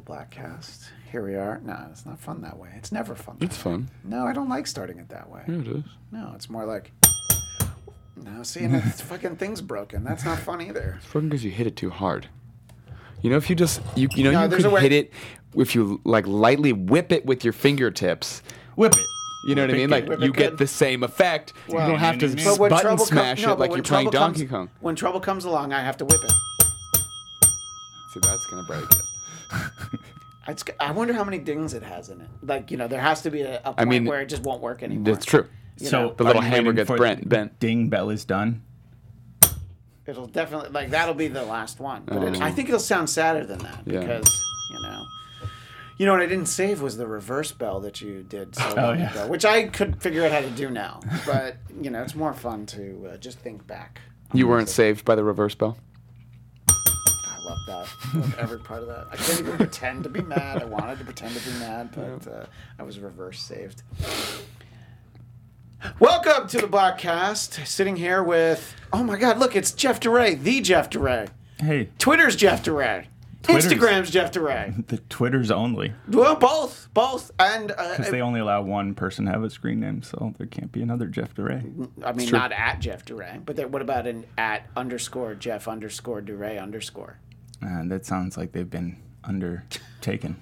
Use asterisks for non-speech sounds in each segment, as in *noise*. podcast. Here we are. No, it's not fun that way. It's never fun. that It's Hmm? way. fun. No, I don't like starting it that way. Yeah, it is. No, it's more like. No, see, and *laughs* it's fucking thing's broken. That's not fun either. It's fucking because you hit it too hard. You know, if you just you you know No, you there's could a way- hit it if you like lightly whip it with your fingertips. Whip it. You know what I mean? Like Whip it you get good. the same effect. you don't have to But s- Just when button trouble com- smash no, it but like when you're playing trouble comes- Donkey Kong. When trouble comes along, I have to whip it. See, that's gonna break it. It's, I wonder how many dings it has in it. Like you know, there has to be a, a point mean, where it just won't work anymore. That's true. You so know, The little are you hammer waiting gets for Brent bent. Ding bell is done. it'll definitely like that'll be the last one. But it, Oh. I think it'll sound sadder than that Yeah. because you know, you know what I didn't save was the reverse bell that you did so Oh, long yeah. ago, which I could figure out how to do now. But you know, it's more fun to uh, just think back. You weren't saved by the reverse bell. I love that. I love every part of that. I can't even pretend to be mad. I wanted to pretend to be mad, but uh, I was reverse saved. Welcome to the Blackcast. Sitting here with, oh my God, look, it's Jeff DeRay, the Jeff DeRay. Hey, Twitter's Jeff DeRay. Twitter's. Instagram's Jeff DeRay. the Twitters only. Well, both, both. And uh, Because they only allow one person to have a screen name, so there can't be another Jeff DeRay. I mean, not at Jeff DeRay, but then what about an at underscore Jeff underscore DeRay underscore? Uh, that sounds like they've been *laughs* undertaken.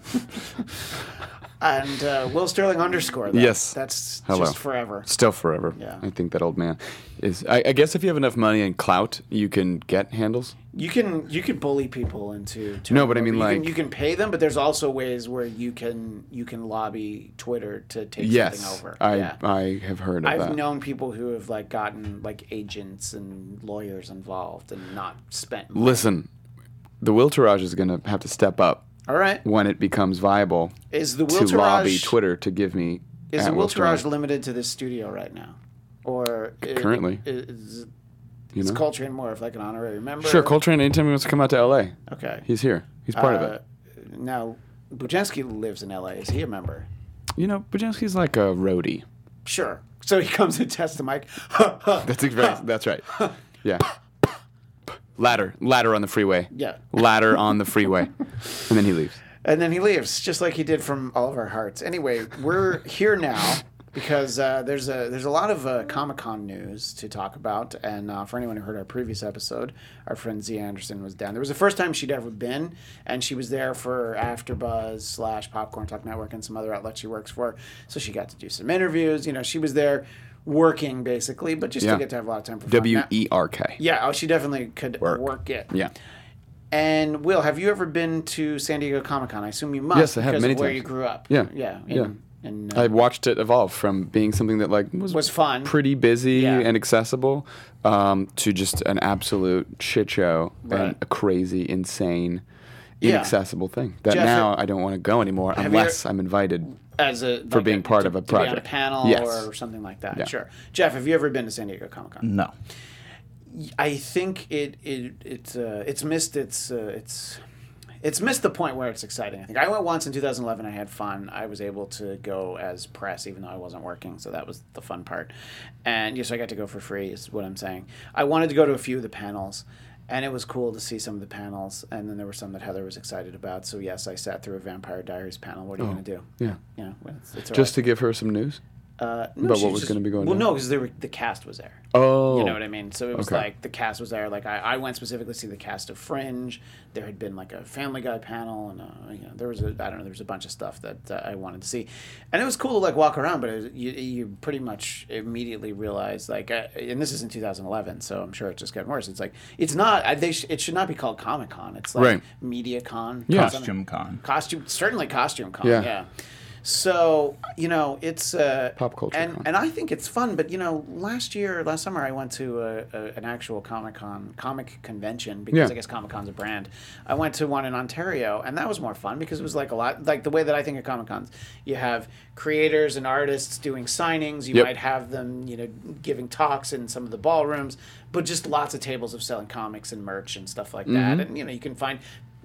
And uh, Will Sterling underscore. That. Yes. That's Hello. just forever. Still forever. Yeah. I think that old man is. I, I guess if you have enough money and clout, you can get handles. You can you can bully people into No, but I mean, you can, like- you can pay them, but there's also ways where you can you can lobby Twitter to take something Yes, over. I yeah. I have heard of I've that. known people who have like gotten like agents and lawyers involved and not spent. Money. Listen, the Will Tourage is gonna have to step up All right, when it becomes viable is the to Will lobby Tourage- Twitter to give me. Is at the Will Sterling. Tourage limited to this studio right now, or i- Currently. is, is You know? Coltrane more of like an honorary member? Sure, Coltrane. Anytime he wants to come out to LA, Okay, he's here. He's part of it. Uh, it. Now, Bujenski lives in L.A. Is he a member? You know, Bajanski's like a roadie. Sure. So he comes and tests the mic. *laughs* That's right. That's right. Yeah. Ladder, ladder on the freeway. Yeah. Uh, Ladder on the freeway, and then *laughs* he leaves. and then he leaves, just like he did from all of our hearts. Anyway, *laughs* we're here now because uh, there's a there's a lot of uh, Comic Con news to talk about. And uh, for anyone who heard our previous episode, our friend Zia Anderson was down. There was the first time she'd ever been, and she was there for AfterBuzz slash Popcorn Talk Network and some other outlets she works for. So she got to do some interviews. You know, she was there working basically, but just Yeah. to get to have a lot of time for fun. W Now- E R K. Yeah, oh, she definitely could work, Work. it. Yeah. And Will, have you ever been to San Diego Comic Con? I assume you must. Yes, I have, because many of where times. you grew up. Yeah, yeah, yeah. And, and uh, I watched it evolve from being something that like was, was fun. pretty busy Yeah. and accessible um, to just an absolute shit show and Right. a crazy, insane, inaccessible thing that Jeff, now I don't want to go anymore you unless I'm invited. as a for being part of a to be on project. a panel Yes. or something like that. Sure, Jeff, have you ever been to San Diego Comic Con? No. I think it it it's uh, it's missed its uh, it's it's missed the point where it's exciting. I think I went once in 2011. I had fun. I was able to go as press, even though I wasn't working, so that was the fun part. And yes, I got to go for free. Is what I'm saying. I wanted to go to a few of the panels, and it was cool to see some of the panels. And then there were some that Heather was excited about. So yes, I sat through a Vampire Diaries panel. What are you gonna do? Oh, Yeah. You know, it's, it's all Just to give her some news. right. uh, no, about she what was gonna be going Well, down. no, because the cast was there. Oh. You know what I mean? So it was Okay. like the cast was there. Like I, I went specifically to see the cast of Fringe. There had been like a Family Guy panel, and uh, you know there was a I don't know there was a bunch of stuff that uh, I wanted to see, and it was cool to like walk around. But it was, you you pretty much immediately realize like, uh, and this is in 2011, so I'm sure it's just gotten worse. It's like it's not I, they sh- it should not be called Comic Con. It's like Right. Media Con. Yeah. Costume Con. Costume certainly costume con. Yeah. Yeah. So you know it's uh, Pop culture and con. and I think it's fun. But you know, last year, last summer, I went to a, a, an actual Comic Con comic convention because Yeah. I guess Comic Con's a brand. I went to one in Ontario, and that was more fun because it was like a lot like the way that I think of Comic Cons. You have creators and artists doing signings. You Yep. might have them, you know, giving talks in some of the ballrooms, but just lots of tables of selling comics and merch and stuff like Mm-hmm. that. And you know, you can find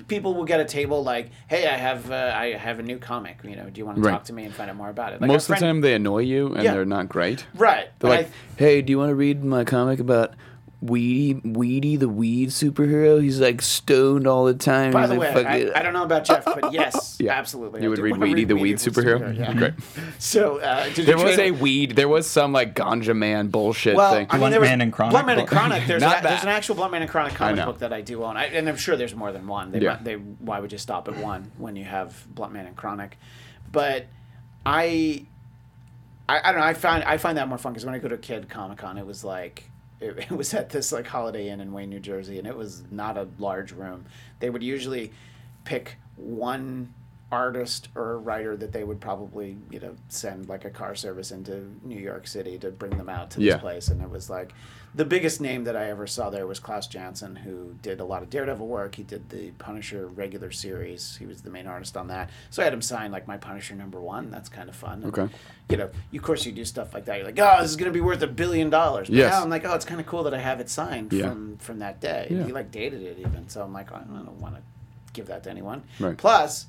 people will get a table like, "Hey, I have uh, I have a new comic. You know, do you want to Right. talk to me and find out more about it?" Like Most our of the friend- time they annoy you and Yeah. they're not great. right? They're And I- like, hey, do you want to read my comic about Weedy, Weedy, the weed superhero. He's like stoned all the time. By He's the a way, fucking- I, I don't know about Jeff, *laughs* but yes, Yeah. absolutely. You I would do read wanna Weedy, the weed superhero. yeah. Great. *laughs* So uh, did you There was try- a weed. There was some like ganja man bullshit well, thing. I mean, Blunt there was Man and Chronic, Blunt Man and but- *laughs* Chronic. There's, Not a, there's that. an actual Blunt Man and Chronic comic know. book that I do own, I, and I'm sure there's more than one. They, Yeah. might- they why would you stop at one when you have Blunt Man and Chronic? But I I, I don't know. I find I find that more fun because when I go to Kid Comic Con, it was like it, *laughs* it was at this like Holiday Inn in Wayne, New Jersey, and it was not a large room. They would usually pick one artist or writer that they would probably you know send like a car service into New York City to bring them out to this Yeah. place, and it was like the biggest name that I ever saw there was Klaus Janson, who did a lot of Daredevil work. He did the Punisher regular series. He was the main artist on that. So I had him sign like my Punisher number one. That's kind of fun. And, Okay. you know, you, of course you do stuff like that. You're like, oh, this is going to be worth a billion dollars. But Yes. now I'm like, oh, it's kind of cool that I have it signed Yeah. from from that day. Yeah. He like dated it even. So I'm like, I don't want to give that to anyone. Right. Plus,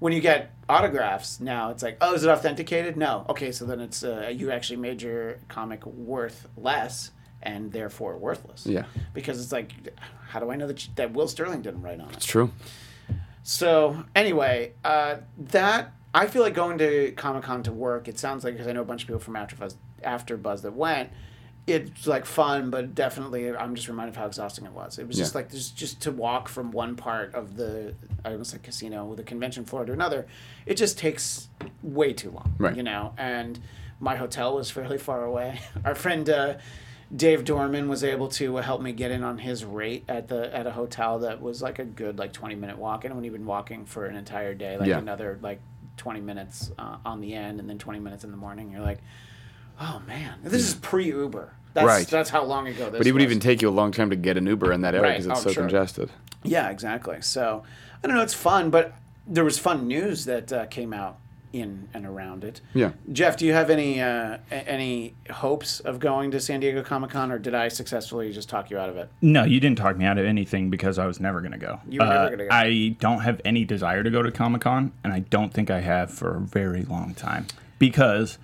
when you get autographs now, it's like, oh, is it authenticated? No. Okay, so then it's uh, you actually made your comic worth less and therefore worthless. Yeah. Because it's like, how do I know that, that Will Sterling didn't write on it? it's true. So anyway, uh, that I feel like going to Comic Con to work. It sounds like because I know a bunch of people from AfterBuzz, AfterBuzz that went. It's like fun, but definitely I'm just reminded of how exhausting it was. It was just Yeah. like just just to walk from one part of the I almost like casino, the convention floor to another. It just takes way too long, Right. you know. And my hotel was fairly far away. *laughs* Our friend. Uh, Dave Dorman was able to uh, help me get in on his rate at the at a hotel that was like a good like twenty minute walk, and when you've been walking for an entire day, like Yeah. another like twenty minutes uh, on the end, and then twenty minutes in the morning, you're like, oh man, this is pre Uber. That's, Hmm. Right. That's how long ago this. But it would was. even take you a long time to get an Uber in that area Right. because Oh, it's so sure. congested. Yeah, exactly. So I don't know. It's fun, but there was fun news that uh, came out in and around it. Yeah. Jeff, do you have any uh, a- any hopes of going to San Diego Comic Con, or did I successfully just talk you out of it? No, you didn't talk me out of anything because I was never going to go. Uh, You were never gonna go. I don't have any desire to go to Comic Con, and I don't think I have for a very long time because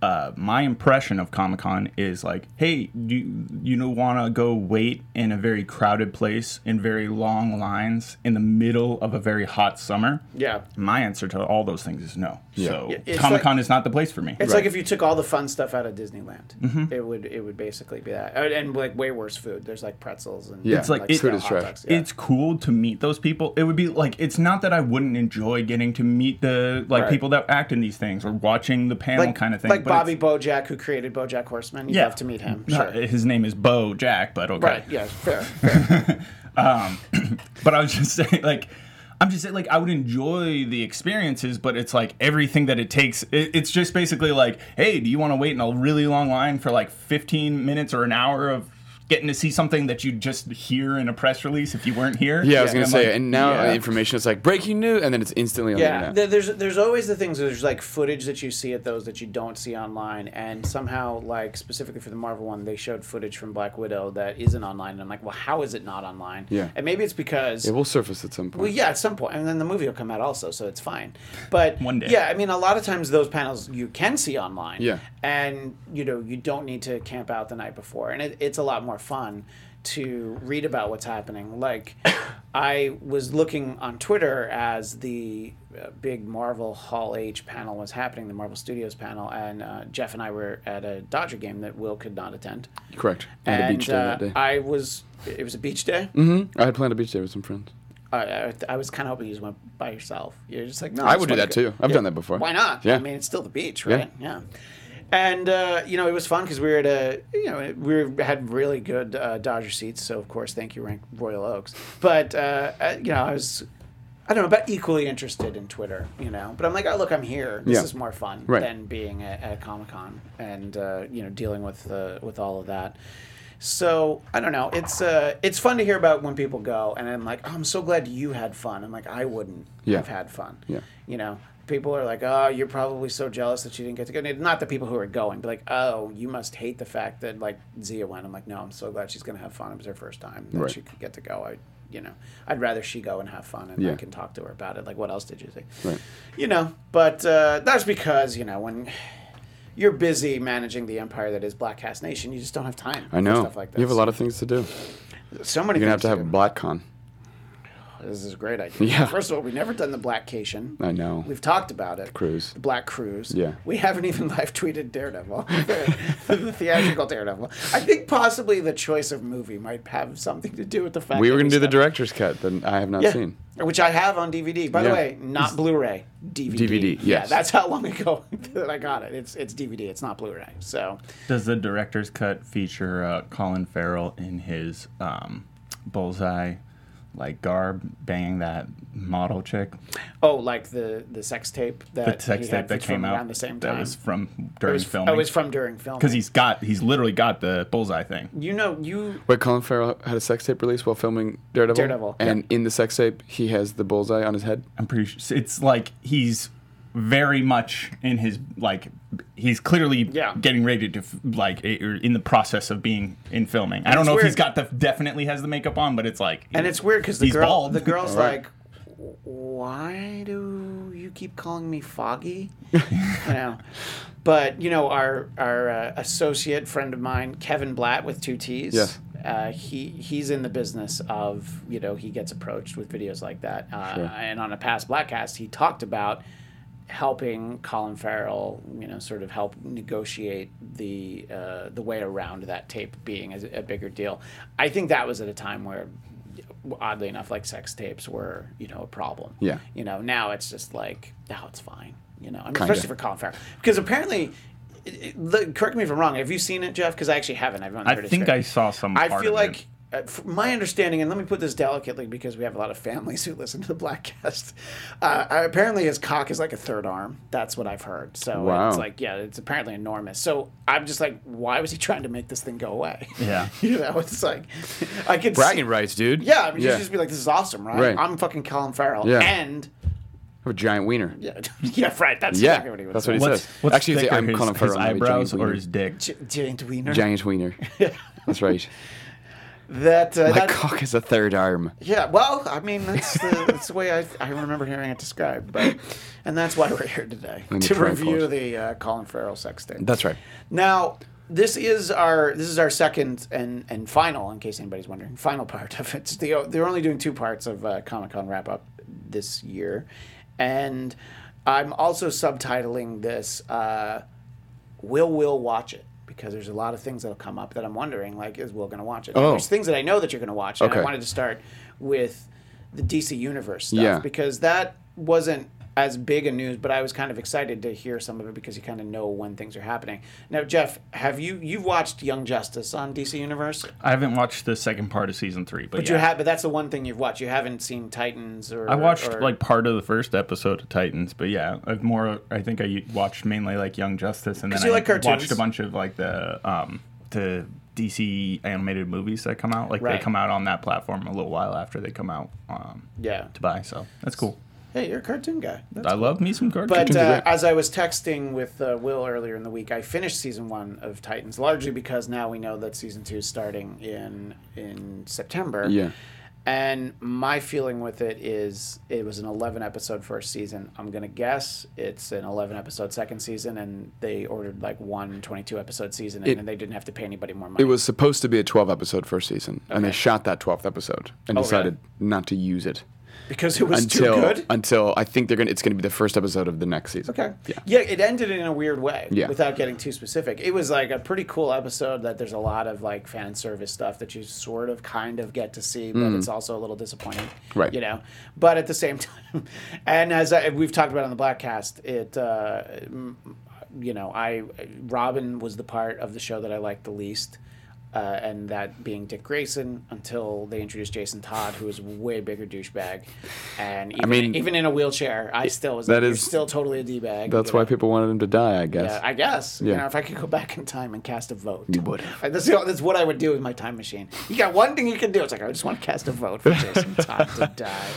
uh, my impression of Comic Con is like, hey, do you, you know, want to go wait in a very crowded place in very long lines in the middle of a very hot summer? Yeah. My answer to all those things is no. So it's Comic Con is not the place for me. It's like if you took all the fun stuff out of Disneyland, it would it would basically be that, and, and like way worse food. There's like pretzels and Yeah, It's like- it- stale food is hot trash. dogs, yeah. it's cool to meet those people. It would be like it's not that I wouldn't enjoy getting to meet the like Right. people that act in these things or watching the panel like, kind of thing. Like but Bobby it's- Bojack, who created BoJack Horseman. You'd Yeah. love to meet him. Uh, Sure. His name is Bo Jack, but okay. right. Yeah. Fair. fair. But I was just *laughs* saying, like, I'm just saying, like, I would enjoy the experiences, but it's like everything that it takes. It, it's just basically like, hey, do you want to wait in a really long line for like 15 minutes or an hour of getting to see something that you just hear in a press release if you weren't here? Yeah, I was gonna I'm say, like, and now yeah. uh, information is like breaking news, and then it's instantly on the Yeah. internet. There- There's there's always the things. There's like footage that you see at those that you don't see online, and somehow like specifically for the Marvel one, they showed footage from Black Widow that isn't online. And I'm like, well, how is it not online? Yeah. And maybe it's because it will surface at some point. Well, yeah, at some point, and then the movie will come out also, so it's fine. But One day. yeah, I mean, a lot of times those panels you can see online, Yeah. and you know you don't need to camp out the night before, and it, it's a lot more fun to read about what's happening. Like, *coughs* I was looking on Twitter as the uh, big Marvel Hall H panel was happening, the Marvel Studios panel, and uh, Jeff and I were at a Dodger game that Will could not attend, Correct. I had and a beach day uh, that day. I was. It was a beach day. hmm I had planned a beach day with some friends. I, I, I was kind of hoping you just went by yourself. You're just like, no. I just would do wanna that go- too. I've done that before. Why not? Yeah. I mean, it's still the beach, right? Yeah. And uh, you know, it was fun because we were at a, you know, we were, had really good uh, Dodger seats. So of course, thank you, Rank Royal Oaks. But uh, uh, you know, I was. I don't know, but equally interested in Twitter, you know. But I'm like, oh, look, I'm here. This Yeah. is more fun Right. than being at, at Comic Con and uh, you know dealing with uh, with all of that. So I don't know. It's uh, it's fun to hear about when people go, and I'm like, oh, I'm so glad you had fun. I'm like, I wouldn't Yeah. have had fun. Yeah. You know, people are like, oh, you're probably so jealous that you didn't get to go. And Not the people who are going, but like, oh, you must hate the fact that like Zia went. I'm like, no, I'm so glad she's gonna have fun. It was her first time that Right. she could get to go. I, you know, I'd rather she go and have fun, and I Yeah. can talk to her about it. Like, what else did you see? Right. You know, but uh, that's because you know when you're busy managing the empire that is Black Cast Nation. You just don't have time. I know. For stuff like this. You have a lot of things to do. so many. You're gonna have things to have BlackCon. do. This is a great idea. *laughs* Yeah. First of all, we've never done the Blackcation. I know. We've talked about it. Cruise. The Black Cruise. Yeah. We haven't even *laughs* live tweeted Daredevil, *laughs* the theatrical Daredevil. I think possibly the choice of movie might have something to do with the fact We that were gonna do the stepped- director's cut that I have not seen. Which I have on DVD. By the Yeah. way, not Blu-ray. DVD. DVD, Yeah, yes. that's how long ago *laughs* that I got it. It's it's DVD. It's not Blu-ray. So Does the director's cut feature uh, Colin Farrell in his um, bullseye, like garb, banging that model chick? oh, like the the sex tape that The text he had tape that that's came from out around the same time. that was from It during was- filming. Oh, it was from during filming. because he's got he's literally got the bullseye thing. you know you Wait, Colin Farrell had a sex tape release while filming Daredevil. Daredevil. And in the sex tape, he has the bullseye on his head. I'm pretty sure it's like he's very much in his like he's clearly Yeah. getting ready to f- like eh, or in the process of being in filming. I don't it's know if weird. he's got the definitely has the makeup on, but it's like and it's weird because the He's girl bald. the girl's All right. like, why do you keep calling me *laughs* Foggy? you know. But you know our our uh, associate friend of mine, Kevin Blatt with two T's. Yes. Uh, he he's in the business of you know he gets approached with videos like that, uh, and on a past Blackcast he talked about helping Colin Farrell, you know, sort of help negotiate the uh, the way around that tape being a, a bigger deal. I think that was at a time where, oddly enough, like sex tapes were you know a problem. Yeah. You know, now it's just like now it's fine. You know, I mean, Kinda. especially for Colin Farrell because apparently. it- it- look, correct me if I'm wrong. Have you seen it, Jeff? Because I actually haven't. I've only I heard it think straight. I saw some. I part feel of it. like uh, f my understanding, and let me put this delicately because we have a lot of families *laughs* who listen to the Blackcast. Uh, I- apparently, his cock is like a third arm. That's what I've heard. So Wow. it's like, yeah, it's apparently enormous. So I'm just like, why was he trying to make this thing go away? *laughs* Yeah. you know, it's like I could Bragging see- rights, dude. Yeah, I mean, you yeah. should just be like, this is awesome, right? Right. I'm fucking Colin Farrell, Yeah. and Have a giant wiener. yeah, *laughs* yeah, right. That's Yeah, exactly what he was. that's saying. what he what's, says. what's Actually, thicker, I'm his, Colin Farrell, his I'm a eyebrows giant or wiener. his dick? Gi- Giant wiener. *laughs* Giant wiener. That's right. That uh, My that, cock is a third arm. Yeah, well, I mean that's the, that's the way I, I remember hearing it described, but and that's why we're here *laughs* today me to try and review close. the uh, Colin Farrell sex tape. That's right. Now, this is our this is our second and and final, in case anybody's wondering, final part of it. It's the, they're only doing two parts of uh, Comic Con wrap up this year, and I'm also subtitling this. Uh, Will Will watch it? Because there's a lot of things that'll come up that I'm wondering, like, is Will going to watch it? Oh. There's things that I know that you're going to watch, and I Okay. wanted to start with the DC Universe stuff Yeah. because that wasn't as big a news, but I was kind of excited to hear some of it because you kind of know when things are happening. Now, Jeff, have you you've watched Young Justice on DC Universe? I haven't watched the second part of season three, but, But you yeah. have, but that's the one thing you've watched. You haven't seen Titans or I watched or- like part of the first episode of Titans, but yeah, I've more. I think I watched mainly like Young Justice, and then 'Cause you I like cartoons. watched a bunch of like the um, the DC animated movies that come out. Like Right. they come out on that platform a little while after they come out um, yeah. to buy. So that's cool. Hey, you're a cartoon guy. That's I love me some cartoons. But uh, as I was texting with uh, Will earlier in the week, I finished season one of Titans largely because now we know that season two is starting in in September. Yeah. And my feeling with it is it was an 11 episode first season. I'm going to guess it's an 11 episode second season, and they ordered like one 22 episode season, and then they didn't have to pay anybody more money. It was supposed to be a 12 episode first season, and they shot that 12th episode and decided not to use it because Oh, it was until too good. until I think they're gonna it's gonna be the first episode of the next season. Okay. Yeah. Yeah. it ended in a weird way. Yeah. Without getting too specific, it was like a pretty cool episode. That there's a lot of like fan service stuff that you sort of kind of get to see, but it's also a little disappointing. Mm. Right. You know, but at the same *laughs* time, and as I, we've talked about on the Blackcast, it. Uh, m- you know, I Robin was the part of the show that I liked the least, uh, and that being Dick Grayson until they introduced Jason Todd, who is a way bigger douchebag, and even, mean, even in a wheelchair, I still was that like, "You're is- still still totally a d bag. That's why people wanted him to die, I guess. I guess you Yeah. know if I could go back in time and cast a vote, you would. That's, the- that's what I would do with my time machine. You got one thing you can do. It's like I just want to cast a vote for *laughs* Jason Todd to die.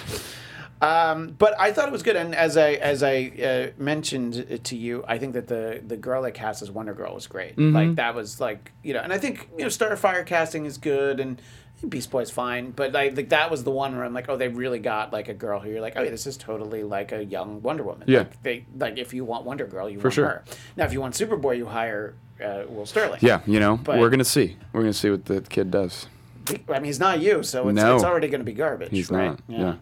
Um, but I thought it was good, and as I as I uh, mentioned it to you, I think that the the girl that cast Mm-hmm. as Wonder Girl was great. Like that was like you know, and I think you know Starfire casting is good, and Beast Boy's fine, but like, like that was the one where I'm like, oh, they really got like a girl who you're like, oh, yeah, this is totally like a young Wonder Woman. Yeah. Like, they like if you want Wonder Girl, you want sure. her. Now, if you want Superboy, you hire uh, Will Sterling. Yeah, you know, But- we're gonna see. We're gonna see what the kid does. I mean, he's not you, so it's, No. it's already going to be garbage. He's right? not. Yeah.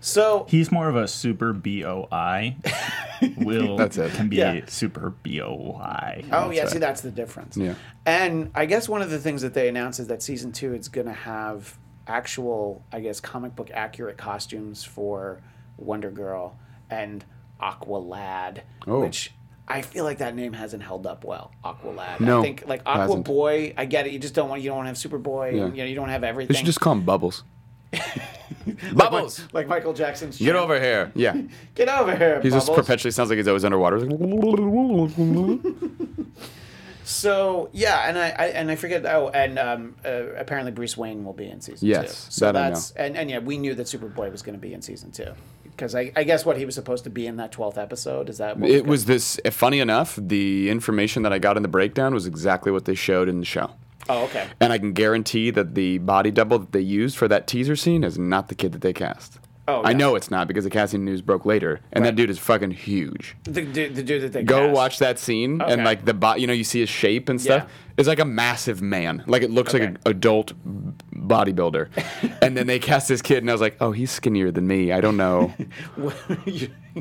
So He's more of a super boi. *laughs* Will That's it. can be Yeah. super boi. Oh yeah, see that's the difference. Yeah. And I guess one of the things that they announced is that season two is going to have actual, I guess, comic book accurate costumes for Wonder Girl and Aqualad, Oh. which I feel like that name hasn't held up well. Aqualad. I No, think like it Aqua hasn't. Boy. I get it. You just don't want you don't want to have Superboy. Yeah. You know, you don't have They everything. should just call him Bubbles. Bubbles, *laughs* like Michael Jackson's. get over here. *laughs* Yeah, Get over here. he just Bubbles. perpetually sounds like he's always underwater. He's like, So yeah, and I, I and I forget. Oh, and um, uh, apparently Bruce Wayne will be in season two. Yes, so that I that's and and yeah, we knew that Superboy was going to be in season two because I, I guess what he was supposed to be in that twelfth episode is that what it was this. Funny enough, the information that I got in the breakdown was exactly what they showed in the show. Oh, okay. And I can guarantee that the body double that they used for that teaser scene is not the kid that they cast. Oh, I yeah. know it's not because the casting news broke later, and that dude is fucking huge. The, dude- the dude that they Go cast. watch that scene, Okay. and like the bot, you know, you see his shape and stuff. Yeah. It's like a massive man. Like it looks like Okay. an adult b- bodybuilder. and then they cast this kid, and I was like, oh, he's skinnier than me. I *laughs* don't know. and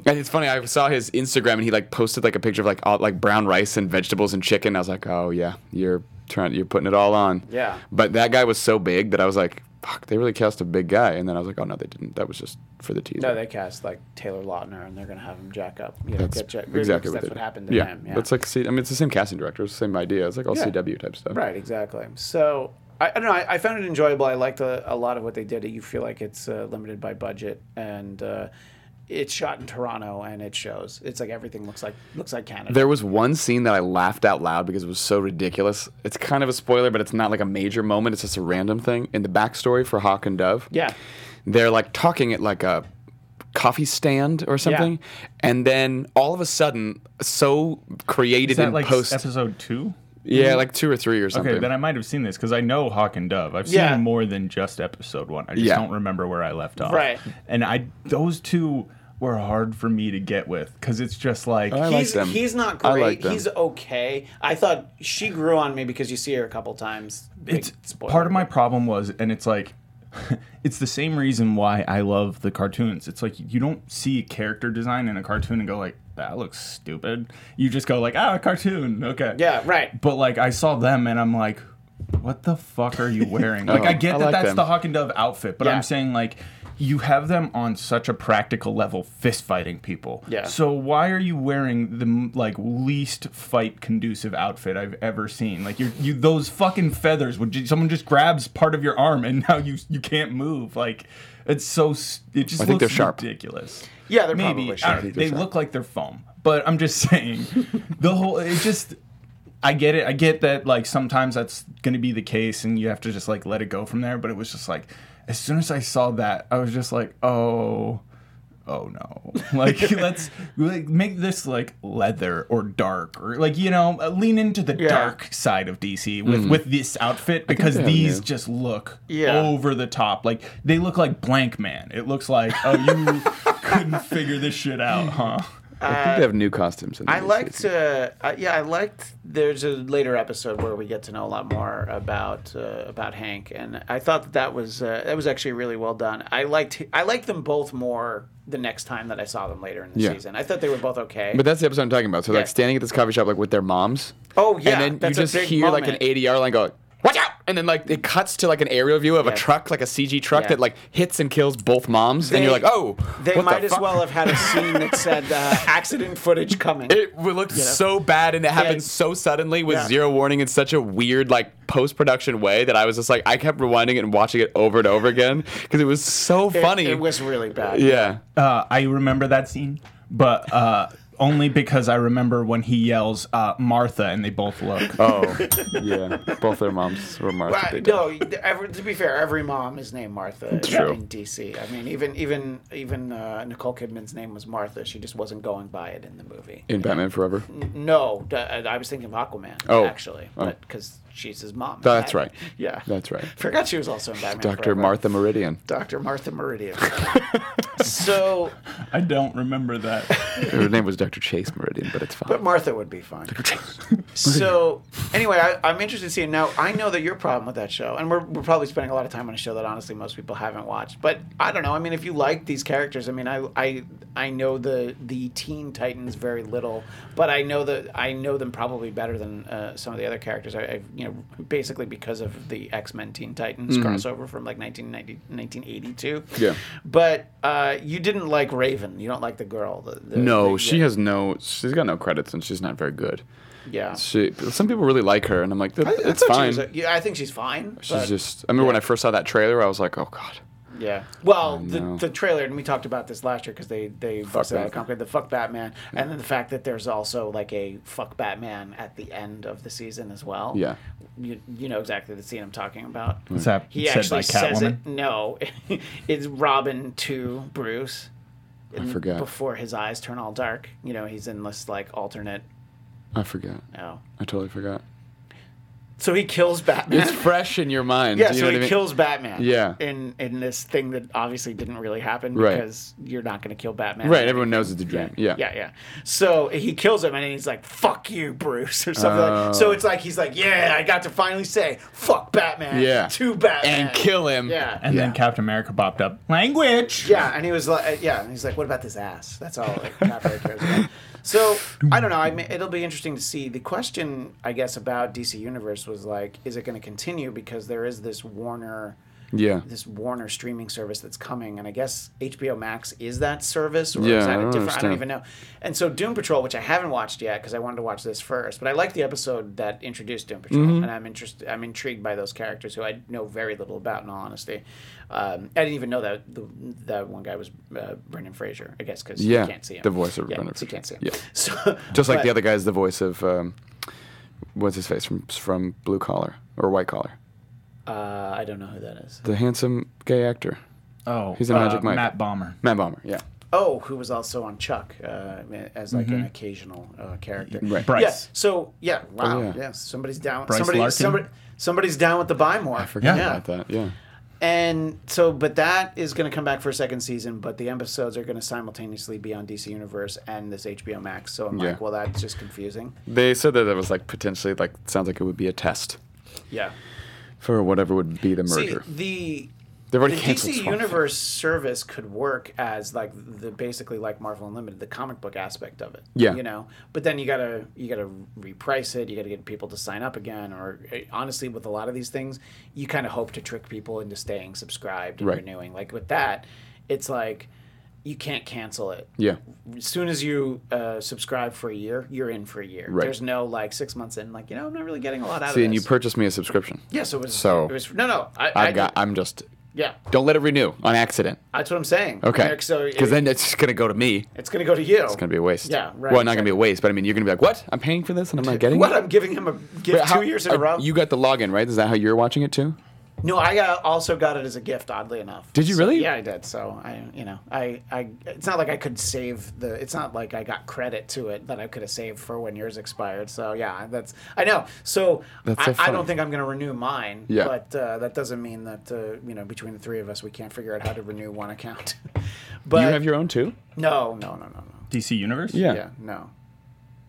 it's funny. I saw his Instagram, and he like posted like a picture of like all, like brown rice and vegetables and chicken. I was like, oh yeah, you're trying, you're putting it all on. Yeah. But that guy was so big that I was like, fuck, they really cast a big guy. And then I was like, oh no, they didn't. That was just for the teaser. *laughs* No, they cast like Taylor Lautner, and they're going to have him jack up. You know, That's get jack, exactly because what, that's they what did. happened to yeah. him. Yeah, That's like, see, I mean, it's the same casting director, it's the same idea. It's like all Yeah. CW type stuff. Right, exactly. So I, I don't know. I, I found it enjoyable. I liked a, a lot of what they did. You feel like it's uh, limited by budget, and uh, it's shot in Toronto, and it shows. It's like everything looks like looks like Canada. There was one scene that I laughed out loud because it was so ridiculous. It's kind of a spoiler, but it's not like a major moment. It's just a random thing. In the backstory for Hawk and Dove, yeah, they're like talking at like a coffee stand or something, and then all of a sudden, so created Is that in like post, episode two? yeah, like two or three or something. Okay, then I might have seen this because I know Hawk and Dove. I've seen Yeah. more than just episode one. I just Yeah. don't remember where I left off. Right. And I those two were hard for me to get with because it's just like I like he's them. he's not I great. like them. He's okay. I thought she grew on me because you see her a couple times. Big it's spoiler. part of my problem was, and it's like, *laughs* it's the same reason why I love the cartoons. It's like you don't see character design in a cartoon and go like, that looks stupid. You just go like, ah, a cartoon, okay. Yeah, right. But like, I saw them and I'm like, what the fuck are you *laughs* wearing? like, I Oh, get I that like that's them. the Hawk and Dove outfit, but Yeah. I'm saying like. You have them on such a practical level, fist fighting people. Yeah. So why are you wearing the m- like least fight conducive outfit I've ever seen? Like you, you those fucking feathers would ju- someone just grabs part of your arm and *laughs* now you you can't move. Like it's so s- it just I think looks they're sharp. ridiculous. Yeah, they're maybe probably I sharp. don't know, I think they're they sharp. look like they're foam. But I'm just *laughs* saying, the whole it just. I get it. I get that like sometimes that's going to be the case and you have to just like let it go from there, but it was just like as soon as I saw that, I was just like, "Oh, oh no *laughs* *laughs* like let's like, make this like leather or dark or like you know uh, lean into the dark side of dc with with this outfit because Mm. they have these new. just look Yeah. over the top like they look like blank man it looks like oh you *laughs* couldn't figure this shit out huh I think they have new costumes. In Uh, I these. liked, uh, I yeah, I liked. There's a later episode where we get to know a lot more about uh, about Hank, and I thought that that was uh, that was actually really well done. I liked I liked them both more the next time that I saw them later in the Yeah. season. I thought they were both okay. But that's the episode I'm talking about. So Yeah. like standing at this coffee shop like with their moms. Oh, yeah, And then that's a you just big hear like an moment. 80 yard line go, watch out! And then like it cuts to like an aerial view of Yeah. a truck, like a CG truck Yeah. that like hits and kills both moms. and you're like, oh, they what the might as fuck?" well have had a scene that said uh, *laughs* accident footage coming. It w- looked so bad and it happened so suddenly with Yeah. zero warning in such a weird like post production way that I was just like I kept rewinding it and watching it over and over again because it was so It- funny. It, was really bad. yeah. uh, I remember that scene, but uh, only because I remember when he yells uh, Martha and they both look. Oh, yeah. Both their moms were Martha. But, They did. no, every, to be fair, every mom is named Martha True. in DC. I mean, even even even uh, Nicole Kidman's name was Martha. She just wasn't going by it in the movie. Mm, In Batman Forever. No, d- I was thinking of Aquaman. Oh. actually, Oh. but because She's his mom. in That's Batman. right. Yeah. That's right. Forgot she was also in Batman. Dr. Forever. Martha Meridian. Dr. Martha *laughs* Meridian. so, I don't remember that. Her name was Dr. Chase Meridian, but it's but fine. Martha would be fine. *laughs* so, anyway, I, I'm interested in seeing now. I know that your problem with that show, and we're, we're probably spending a lot of time on a show that honestly most people haven't watched. But I don't know. I mean, if you like these characters, I mean, I I, I know the the Teen Titans very little, but I know that I know them probably better than uh, some of the other characters. I, I've you know basically because of the X Men Teen Titans crossover from like 1990, 1982. Mm-hmm. Yeah. But uh, you didn't like Raven. You don't like the girl. The, the, No, the- she has no. She's got no credits, and she's not very good. Yeah. She. Some people really like her, and I'm like, I- I thought it's she fine. was a- yeah, I think she's fine. she's but- just. I remember when I first saw that trailer, I was like, oh god. yeah. Well, the, no. the trailer, and we talked about this last year because they they busted out Batman. company, the fuck Batman, and then the fact that there's also like a fuck Batman at the end of the season as well. Yeah. Mm. You, you know exactly the scene I'm talking about. Is that He said actually by says Catwoman? it. No, *laughs* it's Robin to Bruce. I forgot. Before his eyes turn all dark, you know he's in this like alternate. I forgot. No. I totally forgot. So he kills Batman. *laughs* It's fresh in your mind. Yeah, you so know he what I mean? kills Batman. Yeah. In in this thing that obviously didn't really happen Right. because you're not going to kill Batman. Right, everyone knows it's a dream. Yeah. Yeah, yeah. So he kills him and he's like, "Fuck you, Bruce," *laughs* or something. like So it's like he's like, "Yeah, I got to finally say fuck Batman Yeah. to Batman And kill him. Yeah. And then Captain America popped up. Language. Yeah, and he was like, uh, yeah, and he's like, what about this ass? That's all *laughs* like, Pat Barry cares about. So I don't know. I mean, it'll be interesting to see. The question, I guess, about DC Universe was like, is it going to continue because there is this Warner, Yeah. this Warner streaming service that's coming, and I guess HBO Max is that service, or Yeah, is that I a don't different? I don't understand. even know. And so Doom Patrol, which I haven't watched yet because I wanted to watch this first, but I like the episode that introduced Doom Patrol, Mm-hmm. and I'm interested. I'm intrigued by those characters who I know very little about. In all honesty, um, I didn't even know that the, that one guy was uh, Brendan Fraser. I guess because Yeah, you can't see him. the voice of yeah, Brendan so you can't see him. Fraser. Yeah. *laughs* So, Just like but- the other guy's the voice of um, what's his face from from Blue Collar or White Collar, Uh, I don't know who that is. the handsome gay actor, Oh, He's in Magic Mike. Matt Bomber. Matt Bomber. Yeah. Oh, who was also on Chuck uh, as like an occasional uh, character. Mm-hmm. Right. Bryce. Yeah. So yeah. Wow. Oh, yeah. yeah. Somebody's down. Bryce somebody, Larkin? somebody. Somebody's down with the buy more. I Forgot about that. Yeah. And so, but that is going to come back for a second season. But the episodes are going to simultaneously be on DC Universe and this HBO Max. So I'm Yeah. like, well, that's just confusing. They said that it was like potentially like sounds like it would be a test Yeah. for whatever would be the merger. See, the They've already the canceled. DC Swamp Thing. Universe service could work as like the basically like Marvel Unlimited, the comic book aspect of it. Yeah. you know. But then you gotta you gotta reprice it. You gotta get people to sign up again. Or eh, honestly, with a lot of these things, you kind of hope to trick people into staying subscribed and Right. renewing. Like with that, it's like you can't cancel it. Yeah. As soon as you uh, subscribe for a year, you're in for a year. Right. There's no like six months in, like you know, I'm not really getting a lot out See, of and you this. purchased me a subscription. yeah, so it was, So- it was no, no. I, I I got. I'm just. yeah. Don't let it renew on accident. That's what I'm saying. Okay. Like, so it- Because then it's just gonna go to me. it's going to go to you. It's gonna be a waste. Yeah, right, Well, not gonna be a waste, but I mean, you're gonna be like, "What? I'm paying for *laughs* this, and I'm not getting What? it." I'm giving him a gift But how- two years in a uh, row. You got the login, right? Is that how you're watching it too? no, I got, also got it as a gift. Oddly enough. Did you So- really? yeah, I did. So I, you know, I, I, it's not like I could save the. It's not like I got credit to it that I could have saved for when yours expired. So yeah, that's. I know. So That's I, so I funny. don't think I'm going to renew mine. Yeah. But uh, that doesn't mean that uh, you know between the three of us we can't figure out how to renew one account. *laughs* but you have your own too. no, no, no, no, no. DC Universe? Yeah. Yeah, no.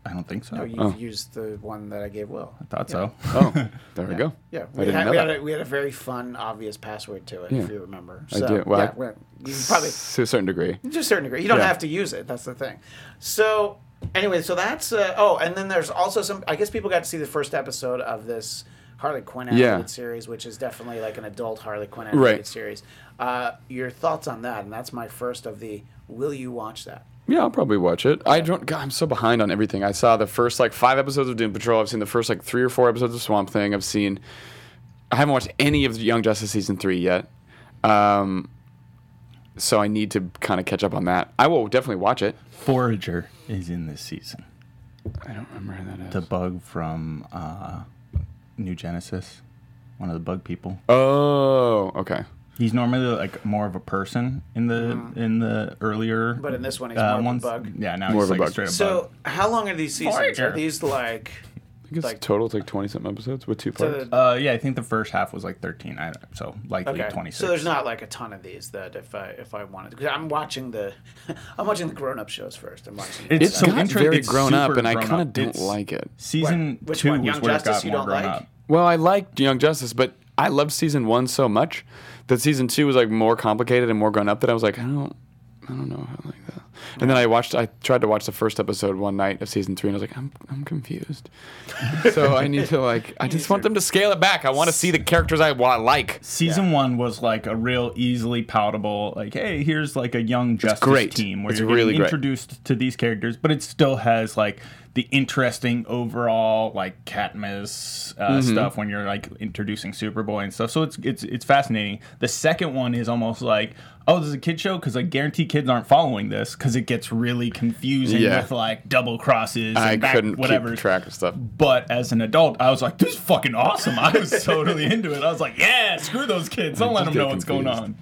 I don't think so. No, you've used the one that I gave Will. Thought so. *laughs* Oh, there we go. Yeah, I we didn't had, know we, that. had a, we had a very fun, obvious password to it, if Yeah. you remember. I So, do. Well, yeah, I- we're- you probably to a certain degree. to a certain degree. You don't Yeah. have to use it. That's the thing. So anyway, so that's uh, oh, and then there's also some. I guess people got to see the first episode of this Harley Quinn animated Yeah. series, which is definitely like an adult Harley Quinn animated Right. series. Uh, your thoughts on that? And that's my first of the. Will you watch that? Yeah, I'll probably watch it. I don't. God, I'm so behind on everything. I saw the first like five episodes of Doom Patrol. I've seen the first like three or four episodes of Swamp Thing. I've seen. I haven't watched any of Young Justice season three yet. Um, so I need to kind of catch up on that. I will definitely watch it. Forager is in this season. I don't remember who that. Is. The bug from uh, New Genesis, one of the bug people. Oh, okay. He's normally like more of a person in the in the earlier. Mm-hmm. But in this one, he's uh, more of a ones- bug. Yeah, now More he's of a like a bug. straight up bug. So how long are these seasons? *laughs* Voyager. Are these like I think it's Like- total it's like twenty something episodes with two So parts. the- Uh, yeah, I think the first half was like 13. I don't, so likely okay. 26. So there's not like a ton of these that if I if I wanted because I'm watching the *laughs* I'm watching the grown up shows first. I'm watching It's it's so got inter- very it's grown up, super and I grown kind of up. don't It's- like it. Season Which two one? was Young where Justice it got you more don't grown like? up. Well, I liked Young Justice, but I loved season one so much that season two was like more complicated and more grown up that I was like, I don't, I don't know how I like that. And then I watched, I tried to watch the first episode one night of season three, and I was like, I'm, I'm confused. so I need to like, *laughs* I just want them to scale it back. I want to see the characters I wa- like. Season one was like a real easily palatable, like, hey, here's like a young justice great. team where It's you're getting really great. introduced to these characters, but it still has like the interesting overall like Katniss uh, Mm-hmm. stuff when you're like introducing Superboy and stuff. So it's it's it's fascinating. The second one is almost like, oh, this is a kid show because I guarantee kids aren't following this because it gets really confusing Yeah. with like double crosses. I and back, couldn't whatever. keep track of stuff. But as an adult, I was like, this is fucking awesome. I was totally into it. I was like, yeah, screw those kids. Don't let them get know what's going confused. on.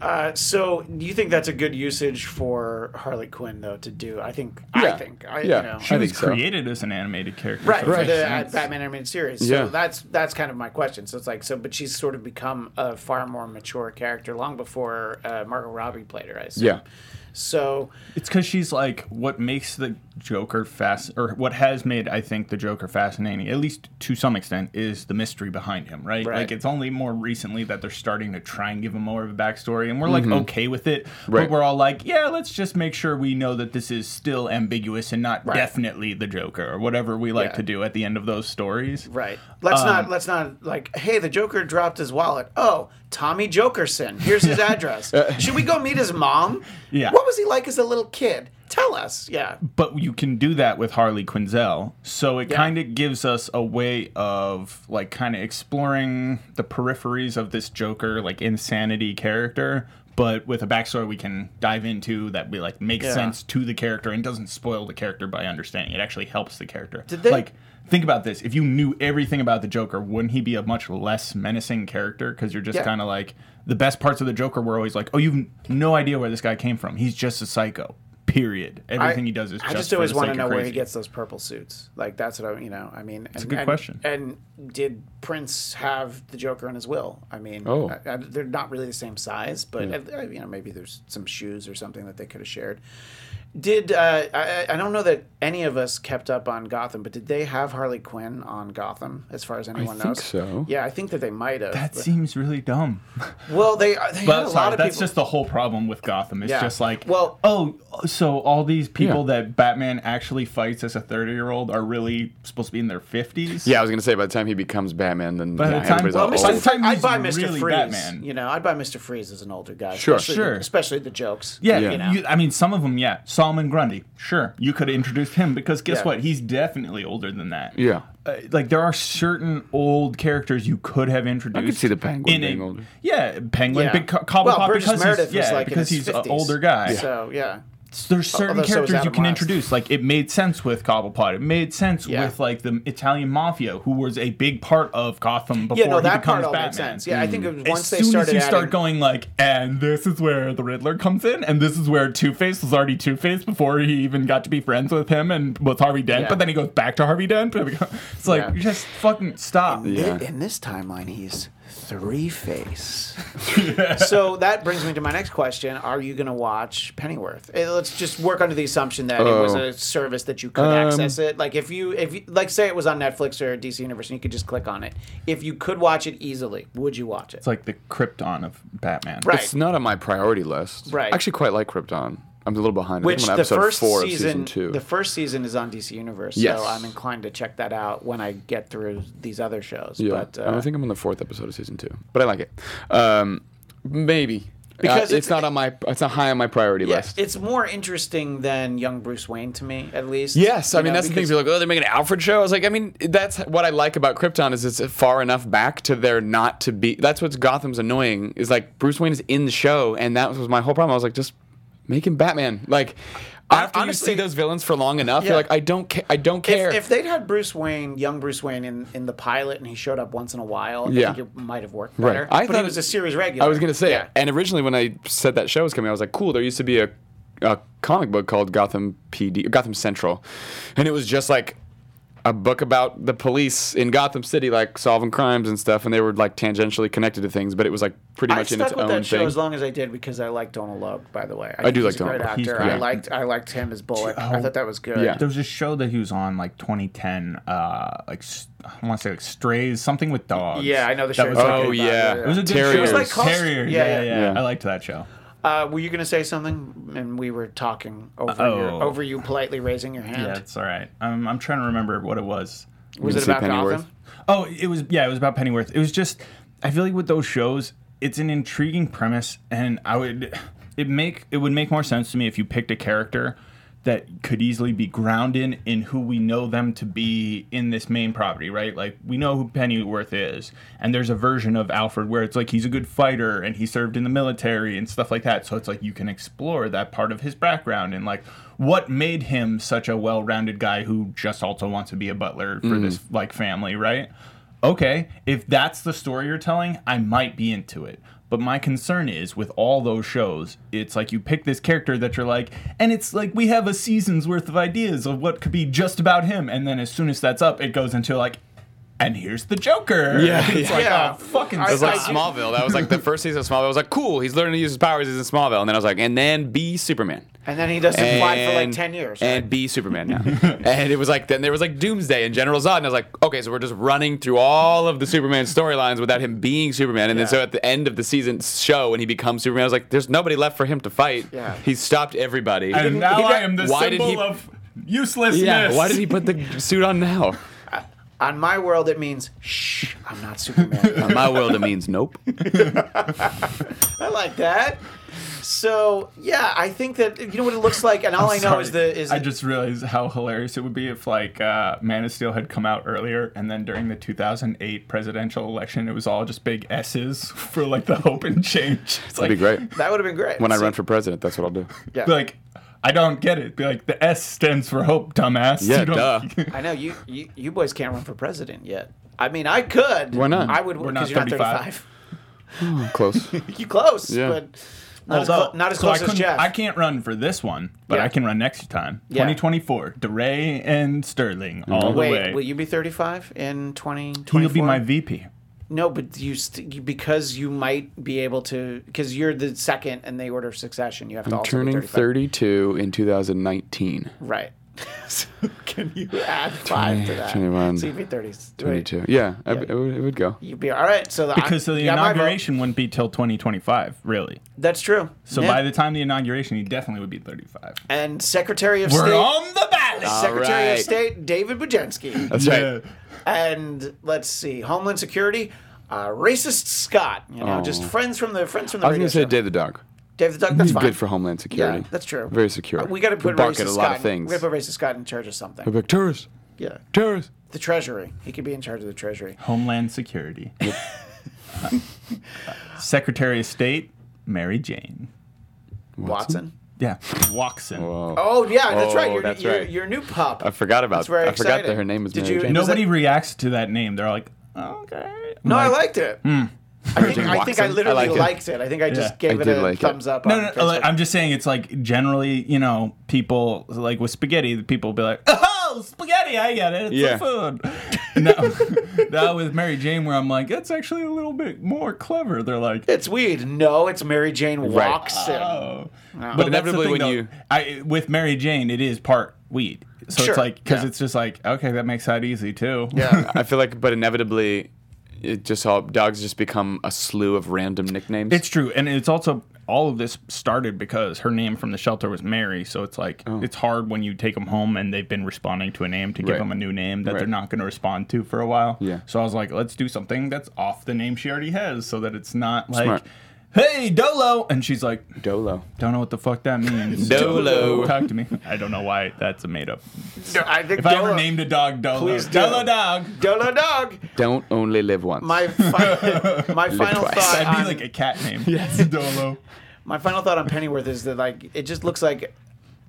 Uh, so do you think that's a good usage for Harley Quinn though to do? I think I Yeah. think I Yeah. you know She She I was think so. created as an animated character. right so it for makes the uh, sense. Batman animated series. Yeah. So that's that's kind of my question. So it's like so, but she's sort of become a far more mature character long before uh, Margot Robbie played her. I assume. Yeah. So It's because she's like what makes the Joker fast, or what has made I think the Joker fascinating, at least to some extent, is the mystery behind him, right? Right. Like it's only more recently that they're starting to try and give him more of a backstory, and we're like okay with it, Right. but we're all like, yeah, let's just make sure we know that this is still ambiguous and not definitely the Joker or whatever we like Yeah. to do at the end of those stories. right, let's not let's not like hey the Joker dropped his wallet. Oh, Tommy Jokerson. Here's his address. Should we go meet his mom? Yeah. What was he like as a little kid? Tell us. Yeah. but you can do that with Harley Quinzel. So it Yeah. kind of gives us a way of like kind of exploring the peripheries of this Joker, like insanity character, but with a backstory we can dive into that we like makes Yeah. sense to the character and doesn't spoil the character by understanding. It actually helps the character. Did they- like think about this. If you knew everything about the Joker, wouldn't he be a much less menacing character cuz you're just Yeah. kind of like the best parts of the Joker were always like, "Oh, you've no idea where this guy came from. He's just a psycho." Period. Everything he does is I just for always the want sake to of know where he crazy. gets those purple suits. Like that's what I, you know, I mean, it's a good question. And did Prince have the Joker in his will? I mean, Oh. I, I- they're not really the same size, but uh, you know, maybe there's some shoes or something that they could have shared. Did uh, I, I- I don't know that any of us kept up on Gotham, but did they have Harley Quinn on Gotham? As far as anyone think knows, so. Yeah, I think that they might have. That but- seems *laughs* really dumb. well, they, they had a But lot sorry, of that's people. just the whole problem with Gotham. It's Yeah. just like, Well- oh, so all these people Yeah. that Batman actually fights as a 30 year old are really supposed to be in their 50s? Yeah, I was gonna say by the time he becomes Batman, then By the yeah, time- everybody's "Oh." well, all Mr. old. By the time I'd he's buy Mr. really Freeze. Batman. You know, I'd buy Mr. Freeze as an older guy. Sure. especially Sure. The, especially the jokes. Yeah, Yeah. you- You, I mean, some of them, yeah. Solomon Grundy, sure. You could have introduced him because guess Yeah. what? He's definitely older than that. yeah, Uh, like, there are certain old characters you could have introduced. see the Penguin in a- being older. Yeah, Penguin. Yeah. Big co- Cobblepot well, Burgess because Meredith he's, yeah, was like because in his he's an 50s. older guy. So yeah, there's certain Although so is characters you Adam can West. introduce. Like it made sense with Cobblepot. It made sense Yeah. with like the Italian mafia, who was a big part of Gotham before yeah. No, he that part becomes all Batman. Mm. makes sense. Yeah, I think it was once as they soon started as you start adding- going like, and this is where the Riddler comes in, and this is where Two Face was already Two Face before he even got to be friends with him and with Harvey Dent. Yeah. But then he goes back to Harvey Dent. *laughs* It's like Yeah. you just fucking stop. Yeah. in this timeline, he's Three Face. *laughs* So that brings me to my next question: Are you going to watch Pennyworth? Eh, Let's just work under the assumption that it was Oh. Um, a service that you could access it. Like if you, if you, like, say it was on Netflix or DC Universe, and you could just click on it. If you could watch it easily, would you watch it? It's like the Krypton of Batman. Right. it's not on my priority list. Right. I actually quite like Krypton. I'm a little behind. I Which think I'm on the episode first four season, of season two. the first season is on DC Universe, Yes. so I'm inclined to check that out when I get through these other shows. Yeah, But I uh, think I'm on the fourth episode of season two, but I like it. Um, maybe Because Uh, it's, it's- not on my it's not high on my priority yes, list. it's more interesting than young Bruce Wayne to me, at least. Yes, I You mean know, that's the thing. because- You're like, oh, they're making an Alfred show. I was like, I mean, that's what I like about Krypton is it's far enough back to there not to be. That's what's Gotham's annoying is like Bruce Wayne is in the show, and that was my whole problem. I was like, just make him Batman. Like, I, After you honestly, see- those villains for long enough, Yeah. you're like, I don't, ca- I don't care. If, if they'd had Bruce Wayne, young Bruce Wayne, in, in the pilot, and he showed up once in a while, Yeah. I think it might have worked Right. better. I but thought he was it- a series regular. I was gonna say, Yeah. and originally when I said that show was coming, I was like, cool. There used to be a, a comic book called Gotham PD, Gotham Central, and it was just like a book about the police in Gotham City, like solving crimes and stuff, and they were like tangentially connected to things, but it was like pretty I much in stuck its with own that show thing. as long as I did because I liked Donald Logue. By the way, I, think do he's like a Donald Logue. great He's actor. great. I liked I liked him as Bullock. I Oh. thought that was good. Yeah. There was a show that he was on like 2010, uh, like s- I want to say like Strays, something with dogs. Yeah, I know the That show. was you're like- talking Oh, about. yeah. It was a good show. Terriers. It was like Called- Terriers. yeah, Yeah, yeah, yeah. yeah, Yeah. I liked that show. Uh, were you going to say something? And we were talking over Oh. your, over you politely raising your hand. Yeah, it's all right. Um, I'm trying to remember what it was. Was it see about Pennyworth. Gotham? Oh, it was yeah, it was about Pennyworth. It was just I feel like with those shows, it's an intriguing premise and I would it make it would make more sense to me if you picked a character that could easily be grounded in who we know them to be in this main property, right? Like we know who Pennyworth is, and there's a version of Alfred where it's like he's a good fighter and he served in the military and stuff like that. So it's like you can explore that part of his background and like what made him such a well-rounded guy who just also wants to be a butler for Mm. this like family, right? Okay, if that's the story you're telling, I might be into it. But my concern is with all those shows, it's like you pick this character that you're like, and it's like we have a season's worth of ideas of what could be just about him, and then as soon as that's up, it goes into like, and here's the Joker. Yeah, *laughs* it's yeah. like Yeah. oh, fucking. I- It was like I do- Smallville. That was like the first season of Smallville. I was like, cool, he's learning to use his powers. He's in Smallville. And then I was like, and then be Superman. And then he doesn't and, fly for like ten years. right? And be Superman *laughs* now. and it was like, then there was like Doomsday and General Zod. And I was like, okay, so we're just running through all of the Superman storylines without him being Superman. And then so at the end of the season show, when he becomes Superman, I was like, there's nobody left for him to fight. Yeah. He stopped everybody. and now he I got- am the why did symbol he- of uselessness. yeah, why did he put the suit on *laughs* now? On my world, it means shh. I'm not *laughs* Superman. On my world, it means nope. I like that. So yeah, I think that you know what it looks like, and all i know Sorry. is the is I just realized how hilarious it would be if like uh, Man of Steel had come out earlier, and then during the 2008 presidential election, it was all just big S's *laughs* for like the hope and change. It's That'd like, be great. that would have been great. When I See, run for president, that's what *laughs* I'll do. yeah. be like, I don't get it. Be like, the S stands for hope, dumbass. Yeah, *laughs* You don't- duh. I know you, you you boys can't run for president yet. I mean, I could. Why not? I would. We're because not you're 35. Close. you close, Yeah. but not, as, Although- clo- not as so close I as couldn't- Jeff. I can't run for this one, but Yeah. I can run next time. Yeah. 2024, DeRay and Sterling all the Wait, way. will you be 35 in 2024? He'll be my VP. No, but you, st- you because you might be able to because you're the second in the order of succession. You have to also be Turning 35. 32 in 2019. Right. *laughs* so can you add five to that? 21, So you'd be 30. Wait, 22. Yeah, I- it, would, it would go. You'd be all right. So the, Because so the you got my vote. inauguration wouldn't be till 2025, really. That's true. So Yeah. by the time the inauguration, he definitely would be 35. and Secretary of We're State. on the bat. Secretary of right. State David Bujenski. *laughs* That's right. and let's see, Homeland Security, uh, racist Scott. You know, just friends from the friends from the. Oh. I was radio going to say show. David Dog. Dave the Duck. That's He's fine. good for Homeland Security. Yeah, that's true. Very secure. Uh, we got to put We bark racist at a Scott. lot of in- We things. got to put racist Scott in charge of something. Like, terrorists, Yeah, terrorists. the Treasury. He could be in charge of the Treasury. Homeland Security. *laughs* Secretary of State, Mary Jane. Watson. Yeah. Watson. Oh yeah, that's right. Oh, Your, that's your, right. your new pup. I forgot about That's very I forgot exciting. that her name is Did Mary you- Jane. No, Nobody reacts to that name. They're like, okay. No, I liked it. Hmm. I, think, I think I Watson? I literally like it. liked it. I think I just Yeah. gave I it did a like it. thumbs up. No, on no, no, Facebook. like, I'm just saying it's like generally, you know, people like with spaghetti, the people be like, *laughs* "Oh, spaghetti, I get it. It's Yeah. a food." *laughs* now, now with Mary Jane, where I'm like, that's actually a little bit more clever. They're like, It's weed. No, it's Mary Jane Right. Watson. Oh. But inevitably when you- I, with Mary Jane, it is part weed. So Sure, it's like because yeah. it's just like okay, that makes that easy too. Yeah. *laughs* I feel like, but inevitably, it just all dogs just become a slew of random nicknames. *laughs* it's true, and it's also all of this started because her name from the shelter was Mary. So it's like it's hard when you take them home and they've been responding to a name to give Oh. Right. them a new name that Right. they're not going to respond to for a while. Yeah. So I was like, let's do something that's off the name she already has, so that it's not like. Smart. Hey Dolo, and she's like, Dolo. "Don't know what the fuck that *laughs* means." Dolo. talk to me. I don't know why that's a made up No, I think If I ever Dolo- named a dog Dolo, Please do. Dolo dog. Dolo dog. Don't only live once. *laughs* My fi- my final twice. thought. That'd be on- *laughs* like a cat name. Yes, *laughs* Dolo. My final thought on Pennyworth is that like it just looks like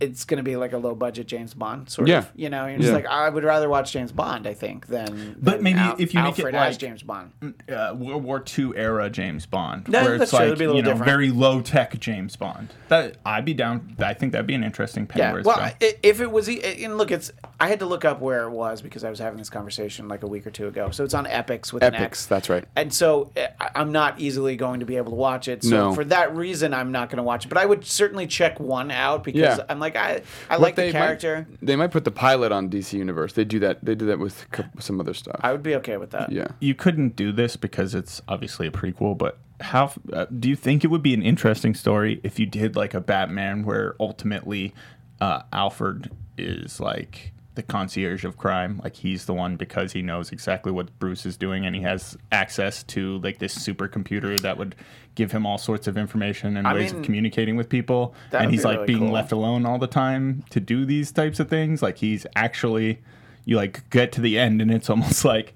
it's going to be like a low budget James Bond sort Yeah. of. You know, you're just Yeah. like I would rather watch James Bond, I think, than But than maybe if you make it Alfred as like- James Bond. uh, World War II era James Bond, No, where that's it's true. It'd like be a you know little different. very low tech James Bond. That I'd be down. I think that'd be an interesting Yeah. Pennyworth. Well, film. i- if it was, e- and look, it's I had to look up where it was because I was having this conversation like a week or two ago. So it's on Epics with an Epics, X. that's right. And so eh, I- I'm not easily going to be able to watch it. So No. for that reason, I'm not going to watch it. But I would certainly check one out because Yeah. I'm like I I like the they character. Might, they might put the pilot on DC Universe. They do that. They do that with co- some other stuff. I would be okay with that. yeah. you couldn't do this because it's obviously a prequel, but how f- uh, do you think it would be an interesting story if you did like a Batman where ultimately uh, Alfred is like the concierge of crime, like he's the one because he knows exactly what Bruce is doing and he has access to like this supercomputer that would give him all sorts of information and ways mean, of communicating with people that and would he's be like really being cool. left alone all the time to do these types of things. Like he's actually, you like get to the end and it's almost *laughs* like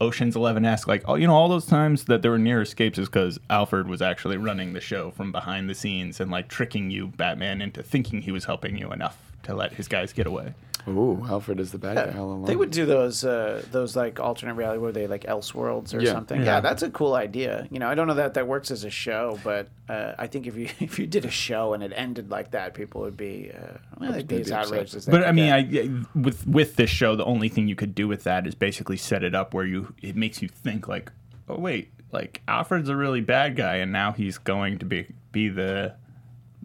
Ocean's Eleven esque. Like oh, you know, all those times that there were near escapes is because Alfred was actually running the show from behind the scenes and like tricking you, Batman, into thinking he was helping you enough to let his guys get away. Ooh, Alfred is the bad guy. All along. They would do those uh, those like alternate reality where they like Elseworlds or Yeah. something. Yeah. that's a cool idea. You know, I don't know that that works as a show, but uh, I think if you *laughs* if you did a show and it ended like that, people would be uh, well, they'd be as be upset. outraged as they But could I mean, get. I with with this show, the only thing you could do with that is basically set it up where you it makes you think like, oh wait, like Alfred's a really bad guy, and now he's going to be be the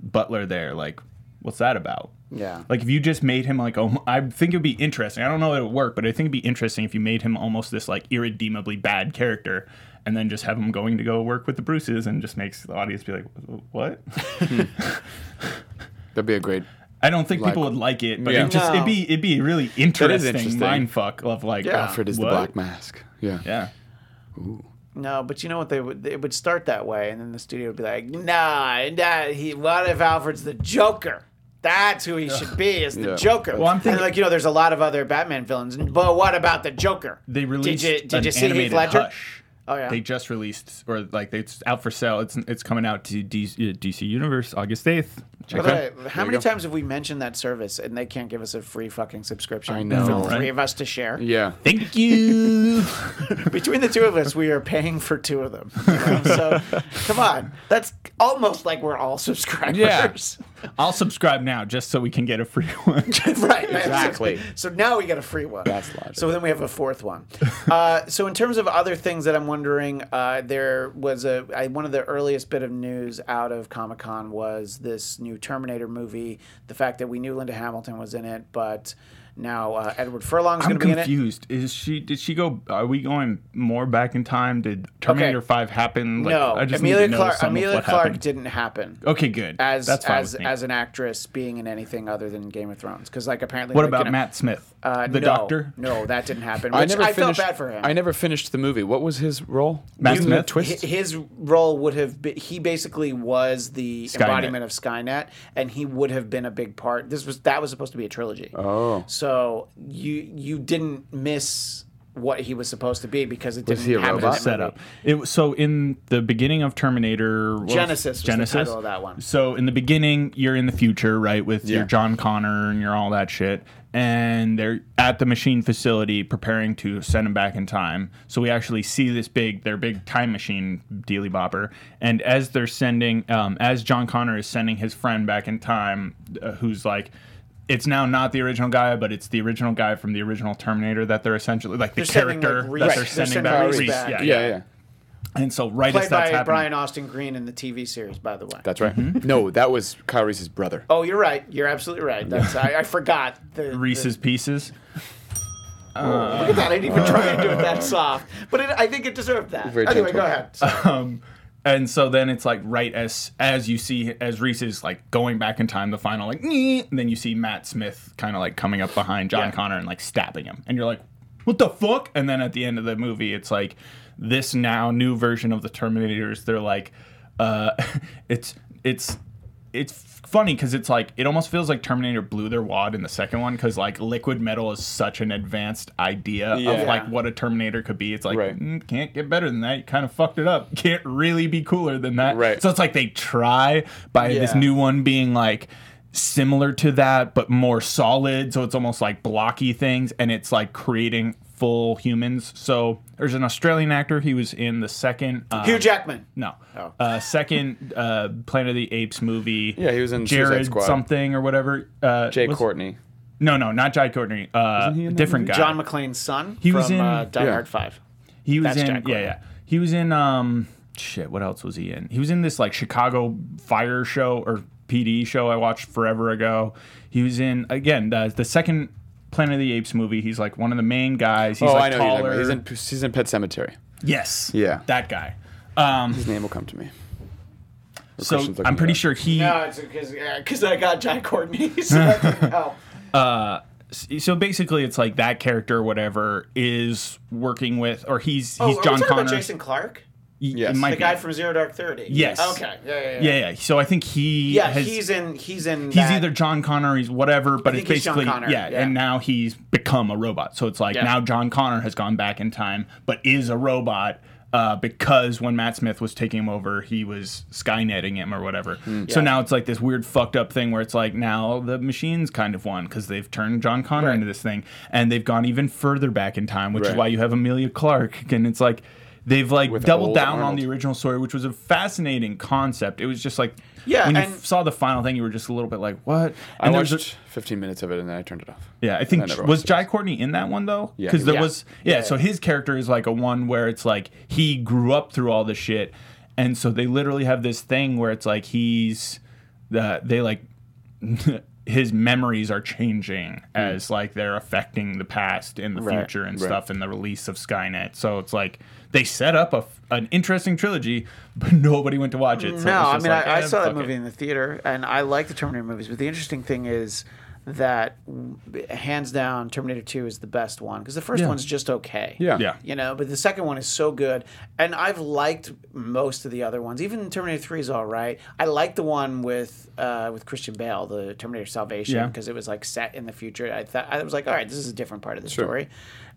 butler there. Like, what's that about? yeah. Like if you just made him like, oh, I think it'd be interesting. I don't know if it would work, but I think it'd be interesting if you made him almost this like irredeemably bad character, and then just have him going to go work with the Bruces, and just makes the audience be like, what? *laughs* That'd be a great. I don't think people Like- would like it, but Yeah. it just No. it'd be it'd be a really interesting, interesting. mind fuck of like Yeah. Alfred is the what? Black Mask. Yeah. Yeah. No, but you know what? They would it would start that way, and then the studio would be like, "Nah, nah he, what if Alfred's the Joker? That's *laughs* who he should be, is the Yeah. Joker." Well, I'm And, thinking- like you know, there's a lot of other Batman villains, but what about the Joker? They released Did you, did an you see Heath animated Ledger? Hush. Oh, yeah. They just released, or like it's out for sale. It's it's coming out to DC, uh, DC Universe August eighth. Check By it the out. way, how you many go. times have we mentioned that service and they can't give us a free fucking subscription I know, for the right? three of us to share? Yeah. Thank you. *laughs* *laughs* Between the two of us, we are paying for two of them. you know? *laughs* so come on. That's almost like we're all *laughs* subscribers. I'll subscribe now just so we can get a free *laughs* one. *laughs* right. Exactly. So, now we got a free one. That's logic. So then we have a fourth one. Uh, so in terms of other things that I'm wondering, uh, there was a I, one of the earliest bit of news out of Comic Con was this new Terminator movie. The fact that we knew Linda Hamilton was in it, but now uh, Edward Furlong's going I'm to be in it. confused. Is she? Did she go? Are we going more back in time? Did Terminator Okay. Five happen? Like, no, I just need Amelia to know Clark. some of Amelia what Clark happened. didn't happen. Okay, good. As That's fine as with me. as an actress being in anything other than Game of Thrones, because like apparently what like, about you know- Matt Smith, Uh, the no, doctor? No, that didn't happen. Which I I, never finished. felt bad for him. I never finished the movie. What was his role? Matt Wasn't it a Smith? Twist. Hi- His role would have been, he basically was the embodiment of Skynet, and he would have been a big part. This was, that was supposed to be a trilogy. Oh. So you, you didn't miss what he was supposed to be because it didn't he a happen robot? in that movie. setup. It was so in the beginning of Terminator what was- Genesis was the title of that one. So in the beginning, you're in the future, right, with your John Connor and your all that shit, and they're at the machine facility preparing to send him back in time. So we actually see this big, their big time machine dealy bopper, and as they're sending, um, as John Connor is sending his friend back in time, uh, who's like. It's now not the original guy, but it's the original guy from the original Terminator that they're essentially like the They're sending, like, character Reese- that Right. they're They're sending sending back. Reese Reese, back. yeah, yeah, yeah. and so right as Played that's by happening, Brian Austin Green in the TV series, by the way. That's right. Mm-hmm. No, that was Kyle Reese's brother. oh, you're right. You're absolutely right. That's, I, I forgot. The, Reese's Pieces. Look at that. I didn't even try and do it that soft. But it, I think it deserved that. Very anyway, gentle. go ahead. Um, and so then it's like right as as you see as Reese is like going back in time, the final like, "Nee," and then you see Matt Smith kind of like coming up behind John Yeah. Connor and like stabbing him, and you're like, what the fuck? And then at the end of the movie, it's like this now new version of the Terminators. They're like, uh, *laughs* it's it's it's funny because it's like it almost feels like Terminator blew their wad in the second one because like liquid metal is such an advanced idea Yeah. of like what a Terminator could be. It's like Right. "Mm, can't get better than that. You kind of fucked it up. *laughs* Can't really be cooler than that. Right. So it's like they try by this Yeah. new one being like similar to that, but more solid. So it's almost like blocky things, and it's like creating full humans. So there's an Australian actor. He was in the second. Um, Hugh Jackman. No. Oh. Uh, second uh, Planet of the Apes movie. Yeah, he was in Suicide Jared Squad. something or whatever. Uh, Jay was- Courtney. No, no, not Jay Courtney. Uh, a different guy. John McClane's son. He from, was in- uh, Die yeah. Hard Five. He was That's in Jack yeah, Courtney. yeah. He was in um shit, what else was he in? He was in this like Chicago fire show or PD show I watched forever ago. He was in again the, the second Planet of the Apes movie. He's like one of the main guys. He's oh, like I know. who you're talking taller. about. He's in he's in Pet Cemetery. yes. Yeah. That guy. Um His name will come to me. so Christian's looking I'm pretty it up. sure he No, it's because because I got John Courtney. *laughs* So that *laughs* didn't help. so basically it's like that character or whatever is working with or he's he's Oh, are we John talking Connor. about Jason Clark, Yes. the guy from Zero Dark Thirty. Yes. Okay. Yeah. Yeah. Yeah. yeah, yeah. So I think he Yeah, has, he's in. He's in. he's that- either John Connor, or he's whatever, but it's think he's John basically Connor, yeah, yeah. And now he's become a robot, so it's like Yeah. now John Connor has gone back in time, but is a robot. Uh, because when Matt Smith was taking him over, he was skynetting him or whatever. So Hmm. Yeah. now it's like this weird fucked up thing where it's like now the machines kind of won because they've turned John Connor into this thing and they've gone even further back in time, which is Right. why you have Amelia Clark. And it's like they've like With doubled old down on Arnold. the original story, which was a fascinating concept. It was just like Yeah, when you and- f- saw the final thing, you were just a little bit like, "What?" I And there's watched a- 15 minutes of it and then I turned it off. yeah, I think I never was watched Jai Courtney in that one though? Yeah, because he there was. was yeah, Yeah. So his character is like a one where it's like he grew up through all this shit, and so they literally have this thing where it's like he's uh, they like *laughs* his memories are changing as like they're affecting the past and the Hmm. Right, future and right. stuff and the release of Skynet. So it's like they set up a f- an interesting trilogy, but *laughs* nobody went to watch it. So No, it was I just mean, like, I, I eh, saw that fuck it. movie in the theater, and I like the Terminator movies. But the interesting thing is that, w- hands down, Terminator Two is the best one because the first Yeah. one's just okay. Yeah. Yeah. You know, but the second one is so good, and I've liked most of the other ones. Even Terminator Three is all right. I like the one with uh, with Christian Bale, the Terminator Salvation, Yeah. because it was like set in the future. I thought I was like, all right, this is a different part of the story,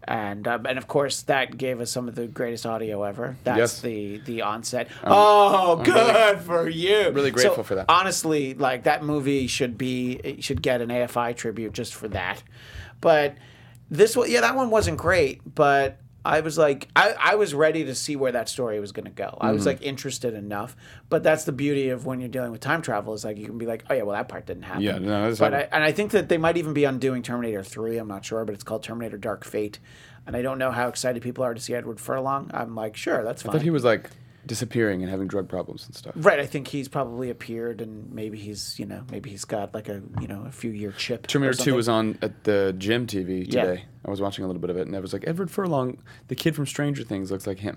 and um, and of course that gave us some of the greatest audio ever. That's Yes. Um, the the onset. oh, good for you. really So, grateful for that. Honestly, like that movie should be it should get an AFI tribute just for that. But this one, yeah, that one wasn't great, but I was like, I, I was ready to see where that story was going to go. I Mm-hmm. was like interested enough, but that's the beauty of when you're dealing with time travel is like you can be like, oh yeah, well that part didn't happen. Yeah, no, that's but not- I, and I think that they might even be undoing Terminator Three. I'm not sure, but it's called Terminator Dark Fate, and I don't know how excited people are to see Edward Furlong. I'm like, sure, that's fine. But he was like disappearing and having drug problems and stuff. Right, I think he's probably appeared, and maybe he's you know maybe he's got like a you know a few year chip. or Terminator 2 something. was on at the gym TV Yeah. today. I was watching a little bit of it and I was like, Edward Furlong, the kid from Stranger Things, looks like him.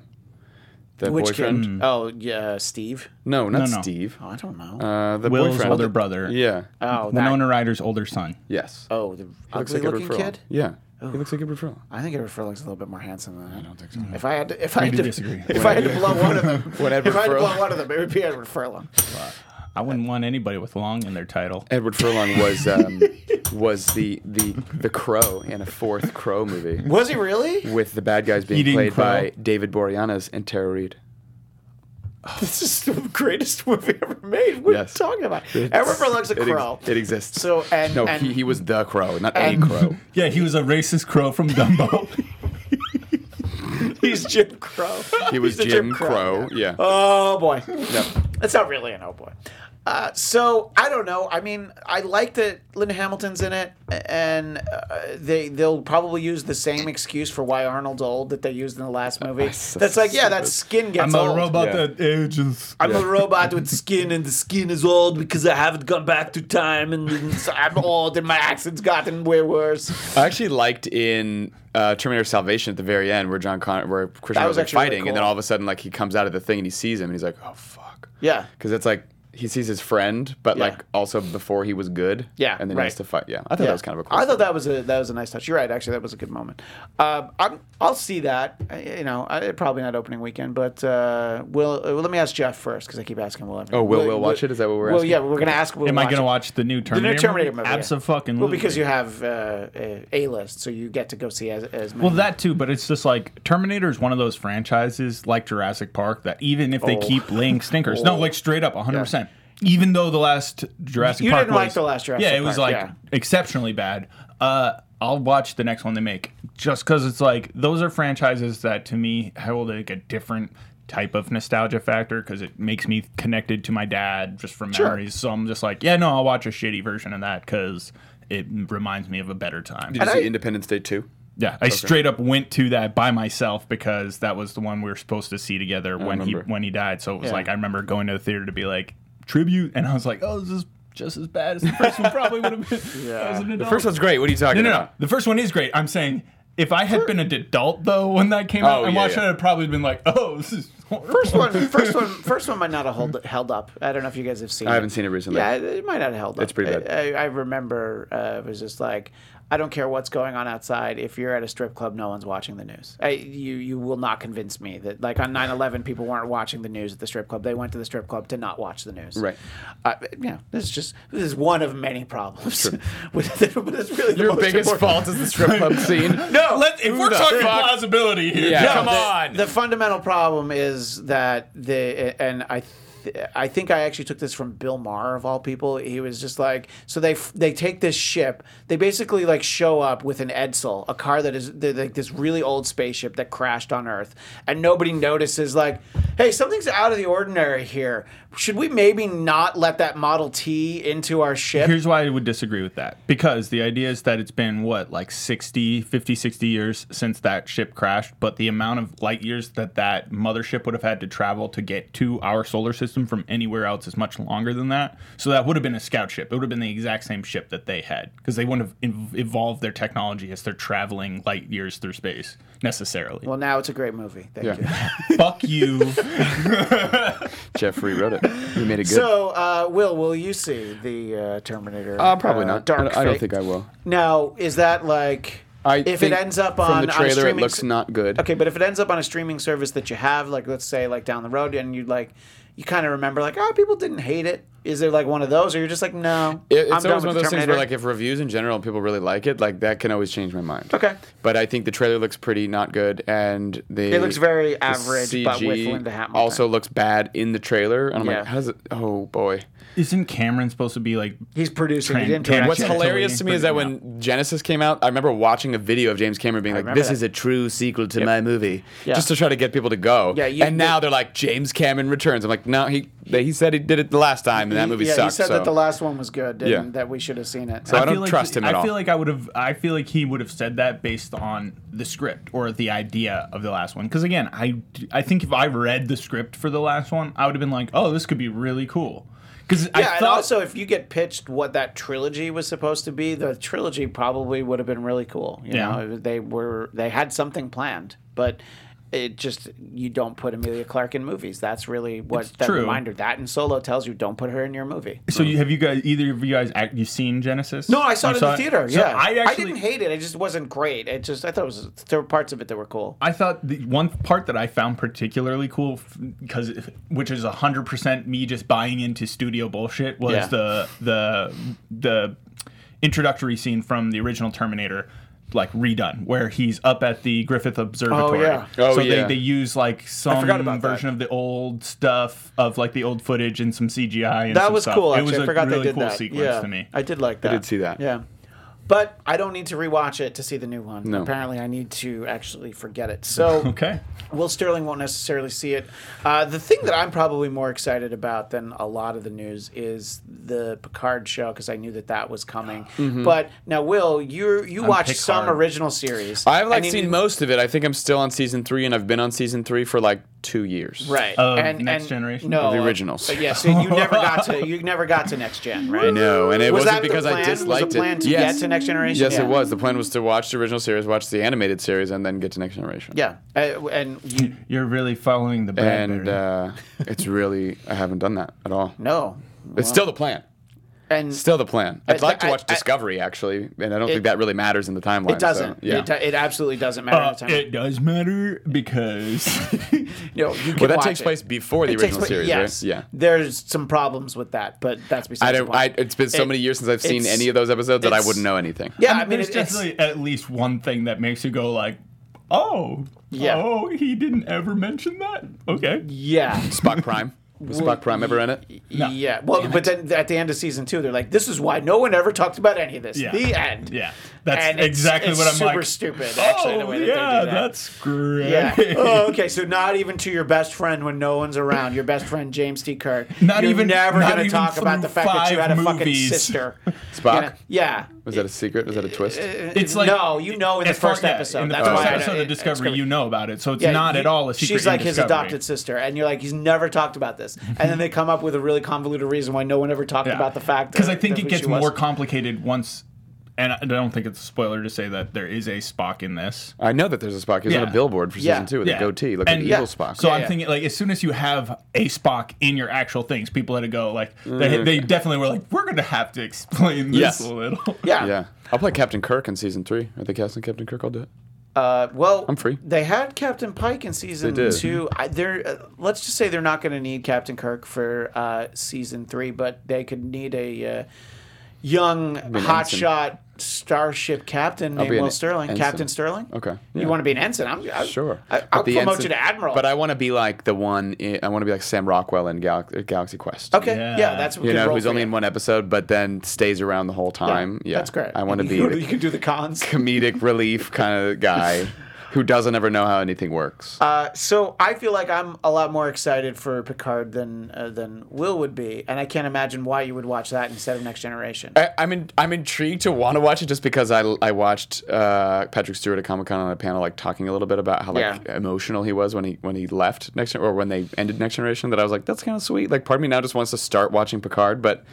The which boyfriend? kid? Oh yeah, Steve. No, not Mm. No, no. Steve. Oh, I don't know. Uh, the Will's boyfriend. older brother. Yeah. oh, that, Winona Ryder's older son. yes. oh, the looks ugly like Edward looking Furlong. kid. Oh. Yeah. He looks like Edward *laughs* Furlong. I think Edward Furlong's a little bit more handsome than that. I don't think so. If I had to, if I had do to, disagree. if I had to blow one of *laughs* them, What, Edward if I had to blow Furlong? one of them, it would be Edward Furlong. I wouldn't want anybody with long in their title. Edward Furlong was um, *laughs* was the, the the crow in a fourth crow movie Was he really? with the bad guys being Eating played crow. by David Boreanaz and Tara Reid. *laughs* this is the greatest movie ever made. What Yes. are you talking about? Edward Furlong's a It ex- crow. It, exists. So, and- no, and- he, he was the crow, not and- *laughs* a crow. Yeah, he was a racist crow from Dumbo. He's Jim *laughs* Crow. He was the Jim Crow. Yeah. Oh boy. No. That's not really an oh boy. Uh, so I don't know. I mean, I like that Linda Hamilton's in it, and uh, they they'll probably use the same excuse for why Arnold's old that they used in the last *laughs* movie. so That's like, yeah, that stupid. skin gets I'm a old. robot Yeah. that ages. I'm a robot with skin, and the skin is old because I haven't gone back to time, and, and so I'm old, and my accent's gotten way worse. I actually liked in uh, Terminator Salvation at the very end where John Connor, where Christian That was was like actually really fighting, and then cool. all of a sudden, like he comes out of the thing and he sees him, and he's like, "Oh fuck," Yeah. because it's like he sees his friend, but Yeah. like also before he was good. Yeah, and then right. he has to fight. Yeah, I thought that was kind of a cool. I thought that was a that was a nice touch. You're right. Actually, that was a good moment. Um, I'm, I'll see that. I- You know, I, probably not opening weekend, but uh, will uh, let me ask Jeff first because I keep asking Will. every- Oh, will Will watch it? Is that what we're Well, asking? yeah, we're gonna ask. Will Am I going it. to watch the new the Terminator? new Terminator movie? yeah. Abso-fucking Well, because you have uh, a list, so you get to go see as as many. Well, that too, but it's just like Terminator is one of those Oh. franchises like Jurassic Park that even if they keep laying stinkers, no, like straight up 100%. even though the last Jurassic You Park didn't like was- the last Jurassic yeah, it was Park, like yeah. exceptionally bad. Uh, I'll watch the next one they make just because it's like those are franchises that to me hold like a different type of nostalgia factor because it makes me connected to my dad just from memories. So I'm just like, yeah, no, I'll watch a shitty version of that because it reminds me of a better time. Did you And see I- Independence Day two? Yeah, I straight up went to that by myself because that was the one we were supposed to see together when he remember. when he died. So it was Yeah. like I remember going to the theater to be like tribute, and I was like, oh, this is just as bad as the first one probably *laughs* would have been. *laughs* as an The adult. first one's great. What are you talking no, no, no. about? The first one is great. I'm saying if I had been an adult though when that came out Oh, and yeah, watched yeah. it, I'd probably been like, oh, this is horrible. First one, first one, first one might not have held, held up. I don't know if you guys have seen. I haven't seen it recently. Yeah, it- it might not have held up. It's pretty bad. I, I, I remember uh, it was just like, I don't care what's going on outside. If you're at a strip club, no one's watching the news. I, you you will not convince me that like on 9/11, people weren't watching the news at the strip club. They went to the strip club to not watch the news. Right. Uh, yeah, this is just this is one of many problems. *laughs* With the- but it's really the Your most biggest important- fault is the *laughs* strip club scene. No, let, if who we're the talking fuck- plausibility here, Yeah, come the- on. The fundamental problem is that the and I. Th- I think I actually took this from Bill Maher of all people. He was just like, so they f- they take this ship. They basically like show up with an Edsel, a car that is they're, like this really old spaceship that crashed on Earth, and nobody notices. Like, hey, something's out of the ordinary here. Should we maybe not let that Model T into our ship? *laughs* Here's why I would disagree with that. Because the idea is that it's been what, like 60, 50, 60 years since that ship crashed, but the amount of light years that that mothership would have had to travel to get to our solar system from anywhere else is much longer than that. So that would have been a scout ship. It would have been the exact same ship that they had because they wouldn't have ev- evolved their technology as they're traveling light years through space necessarily. well, now it's a great movie. Thank you. Fuck you. *laughs* Jeffrey wrote it. He made it *laughs* good. So, uh, Will, will you see the uh, Terminator? uh, probably uh, not. Dark I, don't- I don't Fate? think I will. Now, is that like I if it think ends up from on on the a trailer, it streaming looks s- not good. Okay, but if it ends up on a streaming service that you have, like let's say like down the road, and you like you kind of remember like oh people didn't hate it. Is there like one of those, or you're just like no? It- it's always with one of the those things where, Terminator? like, if reviews in general and people really like it, like that can always change my mind. Okay. but I think the trailer looks pretty not good, and the It looks very the average, but with CG Linda Hamilton. also looks bad in the trailer. And I'm Yeah. like, how does it? Oh boy. Isn't Cameron supposed to be like. he's producing, he Tran- didn't Tran- direct What's it. Yeah, totally hilarious to me is that freaking when Genesis came out, I remember watching a video of James Cameron being like, remember "This that. is a true sequel to my movie," Yeah. just to try to get people to go. Yeah, you- and now they're like, "James Cameron returns." I'm like, "No, he they- he said he did it the last time, and that movie yeah, sucks." he said so. that the last one was good, and Yeah. that we should have seen it. So I don't feel like- trust him at I all. feel like I would have. I feel like he would have said that based on the script or the idea of the last one. Because again, I I think if I read the script for the last one, I would have been like, oh, this could be really cool. Because I yeah, thought and also if you get pitched what that trilogy was supposed to be, the trilogy probably would have been really cool. You Yeah. know, they were they had something planned, but it just you don't put Amelia Clark in movies. That's really what that true. reminder that and Solo tells you don't put her in your movie. So you, have you guys? Either of you guys? act- You've seen Genesis? No, I saw You it in the theater. So yeah, I actually. didn't hate it. It just wasn't great. It just I thought it was there were parts of it that were cool. I thought the one part that I found particularly cool, because which is hundred percent me just buying into studio bullshit, was Yeah. the the the introductory scene from the original Terminator, like redone, where he's up at the Griffith Observatory. yeah. Oh, so yeah. They, they use like some forgot about version that. of the old stuff of like the old footage and some CGI. And That some was stuff. cool. It Actually. was I a forgot really they did cool that. sequence yeah, to me. I did like that. did see that. Yeah. But I don't need to rewatch it to see the new one. No. Apparently, I need to actually forget it. So, *laughs* Okay. Will Sterling won't necessarily see it. Uh, the thing that I'm probably more excited about than a lot of the news is the Picard show because I knew that that was *gasps* coming. Mm-hmm. But now, Will, you you watched some Picard. original series. I've like And you- seen most of it. I think I'm still on season three, and I've been on season three for like two years. right Of Next Generation? No, Of the uh, originals. but yeah, so you never got *laughs* to you never got to next gen, right? No, and it Was was that not the because plan? I Was the disliked plan it. to get to Next Generation? Yes, Yeah. it was. The plan was to watch the original series, watch the animated series, and then get to Next Generation. Yeah, uh, and you You're really following the brand. and uh, it's really I haven't done that at all. no, It's still the plan. and Still the plan. I'd I- like to I- watch I- Discovery actually, and I don't think that really matters in the timeline. it doesn't. so, yeah. It, do- it absolutely doesn't matter. Uh, the time. it does matter *laughs* because no, you can well, that watch takes it. place before the It takes original place- series, yes. right? Yeah. There's some problems with that, but that's besides I the don't. point. I, it's been so It- many years since I've seen it's- any of those episodes that I it's- wouldn't know anything. yeah, I I mean, there's it, it's definitely at least one thing that makes you go like, "Oh, Yeah. oh, he didn't ever mention that." Okay, yeah. Spock Prime. Was Spock Prime ever in it? *laughs* No. Yeah. Well, but then at the end of season two, they're like, "This is why no one ever talked about any of this." Yeah. The end. Yeah. That's And it's- exactly it's what I'm super like. stupid, actually, oh, the way that they yeah, do that. that's great. *laughs* Yeah. Oh, okay. So not even to your best friend when no one's around. Your best friend James T. Kirk. Not You're even- never not gonna even talk through about the fact that you five had a fucking movies. *laughs* sister. Spock? You know? Yeah. Uh, Was that a secret? Was that a twist? It's like no, you know in the as far- first yeah, episode. In the That's first why I- episode it- of Discovery, Discovery. you know about it, so it's Yeah, not you- at all a secret. She's like in his Discovery. adopted sister, and you're like, he's never talked about this. And then they come up with a really convoluted reason why no one ever talked about the fact. because that- I think that it gets she was. more complicated once. And I don't think it's a spoiler to say that there is a Spock in this. I know that there's a Spock. He's on Yeah. a billboard for Yeah. season two with Yeah. a goatee, like an And- evil Yeah. Spock. So Yeah, I'm yeah. thinking, like, as soon as you have a Spock in your actual things, people had to go, like, Mm. they, they definitely were like, we're going to have to explain this Yes. a little. Yeah. yeah, I'll play Captain Kirk in season three. Are they casting Captain Kirk? I'll do it. Uh, well, I'm free. They had Captain Pike in season They did. two. I, they're uh, let's just say they're not going to need Captain Kirk for uh, season three, but they could need a uh, young hotshot starship captain named be an Will Sterling, ensign. Captain Sterling. Okay. You Yeah. want to be an ensign? I'm I, Sure. I, But I'll the promote ensign- you to admiral. But I want to be like the one. In, I want to be like Sam Rockwell in Gal- Galaxy Quest. okay, yeah, Yeah. that's a You good know, role who's for only you. in one episode, but then stays around the whole time. Yeah, that's great. I *laughs* want to be You, the can do the cons. comedic relief kind *laughs* of guy who doesn't ever know how anything works. Uh, so I feel like I'm a lot more excited for Picard than uh, than Will would be, and I can't imagine why you would watch that instead of Next Generation. I, I'm in, I'm intrigued to want to watch it just because I I watched uh, Patrick Stewart at Comic Con on a panel like talking a little bit about how like Yeah. emotional he was when he when he left next Gen- or when they ended Next Generation that I was like that's kind of sweet like part of me now just wants to start watching Picard but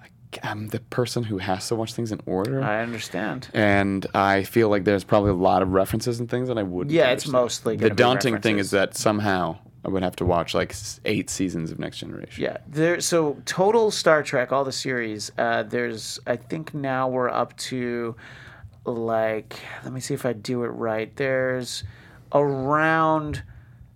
like, I'm the person who has to watch things in order I understand. and I feel like there's probably a lot of references and things that I would Yeah, it's mostly the gonna be daunting thing references. is that somehow I would have to watch like s- eight seasons of Next Generation Yeah, there. So total Star Trek, all the series. Uh, there's, I think now we're up to, like, let me see if I do it right. There's around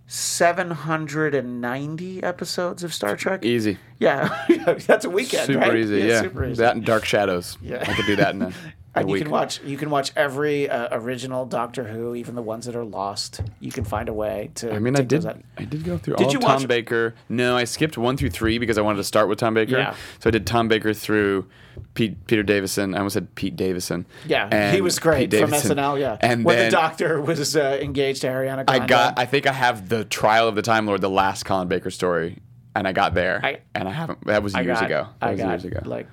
seven hundred and ninety episodes of Star Trek. easy Yeah, *laughs* that's a weekend, super right? easy yeah, super easy. that and Dark Shadows *laughs* Yeah. I could do that in a, a and you week. can watch you can watch every uh, original Doctor Who, even the ones that are lost. You can find a way to. I mean, I dig those did. out. I did go through Did all you of Tom watch- Baker. No, I skipped one through three because I wanted to start with Tom Baker. Yeah. So I did Tom Baker through Pete, Peter Davison. I almost said Pete Davison. Yeah, he and was Pete great from Davidson. SNL. Yeah, and when then the Doctor was uh, engaged to Ariana. Grande. I got. uh, I think I have the Trial of the Time Lord, the last Colin Baker story, and I got there. I- and I haven't. That was I years got- ago. That I was got years ago. like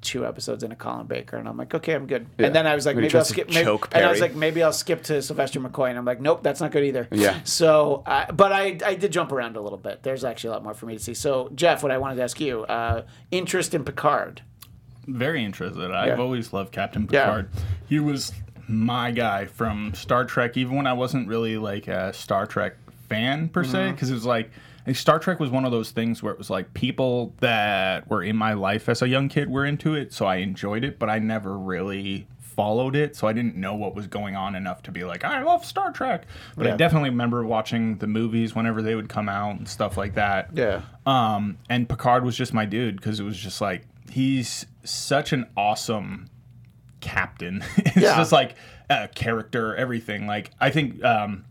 two episodes into Colin Baker, and I'm like, okay, I'm good. Yeah. And then I was like, When he maybe I'll tries to skip. Maybe, choke and I was Perry. like, maybe I'll skip to Sylvester McCoy, and I'm like, nope, that's not good either. Yeah. So, uh, but I I did jump around a little bit. There's actually a lot more for me to see. So, Jeff, what I wanted to ask you, uh, interest in Picard? Very interested. I've Yeah. always loved Captain Yeah. Picard. He was my guy from Star Trek, even when I wasn't really like a Star Trek fan per Mm-hmm. se, because it was like like, Star Trek was one of those things where it was like people that were in my life as a young kid were into it, so I enjoyed it, but I never really followed it, so I didn't know what was going on enough to be like, I love Star Trek. But I Yeah. definitely remember watching the movies whenever they would come out and stuff like that. Um, and Picard was just my dude because it was just like he's such an awesome captain. *laughs* it's Yeah. just like uh, character, everything. Like I think um,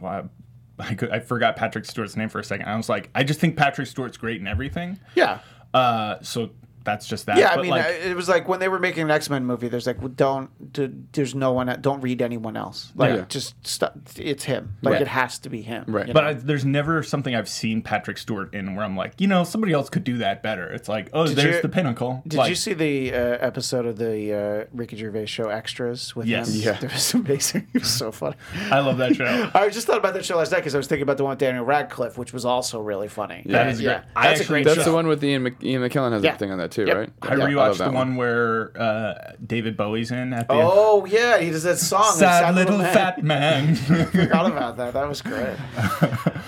well, I, I, could, I forgot Patrick Stewart's name for a second. I was like, I just think Patrick Stewart's great in everything. Yeah. Uh, so that's just that. Yeah, I But, mean, like, uh, it was like when they were making an X Men movie. There's like, well, don't, do, there's no one, don't read anyone else. Like, Yeah. just stop. It's him. Like, Right. it has to be him. Right. you But know? I, there's never something I've seen Patrick Stewart in where I'm like, you know, somebody else could do that better. It's like, oh, there's you- the pinnacle. Did you Like, see the uh, episode of the uh, Ricky Gervais show Extras with Yes. him? Yeah. *laughs* It was amazing. It was so funny. I love that *laughs* show. I just thought about that show last night because I was thinking about the one with Daniel Radcliffe, which was also really funny. That is great. I That's a actually- great That's show. the one with Ian, Mc, Ian McKellen has Yeah. a thing on that too, Yep. right? I Yeah, love rewatched that the one where uh, David Bowie's in at the end. Oh yeah, he does that song. sad, that little man. *laughs* fat man. forgot about that. That was great.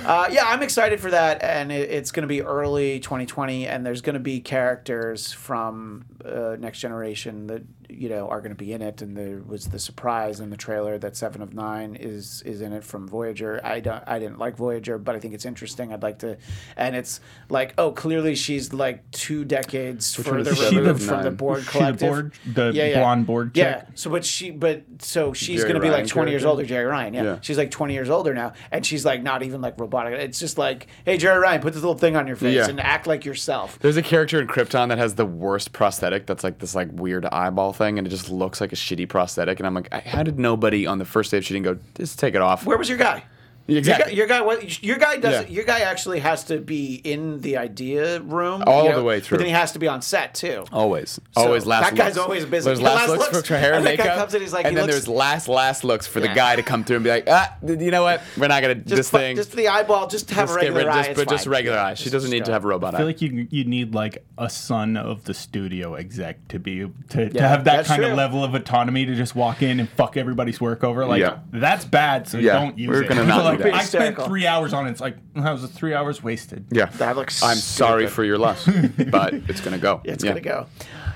Uh, yeah, I'm excited for that, and it, it's going to be early 2020, and there's going to be characters from uh, Next Generation that you know are going to be in it, and there was the surprise in the trailer that Seven of Nine is is in it from Voyager. I don't, I didn't like Voyager, but I think it's interesting. I'd like to, and it's like, oh, clearly she's like two decades further is Seven of removed from the Nine? Board She the collective. Borg- the blonde Borg chick? Yeah. So, but she, but so she's Jerry going to be Ryan like twenty years character? older, Jerry Ryan. Yeah. Yeah. She's like twenty years older now, and she's like not even like robotic. It's just like, hey, Jerry Ryan, put this little thing on your face Yeah. and act like yourself. There's a character in Krypton that has the worst prosthetic. That's like this like weird eyeball thing, and it just looks like a shitty prosthetic. And I'm like, I, how did nobody on the first day of shooting go, just take it off? Where was your guy? Exactly. Your guy, your guy, wa- your guy does. Yeah. Your guy actually has to be in the idea room All the way through. Oh, But then he has to be on set too. Always, So, always last. that guy's looks. always busy. There's Yeah, last, last looks, looks. for hair and, And that guy makeup, comes in, he's like, and he then looks- there's last last looks for Yeah. the guy to come through and be like, ah, th- you know what? We're not gonna Just this fu- thing. just the eyeball. Just have just a get regular rid- eye. just, it's but just fine. regular eye. She doesn't need to have a robot *laughs* I feel eye. like you you need like a son of the studio exec to be to, to Yeah, have that that's kind true. of level of autonomy to just walk in and fuck everybody's work over. Like Yeah. that's bad. So Yeah, don't use we're it. gonna People not are *laughs* like, do that. I spent Hysterical. three hours on it. It's like that was three hours wasted. Yeah. That looks I'm sorry stupid. for your loss, but it's gonna go. *laughs* It's Yeah. gonna go.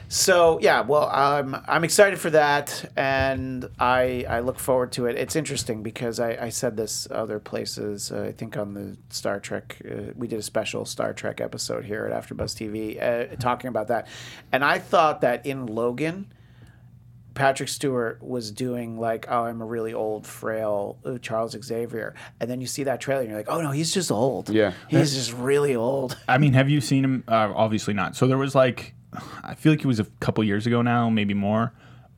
So yeah, well, I'm I'm excited for that, and I I look forward to it. It's interesting because I, I said this other places. Uh, I think on the Star Trek, uh, we did a special Star Trek episode here at AfterBuzz TV uh, talking about that, and I thought that in Logan. Patrick Stewart was doing like, oh, I'm a really old, frail uh, Charles Xavier, and then you see that trailer, and you're like, oh no, he's just old. Yeah. he's just really old. I mean, have you seen him? Uh, obviously not. So there was like, I feel like it was a couple years ago now, maybe more.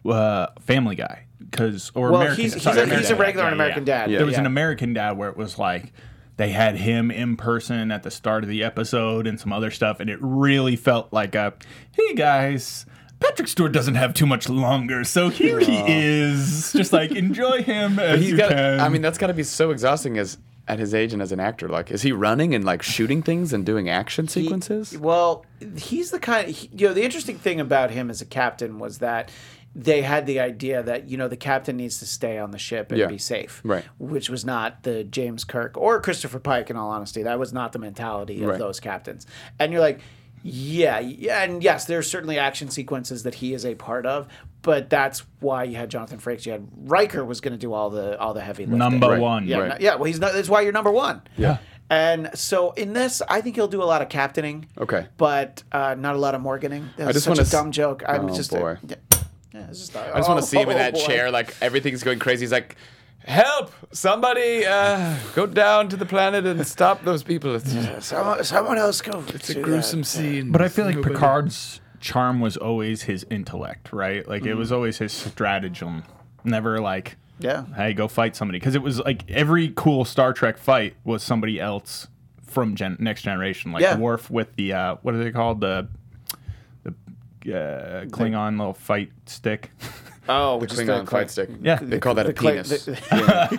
Uh, Family Guy, because or Well, American, he's- he's sorry, a- American he's a Dad. regular on American Dad. Yeah. There was an Yeah. American Dad where it was like they had him in person at the start of the episode and some other stuff, and it really felt like a hey guys. Patrick Stewart doesn't have too much longer, so here he is. Just like enjoy him as He's you got. can. I mean, that's gotta be so exhausting as at his age and as an actor. Like, is he running and like shooting things and doing action He- sequences? well, he's the kind. he- you know, the interesting thing about him as a captain was that they had the idea that you know the captain needs to stay on the ship and Yeah. be safe, Right. Which was not the James Kirk or Christopher Pike. In all honesty, that was not the mentality of Right. those captains. And you're like. Yeah, yeah, and yes, there are certainly action sequences that he is a part of, but that's why you had Jonathan Frakes. You had Riker was going to do all the all the heavy lifting. Number Right. one. Yeah, Right. no- yeah. Well, he's not. That's why you're number one. Yeah. And so in this, I think he'll do a lot of captaining. Okay. But uh, not a lot of Morganing. That was just such wanna a s- dumb joke. I'm Oh, just. boy. yeah, yeah, it's just, oh, I just want to see him in that chair, like everything's going crazy. He's like, "Help! Somebody, uh, go down to the planet and stop those people." It's, Someone, someone else go. It's a gruesome scene. But I feel like Picard's charm was always his intellect, right? Like it was always his stratagem. Never like, Yeah. hey, go fight somebody. Because it was like every cool Star Trek fight was somebody else from gen- Next Generation. Like Yeah. Worf with the, uh, what are they called? The, the uh, Klingon little fight stick. Oh, the which is Klingon Kling- fight stick. Yeah. they call that a the Kling- penis the- *laughs*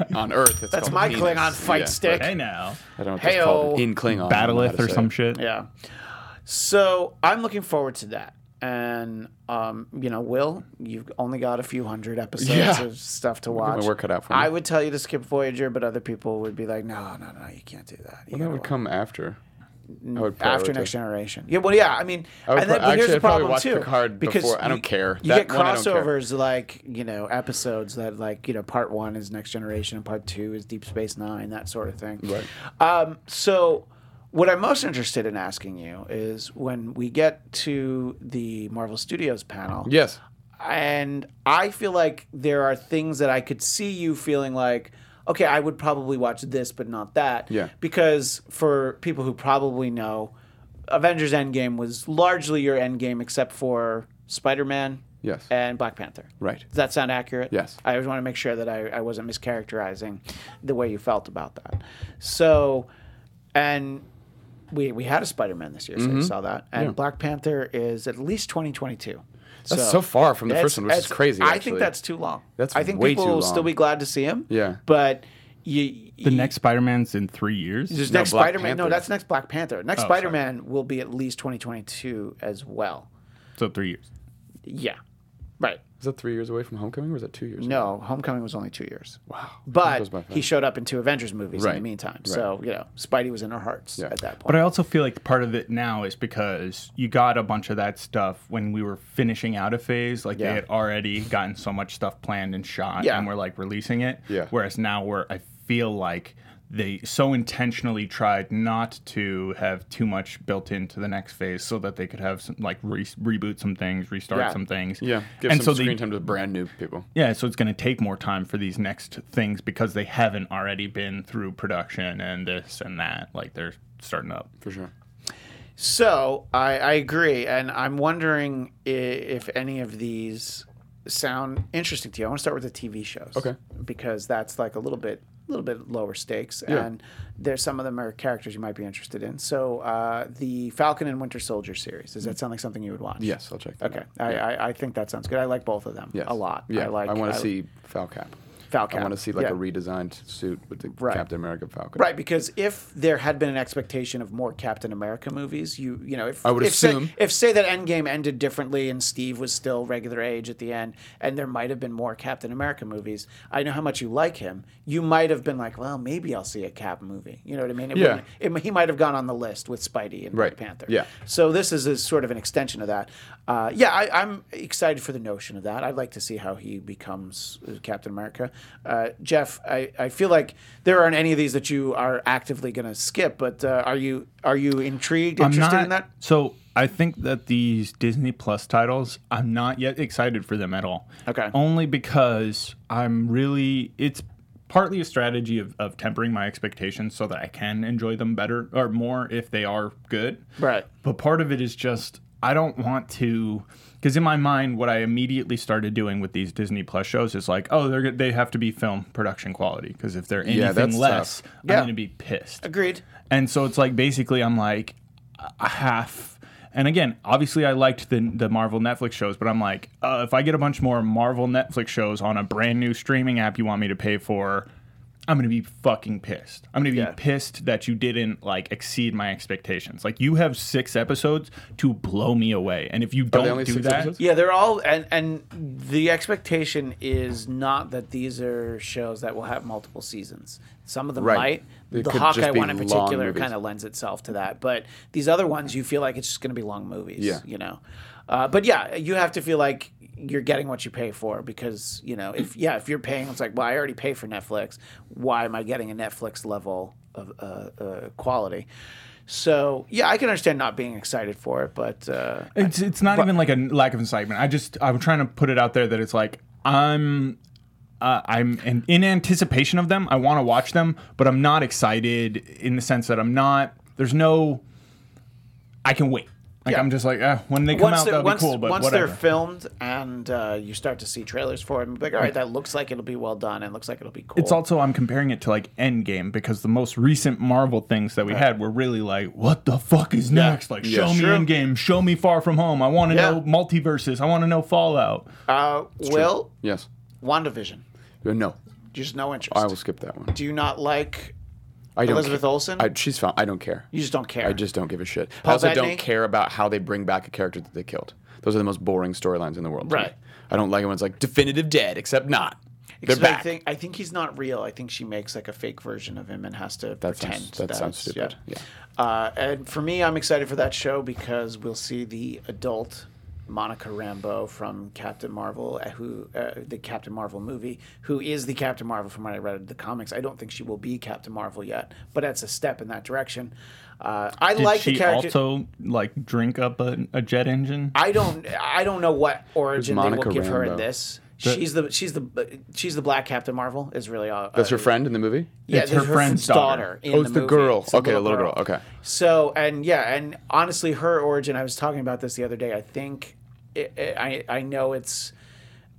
Yeah. on Earth. It's That's called my a penis. Klingon fight Yeah. stick. hey, now. I don't know what it's called Heyo. in Klingon. I don't know how Battleth to or say some it. shit. Yeah. So I'm looking forward to that. And um, you know, Will, you've only got a few hundred episodes Yeah. of stuff to watch. work it out for I me. would tell you to skip Voyager, but other people would be like, "No, no, no, you can't do that." You That gotta would come after. I would after prioritize. next generation. Yeah, well, yeah. I mean, I would and then, pro- but here's actually, the I'd probably problem watch too, Picard because before. I you- don't care. You That get one, I don't care. crossovers like you know episodes that like you know part one is Next Generation and part two is Deep Space Nine, that sort of thing. Right. Um, so. What I'm most interested in asking you is when we get to the Marvel Studios panel, Yes. and I feel like there are things that I could see you feeling like, okay, I would probably watch this, but not that. Yeah. Because for people who probably know, Avengers Endgame was largely your endgame, except for Spider Man Yes. and Black Panther. Right. Does that sound accurate? Yes. I always want to make sure that I, I wasn't mischaracterizing the way you felt about that. So, and we, we had a Spider Man this year, so Mm-hmm. you saw that. And Black Panther is at least 2022. That's so far from the first one, which is that's- crazy, I think actually. that's too long. That's I think way people too will still long. be glad to see him. Yeah. But you, The next Spider Man's in three years. there's No, next Black Spider Man. No, Panther. that's next Black Panther. Oh, Next Spider Man will be at least 2022 as well. so three years. Yeah. Right. Is that three years away from Homecoming, or is that two years? No, Homecoming was only two years. Wow. That But goes by fast. he showed up in two Avengers movies in Right. the meantime. So, you know, Spidey was in our hearts Yeah. at that point. But I also feel like part of it now is because you got a bunch of that stuff when we were finishing out a phase. Like Yeah. they had already gotten so much stuff planned and shot, Yeah. and we're like releasing it. Yeah. Whereas now, where I feel like they so intentionally tried not to have too much built into the next phase, so that they could have some, like re- reboot some things, restart Yeah. some things. Yeah. Give and some so screen they, time to brand new people. yeah, so it's going to take more time for these next things because they haven't already been through production and this and that. Like they're starting up. For sure. So I, I agree, and I'm wondering i- if any of these sound interesting to you. I want to start with the TV shows, Okay. Because that's like a little bit, a little bit lower stakes, and there's some of them are characters you might be interested in. So uh, the Falcon and Winter Soldier series. Mm. Does that sound like something you would watch? Yes, I'll check. That Okay, out. I, I, I think that sounds good. I like both of them Yes. a lot. Yeah. I like. want to see Falcap. Falcon. I want to see like Yeah. a redesigned suit with the Right. Captain America Falcon. Right, because if there had been an expectation of more Captain America movies, you you know, if I would if say- assume. if say that Endgame ended differently and Steve was still regular age at the end, and there might have been more Captain America movies. I know how much you like him. You might have been like, well, maybe I'll see a Cap movie. You know what I mean? It Yeah. wouldn't- it- he might have gone on the list with Spidey and Right. Black Panther. Yeah. So this is a sort of an extension of that. Uh, yeah, I, I'm excited for the notion of that. I'd like to see how he becomes Captain America. Uh, Jeff, I, I feel like there aren't any of these that you are actively going to skip, but uh, are you are you intrigued, interested in that? So I think that these Disney Plus titles, I'm not yet excited for them at all. Okay. Only because I'm really it's partly a strategy of, of tempering my expectations so that I can enjoy them better or more if they are good. Right. But part of it is just I don't want to because in my mind what I immediately started doing with these Disney Plus shows is like, oh, they're they have to be film production quality because if they're anything Yeah, that's tough. less, I'm Yeah. going to be pissed. Agreed. And so it's like basically I'm like a half. And again, obviously I liked the the Marvel Netflix shows, but I'm like, uh, if I get a bunch more Marvel Netflix shows on a brand new streaming app you want me to pay for, I'm gonna be fucking pissed. I'm gonna be Yeah. pissed that you didn't like exceed my expectations. Like you have six episodes to blow me away, and if you don't only do six that, episodes? Yeah, they're all and and the expectation is not that these are shows that will have multiple seasons. Some of them Right. might. They the could Hawkeye just be one in long particular movies. kind of lends itself to that, but these other ones you feel like it's just going to be long movies. Yeah. you know. Uh, but yeah, you have to feel like you're getting what you pay for because you know if yeah if you're paying it's like well I already pay for Netflix why am I getting a Netflix level of uh, uh, quality. So yeah, I can understand not being excited for it, but uh, It's it's not even like a lack of incitement. I just I'm trying to put it out there that it's like I'm uh, I'm in, in anticipation of them. I want to watch them, but I'm not excited in the sense that I'm not. There's no. I can wait. Like Yeah. I'm just like eh, when they come once out, they're- that'll once, be cool. But once whatever. they're filmed and uh, you start to see trailers for them, like, all right, that looks like it'll be well done and looks like it'll be cool. It's also I'm comparing it to like Endgame because the most recent Marvel things that we had were really like, what the fuck is next? Like, show me Sure. Endgame, show me Far From Home. I want to Yeah. know multiverses. I want to know Fallout. uh, Will Yes. Uh, WandaVision. No, Just no interest. I will skip that one. Do you not like? I don't Elizabeth ca- Olsen? I, she's fine. I don't care. You just don't care. I just don't give a shit. I also Bettany? don't care about how they bring back a character that they killed. Those are the most boring storylines in the world. to me. Right. I don't like it when it's like definitive dead, except not. They're Except I back. think I think he's not real. I think she makes like a fake version of him and has to that pretend. sounds, that sounds it's- yeah. stupid. Yeah. Uh, and for me, I'm excited for that show because we'll see the adult Monica Rambeau from Captain Marvel, uh, who uh, the Captain Marvel movie, who is the Captain Marvel from what I read in the comics. I don't think she will be Captain Marvel yet, but that's a step in that direction. Uh, I Did like she the character. also like drink up a, a jet engine? I don't. I don't know what origin they will Monica give her in Rambeau? this. she's the she's the she's the Black Captain Marvel. Is really all. uh, That's her friend in the movie? Yeah, It's there's her friend's daughter. in Oh, it's the movie. girl. It's a Okay, the little girl. Okay. So and yeah, and honestly, her origin. I was talking about this the other day. I think it, it- I I know it's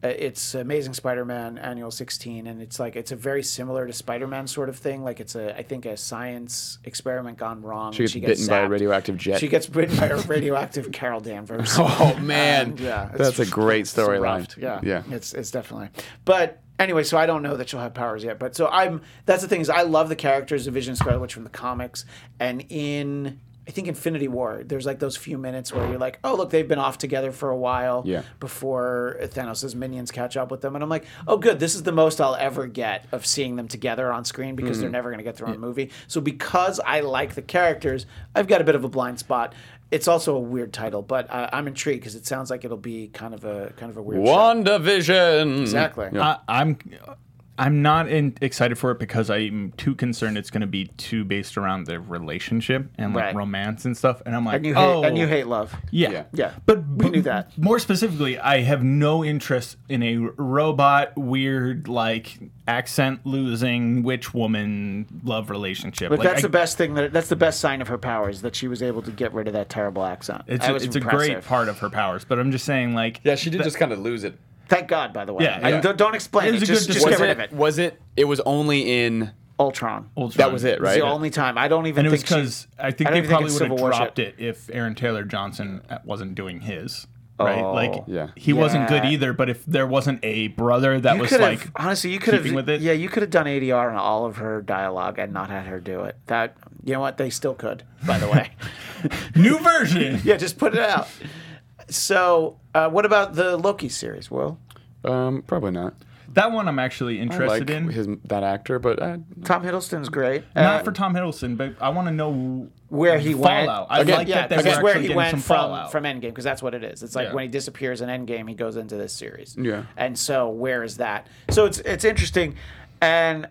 uh, it's Amazing Spider-Man Annual 16, and it's like it's a very similar to Spider-Man sort of thing. Like it's a I think a science experiment gone wrong. She gets bitten by a zapped. radioactive jet. She gets bitten by a *laughs* radioactive Carol Danvers. *laughs* Oh, man. And, yeah, it's- That's a great it's rough. storyline. Yeah, Yeah. it's it's definitely. But anyway, so I don't know that she'll have powers yet. But so I'm. That's the thing is I love the characters of Vision Scarlet Witch from the comics, and in I think Infinity War. There's like those few minutes where you're like, oh look, they've been off together for a while Yeah. before Thanos' minions catch up with them, and I'm like, oh good, this is the most I'll ever get of seeing them together on screen because Hmm. they're never going to get their own movie. So because I like the characters, I've got a bit of a blind spot. It's also a weird title, but uh, I'm intrigued because it sounds like it'll be kind of a kind of a weird. show. WandaVision. Exactly. I, I'm I'm not in, excited for it because I'm too concerned it's going to be too based around the relationship and like Right. romance and stuff. And I'm like, I knew hate, oh, I knew hate love. yeah, Yeah. Yeah. But We knew that. More specifically, I have no interest in a robot, weird, like accent losing witch woman love relationship. But like, that's I- the best thing that that's the best sign of her powers that she was able to get rid of that terrible accent. It's, that a, was it's a impressive. great part of her powers, but I'm just saying, like, Yeah, she did just kind of lose it. Thank God, by the way. Yeah, I- yeah. don't, don't explain It it. was a Just, good just get discussion. rid of it. Was it? It was only in. Ultron. Ultron. Ultron. That was it, It's right? the only time. I don't even And it was think because I think I don't they even think probably it's would have Civil War dropped shit. it if Aaron Taylor Johnson uh, wasn't doing his. Right, Oh. like Yeah. he wasn't good Yeah. either. But if there wasn't a brother that you was could like, have honestly you could have keeping with it. yeah you could have done ADR on all of her dialogue and not had her do it. That you know what they still could. By the *laughs* way, new version, *laughs* yeah, just put it out. So uh, what about the Loki series? Will Um, probably not. that one I'm actually I like interested in. his that actor, but I, Tom Hiddleston's great. Not Uh, for Tom Hiddleston, but I want to know where he went. fallout. I Again, like yeah, that they because were it's where actually he getting went some from, fallout. from Endgame, because that's what it is. It's like Yeah. when he disappears in Endgame, he goes into this series. Yeah. And so where is that? So it's it's interesting, and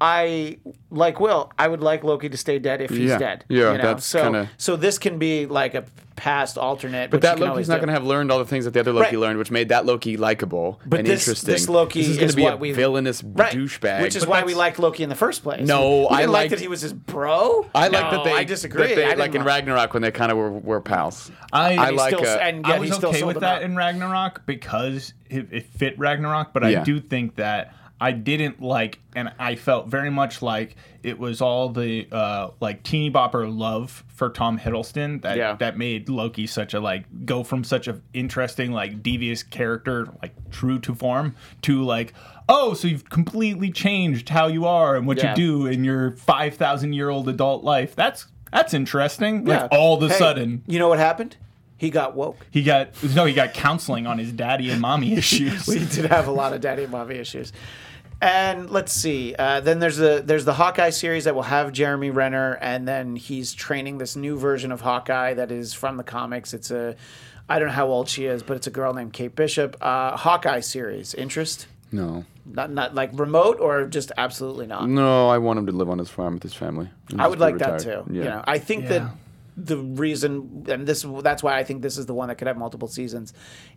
I like Will. I would like Loki to stay dead if he's Yeah. dead. Yeah, you know? that's so kinda- so this can be like a past alternate, but that Loki's not going to have learned all the things that the other Loki Right. learned, which made that Loki likable But and this- interesting. this Loki this is gonna is be a what we- villainous Right, douchebag. which is But why that's- we liked Loki in the first place. *laughs* No, We didn't I like liked- that he was his bro. I like No, that they. I disagree. that they- I didn't like in like- Ragnarok when they kind of were, were pals. I- I And he like. still- uh, and- I yet he was still okay sold with them that out. in Ragnarok because it, it fit Ragnarok, but Yeah. I do think that I didn't like, and I felt very much like it was all the uh, like teeny bopper love for Tom Hiddleston that Yeah. that made Loki such a like go from such a interesting like devious character like true to form to like oh so you've completely changed how you are and what Yeah. you do in your five thousand year old adult life. That's that's interesting. Yeah. Like all of a Hey, sudden. you know what happened? He got woke. He got no. He got counseling on his daddy and mommy *laughs* issues. we did have a lot of daddy and mommy issues. And let's see. Uh, then there's the there's the Hawkeye series that will have Jeremy Renner, and then he's training this new version of Hawkeye that is from the comics. It's a I don't know how old she is, but it's a girl named Kate Bishop. Uh, Hawkeye series interest, no, not not like remote or just absolutely not. no, I want him to live on his farm with his family. and I just would be like that retired. too. Yeah. You know, I think Yeah. that the reason, and this that's why I think this is the one that could have multiple seasons,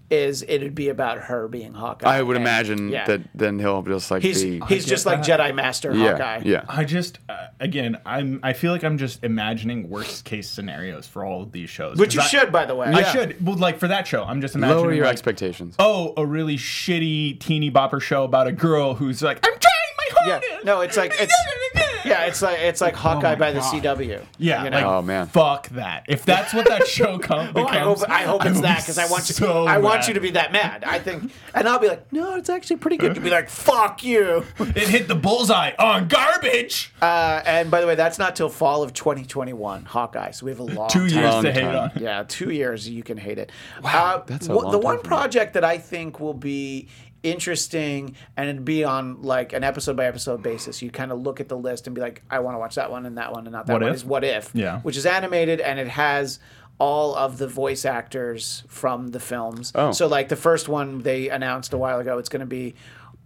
is it'd be about her being Hawkeye. I would And- imagine yeah. that then he'll just like He's be. he's just like Jedi Master yeah, Hawkeye. yeah. I just uh, again, I'm. I feel like I'm just imagining worst case scenarios for all of these shows. Which you 'Cause I- should, by the way. I should. Well, like for that show, I'm just imagining. Lower your like, expectations. Oh, a really shitty teeny bopper show about a girl who's like, I'm trying my hardest. Yeah. No, it's like- *laughs* it's- Yeah, it's like it's like Hawkeye Oh my by the God. CW. Yeah, you like, know? Oh, man. fuck that. If that's what that *laughs* show comes, Oh, I hope I hope *laughs* it's that because I want you I want you to be that mad. I think, and I'll be like, no, it's actually pretty good. You'll be like, fuck *laughs* you. It hit the bullseye on garbage. Uh, and by the way, that's not till fall of 2021, Hawkeye. So we have a long Two time. years Long to hate time. on. Yeah, two years you can hate it. Wow, that's a long the time one for me. project that I think will be interesting and it'd be on like an episode by episode basis. You kind of look at the list and be like, I want to watch that one and that one and not that What one. If? Is what if? Yeah. which is animated and it has all of the voice actors from the films. Oh. so like the first one they announced a while ago, it's going to be.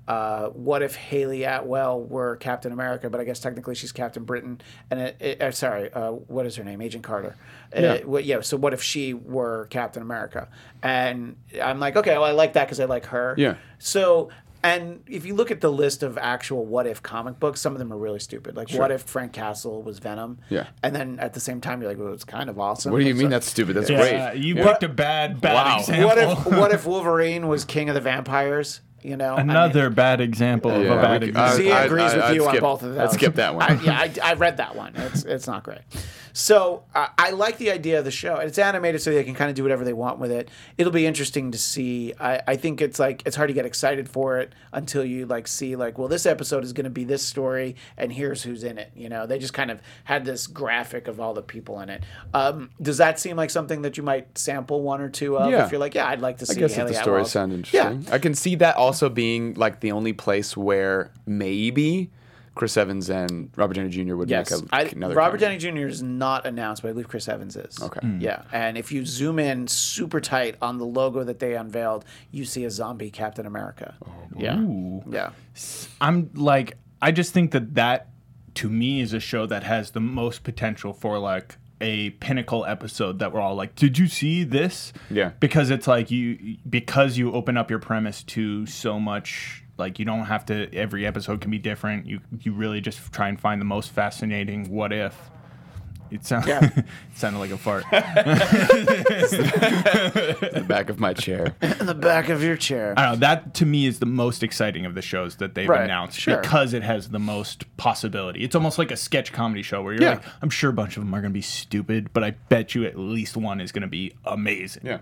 Uh, what if Haley Atwell were Captain America? But I guess technically she's Captain Britain. And it, it, uh, sorry, uh, what is her name? Agent Carter. Yeah. what, yeah. So what if she were Captain America? And I'm like, okay, well, I like that because I like her. Yeah. So, and if you look at the list of actual what if comic books, some of them are really stupid. Like, what if Frank Castle was Venom? Yeah. And then at the same time, you're like, well, it's kind of awesome. What do you So- mean that's stupid? That's Yeah, uh, great. you Yeah. picked a bad, bad Wow. example. What *laughs* if what if Wolverine was King of the Vampires? You know, I mean- Another bad example of a Yeah, bad we- example. Z I- agrees I- with I'd you on skip- both of those. I'd skip that one. I, yeah, I, I read that one. It's it's not great. So I I like the idea of the show. It's animated, so they can kind of do whatever they want with it. It'll be interesting to see. I, I think it's like it's hard to get excited for it until you like see like, well, this episode is going to be this story, and here's who's in it. You know, they just kind of had this graphic of all the people in it. Um, does that seem like something that you might sample one or two of? Yeah. If you're like, yeah, I'd like to see. I guess if Haley the story Atwell's- sound Yeah, interesting. I can see that also being like the only place where maybe Chris Evans and Robert Downey Jr. would Yes, make a, I, another. Robert cameo. Downey Jr. is not announced, but I believe Chris Evans is. Okay. Hmm. Yeah, and if you zoom in super tight on the logo that they unveiled, you see a zombie Captain America. Oh. yeah, uh, Ooh. yeah. I'm like, I just think that that to me is a show that has the most potential for like a pinnacle episode that we're all like, did you see this? Yeah. Because it's like you because you open up your premise to so much like you don't have to every episode can be different. You you really just try and find the most fascinating what if. It sounds Yeah. *laughs* it sounded like *laughs* a fart. the *laughs* back of my chair. In the back of your chair. I don't know, that to me is the most exciting of the shows that they've Right, announced sure. because it has the most possibility. It's almost like a sketch comedy show where you're Yeah. like, I'm sure a bunch of them are going to be stupid, but I bet you at least one is going to be amazing. yeah.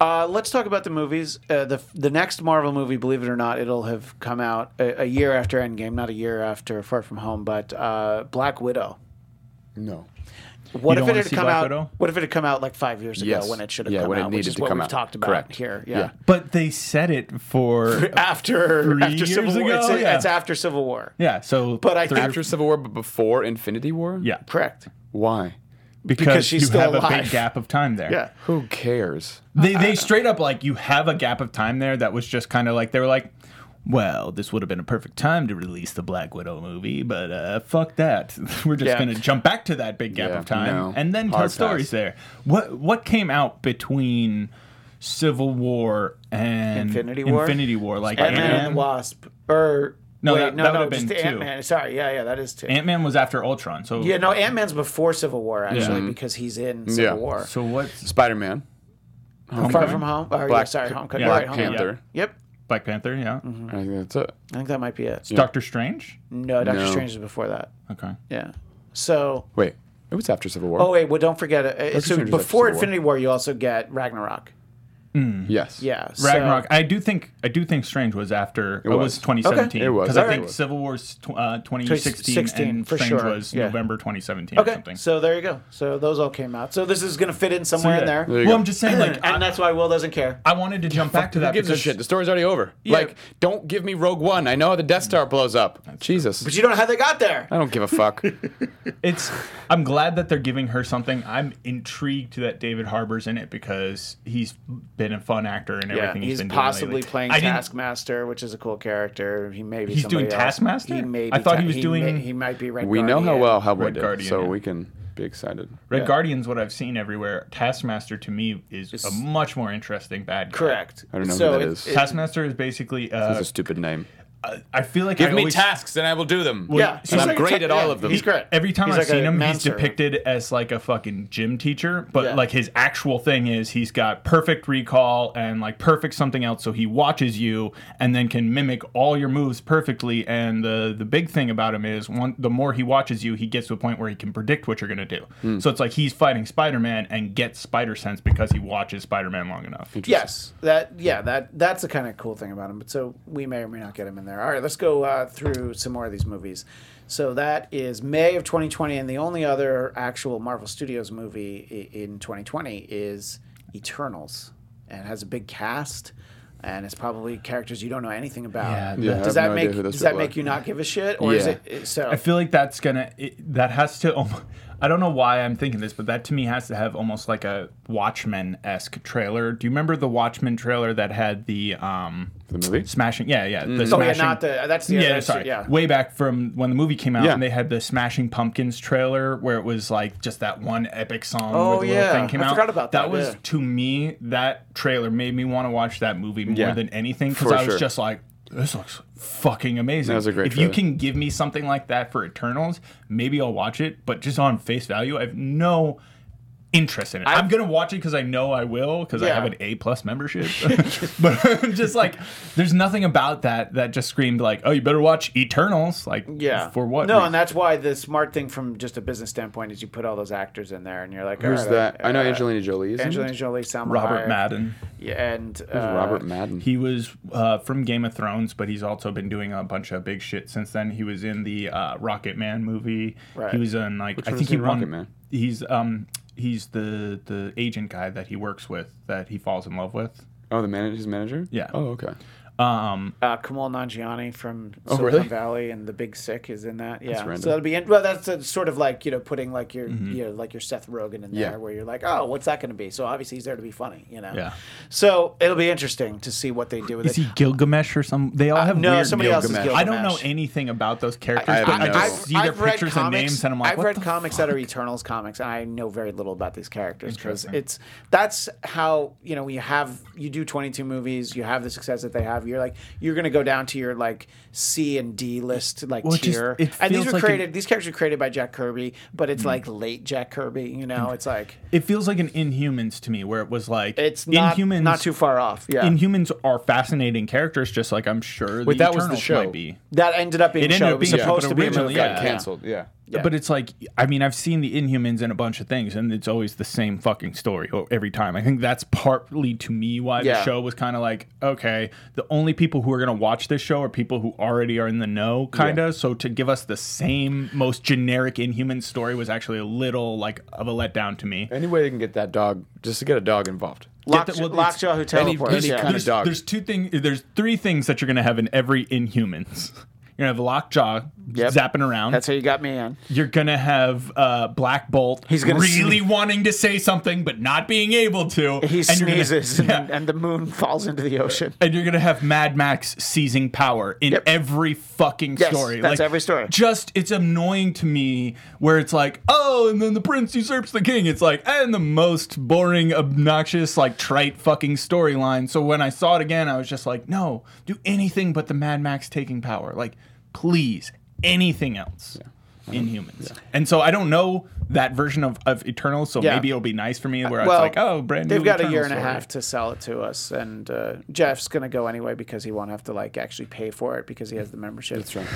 Uh, let's talk about the movies. Uh, the the next Marvel movie, believe it or not, it'll have come out a, a year after Endgame, not a year after Far From Home, but uh, Black Widow. No. What You if don't it wanna had see come Black out? Widow? What if it had come out like five years ago Yes. when it should have Yeah, come when it out, which needed is to what come we've out. talked about Correct. here. Yeah. But they said it *laughs* for. After Three after years Civil War, ago? it's, Yeah. it's after Civil War. Yeah, so. But I think After Civil War, but before Infinity War. Yeah, correct. Why? because, she's you still have a alive. big gap of time there. Yeah. Who cares? They, they straight up like you have a gap of time there that was just kind of like they were like, well, this would have been a perfect time to release the Black Widow movie, but uh, fuck that. *laughs* We're just Yeah. gonna jump back to that big gap Yeah, of time no. and then tell Hard stories pass. there. What what came out between Civil War and Infinity War? Infinity War, like Ant Man Ant-Man? and the Wasp, or No, wait, that- no, that no, would've just been two. Ant Man. Sorry, yeah, yeah, that is two. Ant-Man was after Ultron, so yeah, no, Ant Man's before Civil War actually Yeah. Mm-hmm. because he's in Civil Yeah. War. So what? Spider Man. Far from home. Or, yeah, Black- sorry, Homecoming. yeah, Right, Black Homecoming. Panther. Yep, Black Panther, yeah. Mm-hmm. I think that's it. I think that might be it. Doctor Strange. No, Doctor No. Strange is before that. Okay. Yeah. So, Wait. It was after Civil War. oh wait, well, don't forget. Uh, Strange so is after before Civil War. Infinity War, you also get Ragnarok. yes. Yeah, so- Ragnarok. I do think I do think Strange was after it was, was. 2017. Okay. It was. because I Alright. think Civil War's tw- uh, 2016 2016, and for Strange sure. was Yeah. November 2017 or Okay, something. so there you go. So those all came out. So this is gonna fit in somewhere yeah. in there. you well, go. I'm just *clears throat* saying like and I, that's why Will doesn't care. I wanted to jump back to Who that gives a because shit? The story's already over. Like, don't give me Rogue One. I know how the Death Star blows up. Jesus. But you don't know how they got there. I don't give a fuck. it's I'm glad that they're giving her something. I'm intrigued that David Harbour's in it because he's been a fun actor and Yeah, everything he's, been possibly doing lately. playing I didn't- Taskmaster, which is a cool character. He may be. He's doing somebody else. Taskmaster? He may I be thought Ta- he was may- doing- he might be. Red we know how Guardian. well Hellboy Red did, Guardian, so yeah. we can be excited. Red Guardian's what I've seen everywhere. Taskmaster to me is a much more interesting bad guy. Correct. I don't know who so that it- is. it- Taskmaster is basically That's uh, a stupid name. I feel like Give I me always, tasks and I will do them. yeah, and he's I'm like a great ta- at all yeah, of them. He's great. Every time He's I've like a seen him, he's manservant. depicted as like a fucking gym teacher, but Yeah. like his actual thing is he's got perfect recall and like perfect something else, so he watches you and then can mimic all your moves perfectly. And the the big thing about him is one the more he watches you, he gets to a point where he can predict what you're gonna do. Hmm. So it's like he's fighting Spider Man and gets Spider Sense because he watches Spider Man long enough. Yes, that yeah that that's the kind of cool thing about him. But so we may or may not get him in there. All right, let's go uh, through some more of these movies. So that is May of 2020, and the only other actual Marvel Studios movie i- in 2020 is Eternals, and it has a big cast, and it's probably characters you don't know anything about. Yeah, Yeah, I does have that no idea make who those does that people make are. you not give a shit, or is Yeah. it- it so? I feel like that's gonna it, that has to. almo- I don't know why I'm thinking this, but that to me has to have almost like a Watchmen esque trailer. Do you remember the Watchmen trailer that had the um The movie? smashing? Yeah, yeah, the oh yeah, smashing. not the that's the yeah, other- sorry. yeah. Way back from when the movie came out, Yeah. and they had the Smashing Pumpkins trailer where it was like just that one epic song Oh, where the yeah. little thing came I out. forgot about that, was yeah. to me that trailer made me want to watch that movie more Yeah. than anything because For I was sure. just like, this looks fucking amazing. That was a great If you trailer. can give me something like that for Eternals, maybe I'll watch it. But just on face value, I have no interested in. it. I'm gonna watch it because I know I will because I Yeah. have an A *laughs* plus membership. *laughs* but I'm just like, there's nothing about that that just screamed like, oh, you better watch Eternals. Like, Yeah. for what? No, reason? and that's why the smart thing from just a business standpoint is you put all those actors in there, and you're like, Who's all right, that? I know uh, Angelina Jolie is. Angelina Jolie, Salma Robert Hayek, Madden. yeah, and uh, Robert Madden. He was uh, from Game of Thrones, but he's also been doing a bunch of big shit since then. He was in the uh, Rocket Man movie. Right. He was in like I one think is he he in won. Rocket Man? He's um he's the the agent guy that he works with that he falls in love with. oh, the manager, his manager. Yeah. Oh, okay. Um, uh, Kamal Nanjiani from Silicon really? Valley and The Big Sick is in that. Yeah, random. so that'll be in- well. That's a, sort of like you know putting like your you know like your Seth Rogen in there, Yeah. where you're like, oh, what's that going to be? So obviously he's there to be funny, you know. Yeah. So it'll be interesting to see what they do with is it. he Gilgamesh or some? They all have Uh, no, weird somebody else is Gilgamesh. I don't know Gilgamesh. anything about those characters. I I, don't I know. just see their I've read pictures and comics- names, and I'm like, I've what read the comics that are Eternals comics, and I know very little about these characters because Interesting. it's that's how you know when you have you do 22 movies, you have the success that they have. You're like you're gonna go down to your like C and D list like Well, it just- tier, it Hmm. and these feels were like created. an- these characters were created by Jack Kirby, but it's like late Jack Kirby. You Hmm. know, it's like It feels like an Inhumans to me, where it was like it's not Inhumans not too far off. Yeah, Inhumans are fascinating characters, just like I'm sure Wait, the that was the Eternals show. might be. that ended up being It a ended show. up it was being a show, supposed but to be a originally, movie. Got Yeah. canceled. Yeah. Yeah. But it's like, I mean, I've seen the Inhumans in a bunch of things, and it's always the same fucking story o- every time. I think that's partly to me why Yeah. the show was kind of like, okay, the only people who are going to watch this show are people who already are in the know, kind of. So to give us the same, most generic Inhuman story was actually a little like of a letdown to me. Any way they can get that dog, just to get a dog involved. Lock, Get the- well, it's- Lockjaw who teleports. any yeah. kind there's, of dog. There's two things. There's three things that you're gonna have in every Inhumans. You're gonna have Lockjaw Yep. zapping around. That's how you got me in. you're gonna have uh, Black Bolt. He's gonna really sneeze. wanting to say something but not being able to. He you're gonna- sneezes yeah. and, and the moon falls into the ocean. And you're gonna have Mad Max seizing power in Yep. every fucking Yes, story. that's every story. Just it's annoying to me where it's like, oh, and then the prince usurps the king. It's like, and the most boring, obnoxious, like trite fucking storyline. So when I saw it again, I was just like, no, do anything but the Mad Max taking power. Like, please, anything else. Inhumans, and so I don't know that version of, of Eternals, so Yeah. maybe it'll be nice for me where Well, it's like, oh, brand new. They've got a Eternals year and a story. half to sell it to us, and uh, Jeff's gonna go anyway because he won't have to like actually pay for it because he has the membership. That's right.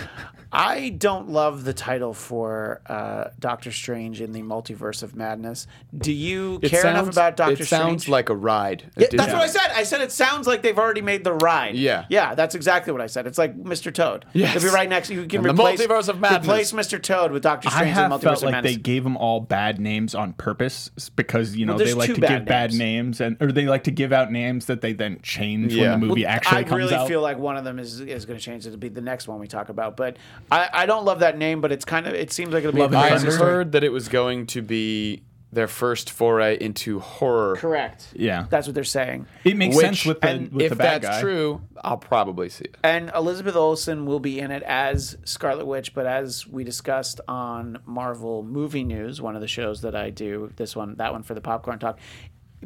I don't love the title for uh, Doctor Strange in the Multiverse of Madness. Do you care enough about Doctor It sounds Strange? like a ride. Yeah, that's what I said. I said it sounds like they've already made the ride. Yeah. yeah, that's exactly what I said. It's like Mr. Toad. Yes. They'll be right next. You can And the replace Multiverse of Madness. Replace Mr. Toad with Doctor I Strange in the have Multiverse felt of like Madness. they gave them all bad names on purpose s- because you know there's they like two to bad give bad names. names and or they like to give out names that they then change Yeah. when the movie actually I comes really out. feel like one of them is, is going to change. It'll be the next one we talk about. But I, I don't love that name, but it's kind of it seems like it'll be. Love a and I good had Thunder. business- heard that it was going to be their first foray into horror. Correct. yeah, That's what they're saying. it makes Which- sense with the and with if the bad that's guy. true, I'll probably see it. And Elizabeth Olsen will be in it as Scarlet Witch, but as we discussed on Marvel Movie News, one of the shows that I do, this one, that one for the popcorn talk,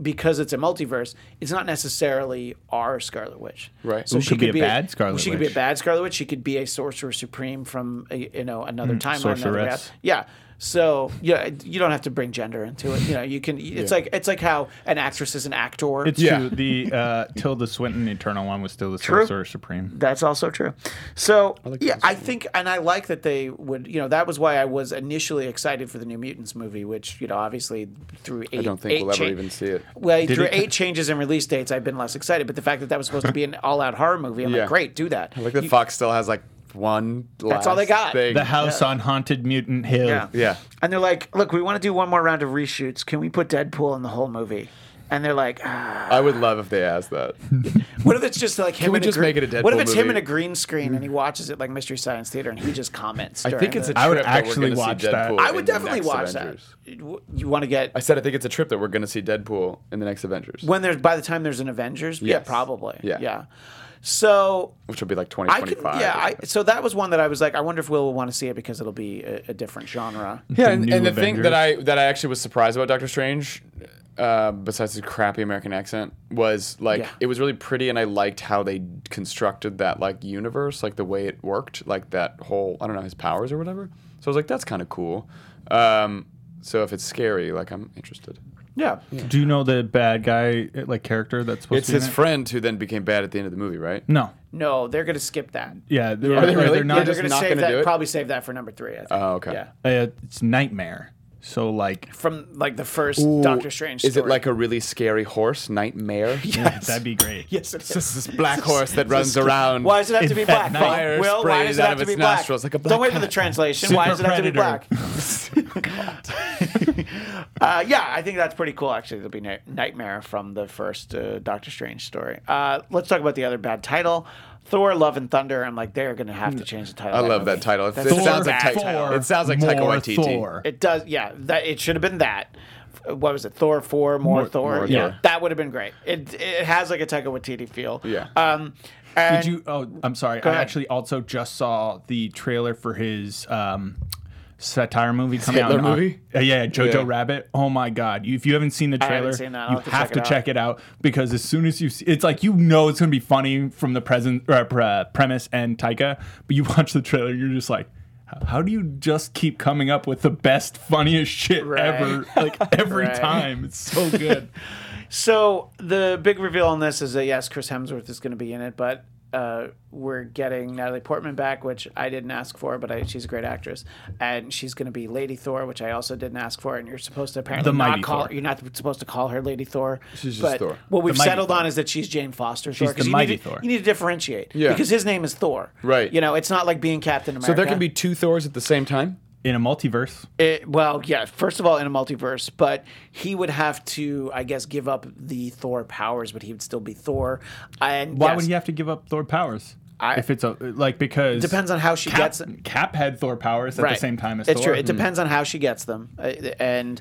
because it's a multiverse, it's not necessarily our Scarlet Witch. Right. So Who she could be a be bad Scarlet She could be a Witch? bad Scarlet Witch. She could be a Sorcerer Supreme from a, you know another timeline. another Hmm. sorceress. reality. Yeah. So yeah, you don't have to bring gender into it. You know, you can. It's like it's like how an actress is an actor. It's Yeah. true. The uh, Tilda Swinton Eternal one was still the Sorcerer Supreme. That's also true. So yeah, I think, and I like that they would. You know, that was why I was initially excited for the New Mutants movie, which you know, obviously through eight. I don't think eight we'll ever cha- even see it. Well, through it- eight changes in release dates, I've been less excited. But the fact that that was supposed to be *laughs* an all-out horror movie, I'm Yeah. like, great, do that. Like the You- Fox still has like one. That's all they last got. Thing. The House on Haunted Mutant Hill. yeah. yeah. And they're like, look, we want to do one more round of reshoots. Can we put Deadpool in the whole movie? And they're like, ah. I would love if they asked *laughs* that. what if it's just like him? we in just a green- make it a What if Deadpool it's him movie? in a green screen and he watches it like Mystery Science Theater and he just comments? I think it's a trip I would that we're actually gonna see watch that. Deadpool I in would the definitely next watch Avengers. that. You- You want to get I said I think it's a trip that we're going to see Deadpool in the next Avengers, when there's by the time there's an Avengers. Yeah, Yes. probably. Yeah. yeah. So which will be like I could, 2025. yeah. I, so that was one that I was like, I wonder if Will will want to see it because it'll be a, a different genre. Yeah, and, new and the thing that I Avengers. that I actually was surprised about Doctor Strange, uh, besides his crappy American accent, was like Yeah. it was really pretty, and I liked how they constructed that like universe, like the way it worked, like that whole I don't know his powers or whatever. So I was like, that's kind of cool. Um, so if it's scary, like I'm interested. Yeah. Do you know the bad guy uh, like character that's supposed It's to be? in his it? friend who then became bad at the end of the movie, right? no. No, they're going to skip that. Yeah, they're, they right, really? they're Yeah, not. they're just going to not save gonna that. do it? Probably save that for number three. I think. Oh, okay. Yeah. uh, it's nightmare. So like From like the first Doctor Strange. Is it story. like a really scary horse, Nightmare? *laughs* yes? that'd be great. *laughs* yes. It is. It's *laughs* this black horse that runs around. Why does it have to be black? night. Bob? Fire Will, why sprayed does out it have of to be its black? nostrils like a black Don't wait for the cat. translation. why does it Super have to be black? predator. *laughs* uh, yeah, I think that's pretty cool. Actually, it'll be Ni- Nightmare from the first uh, Doctor Strange story. Uh, let's talk about the other bad title. Thor: Love and Thunder. I'm like, they're going to have to change the title. I of love movie. that title. It, That's it such a sounds like bad Taika- title. It sounds like Taika more Waititi. Thor. It does, yeah. That it should have been that. F- What was it? Thor four, more, Thor. more yeah, Thor. that would have been great. It it has like a Taika Waititi feel. Yeah. Um, and Did you? Oh, I'm sorry. I ahead. actually also just saw the trailer for his um, satire movie coming Hitler out. in Oc- movie? Uh, yeah, Jojo Yeah. Rabbit. Oh my God! You, if you haven't seen the haven't trailer, seen that. I'll you have have to to, check it check, out. it out because as soon as you, see, it's like you know it's going to be funny from the present or, uh, premise and Taika, but you *laughs* watch the trailer, you're just like. "How- How do you just keep coming up with the best, funniest shit Right. ever? *laughs* Like every Right. time, it's *laughs* so good. so the big reveal on this is that yes, Chris Hemsworth is going to be in it, but uh, we're getting Natalie Portman back, which I didn't ask for, but I, she's a great actress, and she's going to be Lady Thor, which I also didn't ask for, and you're supposed to apparently The not mighty call Thor. you're not supposed to call her Lady Thor. She's just but Thor. What we've mighty settled Thor. on is that she's Jane Foster. Thor, She's the 'cause you mighty need to- Thor. You need to differentiate Yeah. because his name is Thor. Right. You know, it's not like being Captain America. So there can be two Thors at the same time? In a multiverse, It, well, yeah. First of all, in a multiverse, but he would have to, I guess, give up the Thor powers, but he would still be Thor. And Why yes, would he have to give up Thor powers? if it's a like because Depends on how she Cap, gets it. Cap had Thor powers at Right. the same time as it's Thor. Hmm. true. It depends on how she gets them, Uh, and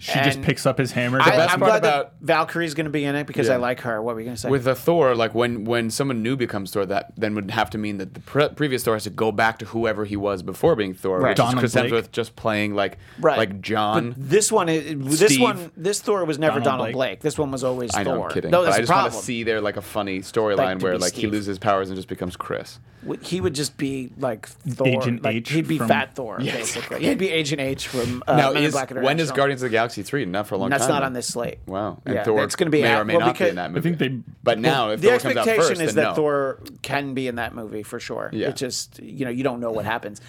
She just and- picks up his hammer. I, best I'm part glad about- that Valkyrie's going to be in it because I like her. What were you going to say? With a Thor, like when when someone new becomes Thor, that then would have to mean that the pre- previous Thor has to go back to whoever he was before being Thor, Right. which Donald is Chris Blake. Hemsworth just playing like Right. like John. this one, is- this Steve. one, this Thor was never Donald Donald Blake. Blake. This one was always I know, Thor. I'm kidding. No, but that's I the just problem. want to see there like a funny Like, storyline to where be like he Steve. loses his powers and just becomes Chris. W- He would just be like Thor. Agent like, H He'd be from- Fat *laughs* Thor, basically. He'd be Agent H from uh, now Men in is Black when is International. Guardians of the Galaxy three? Not for a long That's time. not now. on this slate. Wow. And yeah, Thor it's going to be may at- or may well, not be because in that movie. think they- but now if The Thor comes expectation out first, is then that no. Thor can be in that movie for sure. Yeah. It just you know you don't know what happens.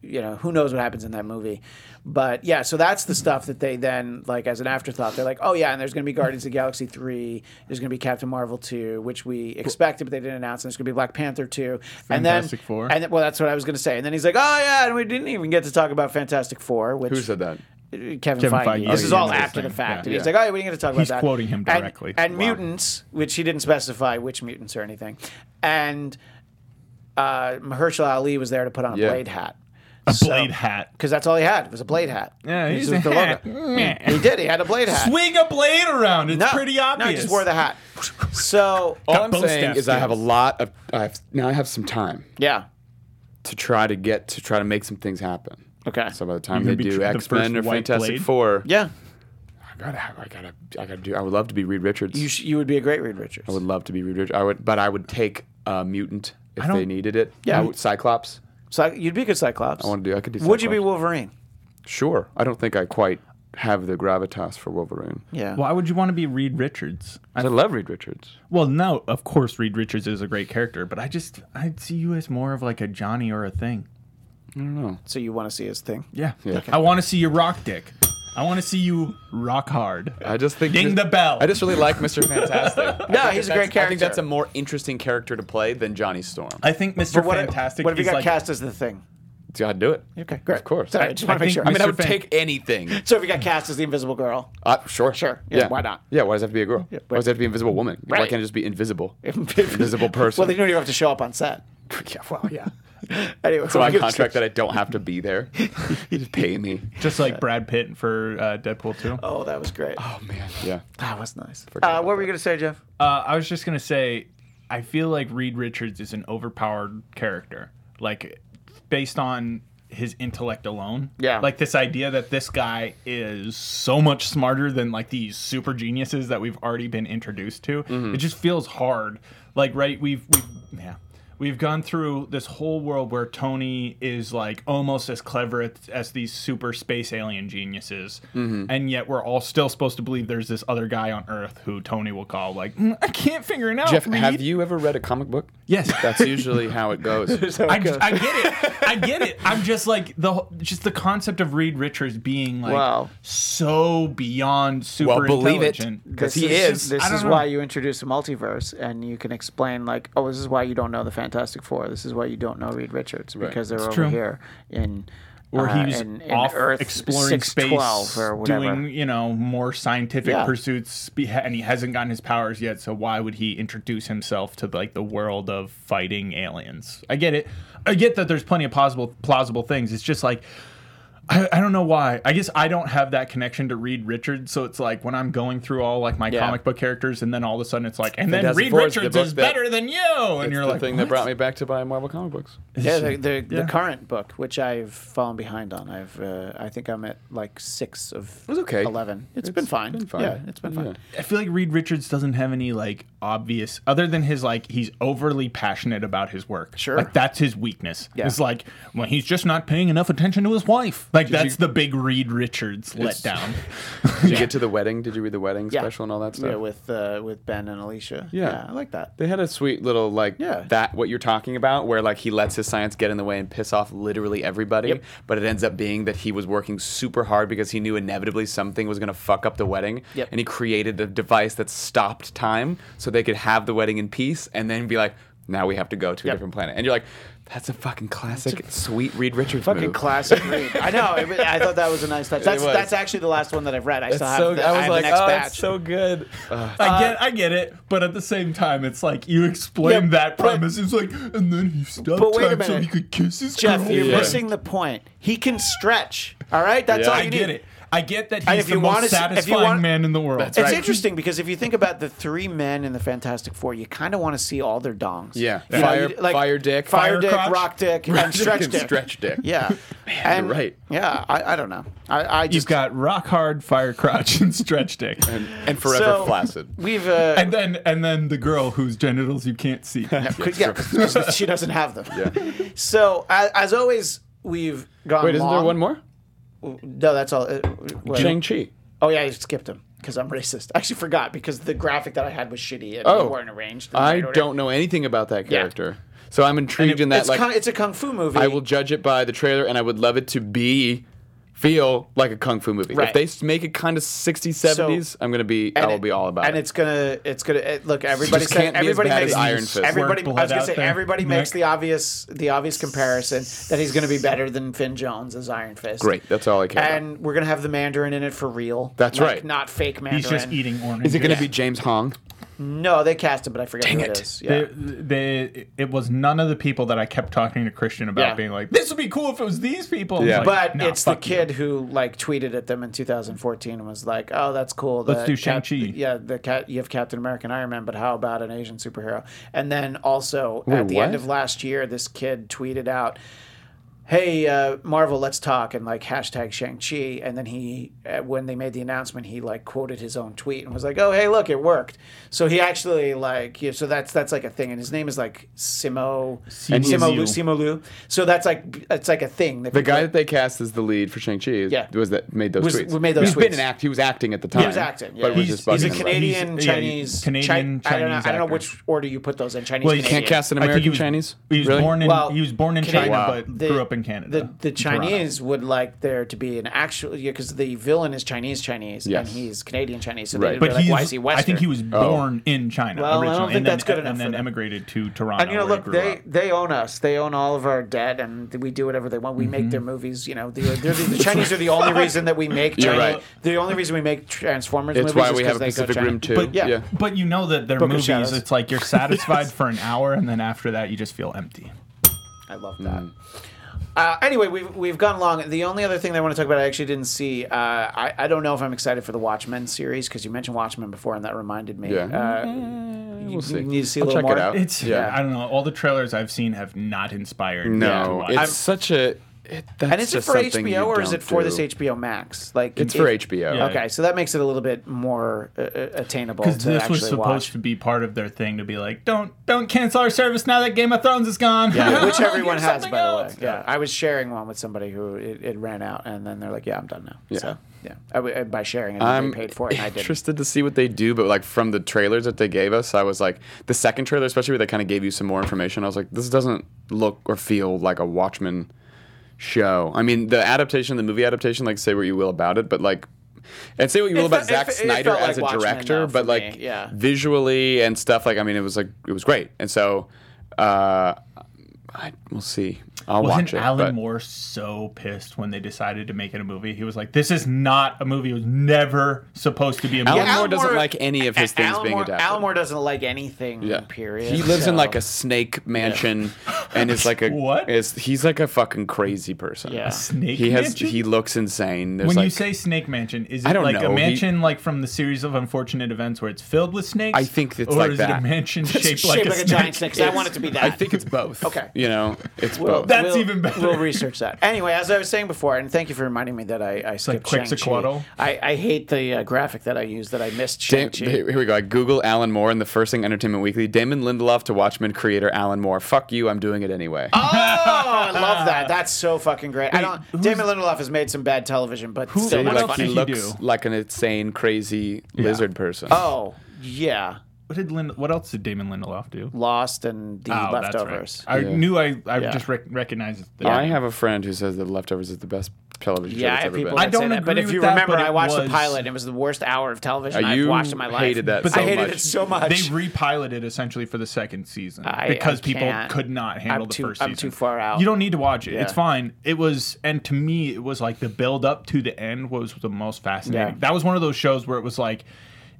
You know who knows what happens in that movie, but yeah. So that's the stuff that they then like as an afterthought. They're like, oh yeah, and there's going to be Guardians of the Galaxy three. There's going to be Captain Marvel two, which we expected, but they didn't announce. And there's going to be Black Panther two, and then Fantastic Four. And then, well, that's what I was going to say. And then he's like, oh yeah, and we didn't even get to talk about Fantastic Four, which Who said that? Kevin, Feige. Feige. This Oh, is yeah, all no, this after the thing. fact. Yeah. And he's Yeah. like, oh, we didn't get to talk about He's that. quoting him And- directly. And, Wow. mutants, which he didn't specify which mutants or anything. And uh, Mahershala Ali was there to put on a Yeah. blade hat. a blade hat. Because that's all he had was a blade hat. Yeah, He he's was a with the hat. logo. Meh. He did. He had a blade hat. Swing a blade around. It's No, pretty No, obvious. he just wore the hat. So All I'm both saying staff is I have a skills. lot of I have, now I have some time yeah, to try to get to try to make some things happen. okay, So by the time they You're gonna be do tr- the X Men first or white Fantastic blade? Four, yeah. I gotta, have- I gotta, I gotta do. I would love to be Reed Richards. You sh- you would be a great Reed Richards. I would love to be Reed Richards. I would, but I would take a mutant if they don't- needed it. Yeah. I would- Cyclops. Cy- you'd be a good Cyclops. I wanna do- I could do Would you be Cyclops. Wolverine? Sure. I don't think I quite have the gravitas for Wolverine. Yeah. Why would you want to be Reed Richards? I love Reed Richards. Well, no, of course Reed Richards is a great character, but I just I'd see you as more of like a Johnny or a thing. So you want to see his thing? Yeah. I want to see you rock dick. I want to see you rock hard. I just think Ding the bell. I just really like Mr. Fantastic. I *laughs* No, he's think a great that's- I think character. that's a more interesting character to play than Johnny Storm. I think Mr. But what, Fantastic what if you is got like cast as the thing? I'd do it. Okay, great. Of course. Sorry, I I, just want to I make think sure. Mr. mean, I would Fan- take anything. So if you got cast as the Invisible Girl, Uh, sure. Sure. Yeah, why not? Yeah. Why does it have to be a girl? why does it have to be Invisible Woman? Why Right. can't it just *laughs* be invisible? invisible person. well, then you don't even have to show up on set. *laughs* yeah. Well, yeah. *laughs* Anyway, So we *laughs* my can- contract that I don't have to *laughs* be there. you just pay me. just uh, like Brad Pitt for uh, Deadpool 2. Oh, that was great. Oh man. Yeah. that was nice. Forgot Uh, about what were you gonna say, Jeff? Uh, I was just gonna say, I feel like Reed Richards is an overpowered character, like based on his intellect alone. Yeah. Like this idea that this guy is so much smarter than like these super geniuses Mm-hmm. that we've already been introduced to. It just feels hard. Like right, we've we have yeah. we've gone through this whole world where Tony is like almost as clever at, as these super space alien geniuses, Mm-hmm. and yet we're all still supposed to believe there's this other guy on Earth who Tony will call like "Mm, I can't figure it out. Jeff, Reed." have you ever read a comic book? Yes, That's usually how it *laughs* goes. I, j- I get it. I get it. I'm just like the whole- just the concept of Reed Richards being like Wow. so beyond super believe it. intelligent. Because This he is. This I don't is know. why you introduce a multiverse, and you can explain like, oh, this is why you don't know the Fantastic Four. This is why you don't know Reed Richards because they're over true. here in Or uh, he's in, in off Earth exploring space, 612 or whatever. doing you know more scientific Yeah. pursuits, be- and he hasn't gotten his powers yet. So why would he introduce himself to like the world of fighting aliens? I get it. I get that there's plenty of possible plausible things. It's just like I, I don't know why. I guess I don't have that connection to Reed Richards, so it's like when I'm going through all like my comic book characters, and then all of a sudden it's like, and then Fantastic Reed Four is the Richards book is that- better than you, and It's you're the like, thing what? that brought me back to buy Marvel comic books. Yeah, the, the, the current book, which I've fallen behind on. I've uh, I think I'm at like six of was okay. eleven. It's it's been fine. been fine. Yeah, it's been fine. I feel like Reed Richards doesn't have any like obvious other than his like he's overly passionate about his work. Sure. Like that's his weakness. Yeah. It's like well he's just not paying enough attention to his wife. Like that's you- the big Reed *laughs* Richards letdown. *laughs* Did you get to the wedding? Did you read the wedding Yeah. special and all that stuff? Yeah, with uh, with Ben and Alicia. Yeah. I like that. They had a sweet little like Yeah. that what you're talking about where like he lets his science get in the way and piss off literally everybody, but it ends up being that he was working super hard because he knew inevitably something was going to fuck up the wedding Yep. and he created a device that stopped time so they could have the wedding in peace and then be like now we have to go to a different planet. And you're like that's a fucking classic sweet Reed Richards Fucking move. classic read. I know. It, was- I thought that was a nice touch. That's was. that's actually the last one that I've read. I still have. so, the, I was have like, the next oh, batch. it's so *laughs* good. Uh, I get I get it, but at the same time it's like you explain Yeah, that but- premise. It's like and then he stopped But wait a time so minute. he could kiss his Jeff, girl. you're Yeah. missing the point. He can stretch. All right, that's all I you get need. it. I get that And he's if the you most wanna s- if you satisfying wanna- man in the world. It's interesting because if you think about the three men in the Fantastic Four, you kind of want to see all their dongs. Yeah. You know, Fire- you- fire dick. fire, Fire dick, crotch. rock dick, *laughs* and stretch and dick. stretch dick. Yeah, and you're right. Yeah, I, I don't know. I, I You've just got rock hard, fire crotch, and stretch dick. *laughs* and, and forever so *laughs* flaccid. We've uh, and then and then the girl whose genitals you *laughs* can't see. could- yeah, *laughs* she doesn't have them. Yeah. So as, as always, we've gone. Wait, isn't there long. one more? No, that's all. Uh, well- Shang-Chi. Oh yeah, I skipped him because I'm racist. *laughs* I actually forgot because the graphic that I had was shitty and Oh. they weren't arranged. in the I right order. don't know anything about that character. So I'm intrigued in that It's, like kung- it's a kung fu movie. I will judge it by the trailer and I would love it to be feel like a kung fu movie. If Right. they s- make it kind of 60s 70s, I'm going to be I and will it- be all about and it. it's gonna, it's gonna it, look. Everybody Just said- can't be as everybody bad makes as Iron Fist. Everybody, I Squirt was gonna blood say out there, everybody makes Nick. the obvious, the obvious comparison that he's gonna be better than Finn Jones as Iron Fist. Great. That's all I care about. And we're gonna have the Mandarin in it for real. That's Like, right. Not fake Mandarin. He's just eating oranges. Is it going to be James Hong? No, they cast him, but I forget who it. it is. They, Yeah. they, it was none of the people that I kept talking to Christian about Yeah. being like, "This would be cool if it was these people." And Yeah. he's like, But "Nah, it's the fuck you." kid who like tweeted at them in 2014 and was like, "Oh, that's cool. Let's that do Cap- Shang-Chi." Yeah, the cat. You have Captain America and Iron Man, but how about an Asian superhero? And then also at the end what? of last year, this kid tweeted out. Hey uh, Marvel, let's talk and like hashtag Shang Chi, and then he, uh, when they made the announcement, he like quoted his own tweet and was like, "Oh, hey, look, it worked." So he actually like, yeah, so that's that's like a thing, and his name is like Simo, Simu Simo Lu, Liu. Simo Lu. So that's like it's like a thing. That The guy that they cast as the lead for Shang-Chi is, Yeah. was that made those Was- tweets. we made those He's been tweets. an act. He was acting at the time. He was acting. Yeah. But was he's, just he's a bugging him. Canadian, He's- yeah, Chinese, he's Canadian, Chi- I don't know. Chinese I don't know actor. which order you put those in. Chinese. Well, you Canadian. Can't cast an I think American he was- Chinese? He was Really? born in Well, he was born in Canadian- China, Wow. but The- grew up in Canada. The, the in Toronto. Chinese would like there to be an actual yeah, because the villain is Chinese Chinese Yes. and he's Canadian Chinese. So Right. they But but like, he's, why is he Western? Oh. I think he was born in China Well, I don't originally, think and then, that's good enough and for then them. emigrated to Toronto. And you know, where look, he grew they up. they own us. They own all of our debt, and we do whatever they want. We make their Mm-hmm. movies. You know, the, they're *laughs* the, the Chinese are the only reason that we make. China, right. The only reason we make Transformers. movies It's why is we 'cause have they go Pacific China. Rim 2. But yeah. But you know that their Book of movies, Shadows. *laughs* it's like you're satisfied for an hour, and then after that, you just feel empty. I love that. Mm. Uh, anyway, we've we've gone long. The only other thing that I want to talk about, I actually didn't see. Uh, I I don't know if I'm excited for the Watchmen series because you mentioned Watchmen before, and that reminded me. Yeah. Uh, We'll see. you need to see a I'll little check more. it out. It's yeah. I don't know. All the trailers I've seen have not inspired. me to No, watch. it's such a it, that's And is it just for something you HBO or is don't it for do. this HBO Max? Like It's for it- HBO. Yeah. Okay, so that makes it a little bit more uh, uh, attainable to Because this actually was supposed watch. to be part of their thing to be like, don't don't cancel our service now that Game of Thrones is gone. *laughs* Yeah, which everyone Here's has, something by else. the way. Yeah, I was sharing one with somebody who it, it ran out, and then they're like, "Yeah, I'm done now." Yeah. So yeah, I w I by sharing it, I'm they paid for it, *laughs* and I did. interested to see what they do, but like from the trailers that they gave us, I was like, the second trailer, especially where they kind of gave you some more information, I was like, this doesn't look or feel like a Watchmen show. I mean, the adaptation, the movie adaptation, like say what you will about it, but like, and say what you will It about fe- it Zack fe- it Snyder felt like as a Watchmen, director, though, but for like me, yeah. visually and stuff, like I mean, it was like it was great, and so uh, I we'll see. I'll watch Wasn't it. Alan but- Moore so pissed when they decided to make it a movie? He was like, "This is not a movie. It was never supposed to be a movie." Alan Alan Moore doesn't Moore- like any of his things Alan being Moore, adapted. Alan Moore doesn't like anything. Period. He lives in so- like a snake mansion and is like a *laughs* What? Is he's like a fucking crazy person. Yeah. A *laughs* snake He has mansion? he looks insane. There's when like you say Snake Mansion, is it I don't like know. a He- mansion like from the series of unfortunate events where it's filled with snakes? I think it's or like is it a that. *laughs* mansion It's shaped, shaped like, a, giant snake. giant snake? 'cause I want it to be that. I think it's *laughs* both. Okay. You know, it's both. That's We'll- even better. We'll research that. Anyway, as I was saying before, and thank you for reminding me that I, I skipped like Shang-Chi. Quetzalcoatl. I, I hate the uh, graphic that I used that I missed Dam- Shang-Chi. here we go. I Google Alan Moore, and the first thing Entertainment Weekly: Damon Lindelof to Watchmen creator Alan Moore. Fuck you! I'm doing it anyway. Oh, I love Ah. that. That's so fucking great. I don't. Damon Lindelof has made some bad television, but still, that's Dude, what like else funny. he did he looks do? like an insane, crazy lizard person. oh yeah, What did Lind- What else did Damon Lindelof do? Lost and the Oh, that's leftovers. right. I knew I, I Yeah. just rec- recognized the I have a friend who says that Leftovers is the best television show Yeah, I that's have ever people. been. that I don't say that, but agree if with you that, remember, but it I watched the was- pilot. and It was the worst hour of television Uh, I've you watched in my life. hated that But so I hated much. it so much. They repiloted essentially for the second season I- because I people can't. could not handle I'm the too- 1st season. I'm too far out. You don't need to watch it. It's Yeah. fine. It was, and to me, it was like the build up to the end was the most fascinating. Yeah. That was one of those shows where it was like.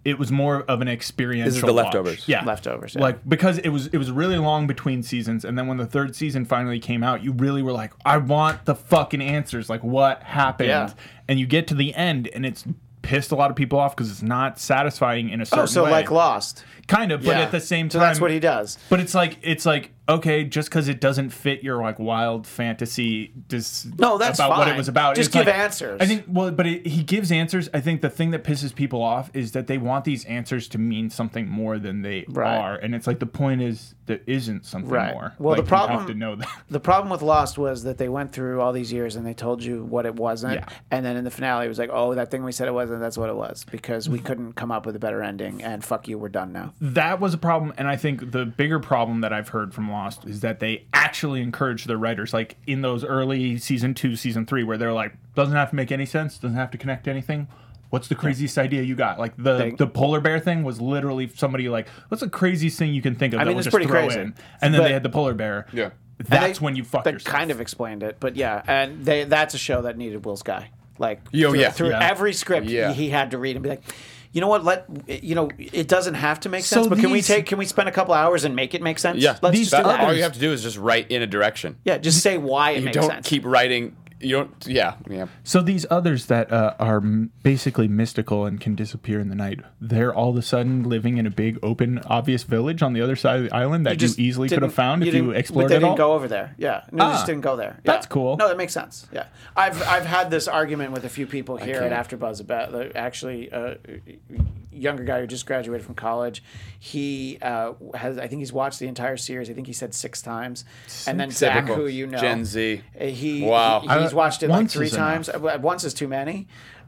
It was more of an experiential. The watch. Leftovers. Yeah, Leftovers, yeah. Like because it was it was really long between seasons, and then when the third season finally came out, you really were like, I want the fucking answers. Like what happened? Yeah. And you get to the end, and it's pissed a lot of people off because it's not satisfying in a certain oh, so way like Lost. kind of but Yeah. at the same so time that's what he does. but it's like it's like okay just because it doesn't fit your like wild fantasy just No, that's about what fine. it was about Just it's like- give answers. i think well but it, he gives answers i think the thing that pisses people off is that they want these answers to mean something more than they Right. are and it's like the point is there isn't something Right. more Well, the Like, problem- you have to know that The problem with Lost was that they went through all these years and they told you what it wasn't, Yeah. and then in the finale it was like, "Oh, that thing we said it wasn't, that's what it was," because we couldn't come up with a better ending, and fuck you, we're done now. that was a problem and i think the bigger problem that i've heard from lost is that they actually encourage their writers like in those early season two season three where they're like doesn't have to make any sense doesn't have to connect to anything what's the craziest idea you got like the Thing. the polar bear thing was literally somebody like what's the craziest thing you can think of I that mean, we'll it's just pretty throw crazy, in and then but- they had the polar bear Yeah. And that's they- when you fuck They yourself kind of explained it, but yeah, and they, that's a show that needed Will's guy. Like, Yo, through, yeah. through Yeah. every script Yeah. he had to read and be like, you know what? Let you know, it doesn't have to make So sense, but can we these- take? Can we spend a couple hours and make it make sense? Yeah, let's These just do That- that. all you have to do is just write in a direction. yeah, just say why it you makes don't sense. keep writing. You don't. Yeah, yeah. So these others that uh, are m- basically mystical and can disappear in the night, they're all of a sudden living in a big, open, obvious village on the other side of the island that you, just easily could have didn't- found if didn't- you explored but they it didn't all. go over there. Yeah, no, they just Ah, didn't go there. that's Yeah. cool. No, that makes sense. Yeah, I've I've had this argument with a few people here at can't. AfterBuzz about the, actually a younger guy who just graduated from college. He uh, has I think he's watched the entire series. I think he said six times, and then Zach, Typical who you know, Gen Z. uh, He Wow. he- he's I- watched it like once three is enough. times. Uh, Once is too many.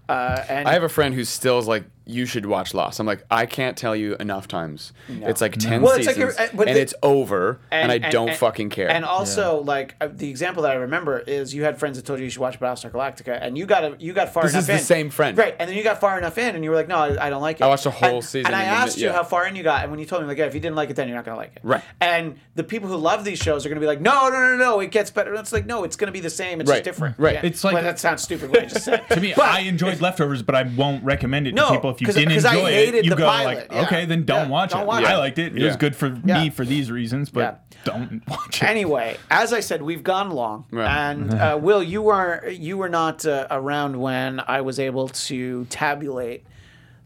Uh, and I have a friend who still is like, "You should watch Lost." I'm like, "I can't tell you enough times. It's like ten Well, it's like seasons, you're- uh, but and the- it's over, and, I don't fucking care." And also, like uh, the example that I remember is you had friends that told you you should watch Battlestar Galactica, and you got a, you got far This enough is in. the same friend. right? And then you got far enough in, and you were like, "No, I, I don't like it." I watched the whole and, season and I and then- asked you yeah. how far in you got, and when you told me, like, "Yeah, if you didn't like it, then you're not gonna like it." Right. And the people who love these shows are gonna be like, "No, no, no, no, it gets better." And it's like, no, it's gonna be the same. It's just Right. different. Right. Yeah. It's like- Well, that sounds stupid. What I just *laughs* said. to me, *laughs* But- I enjoyed leftovers, but I won't recommend it to No, people. If you 'cause- didn't 'cause enjoy I hated it, you the go pilot, like, yeah. okay, then don't Yeah, watch don't it. watch I it. liked it. It Yeah. was good for Yeah. me for these reasons, but Yeah. don't *laughs* watch it. anyway, as I said, we've gone long, Yeah. and uh, Will, you were you were not uh, around when I was able to tabulate.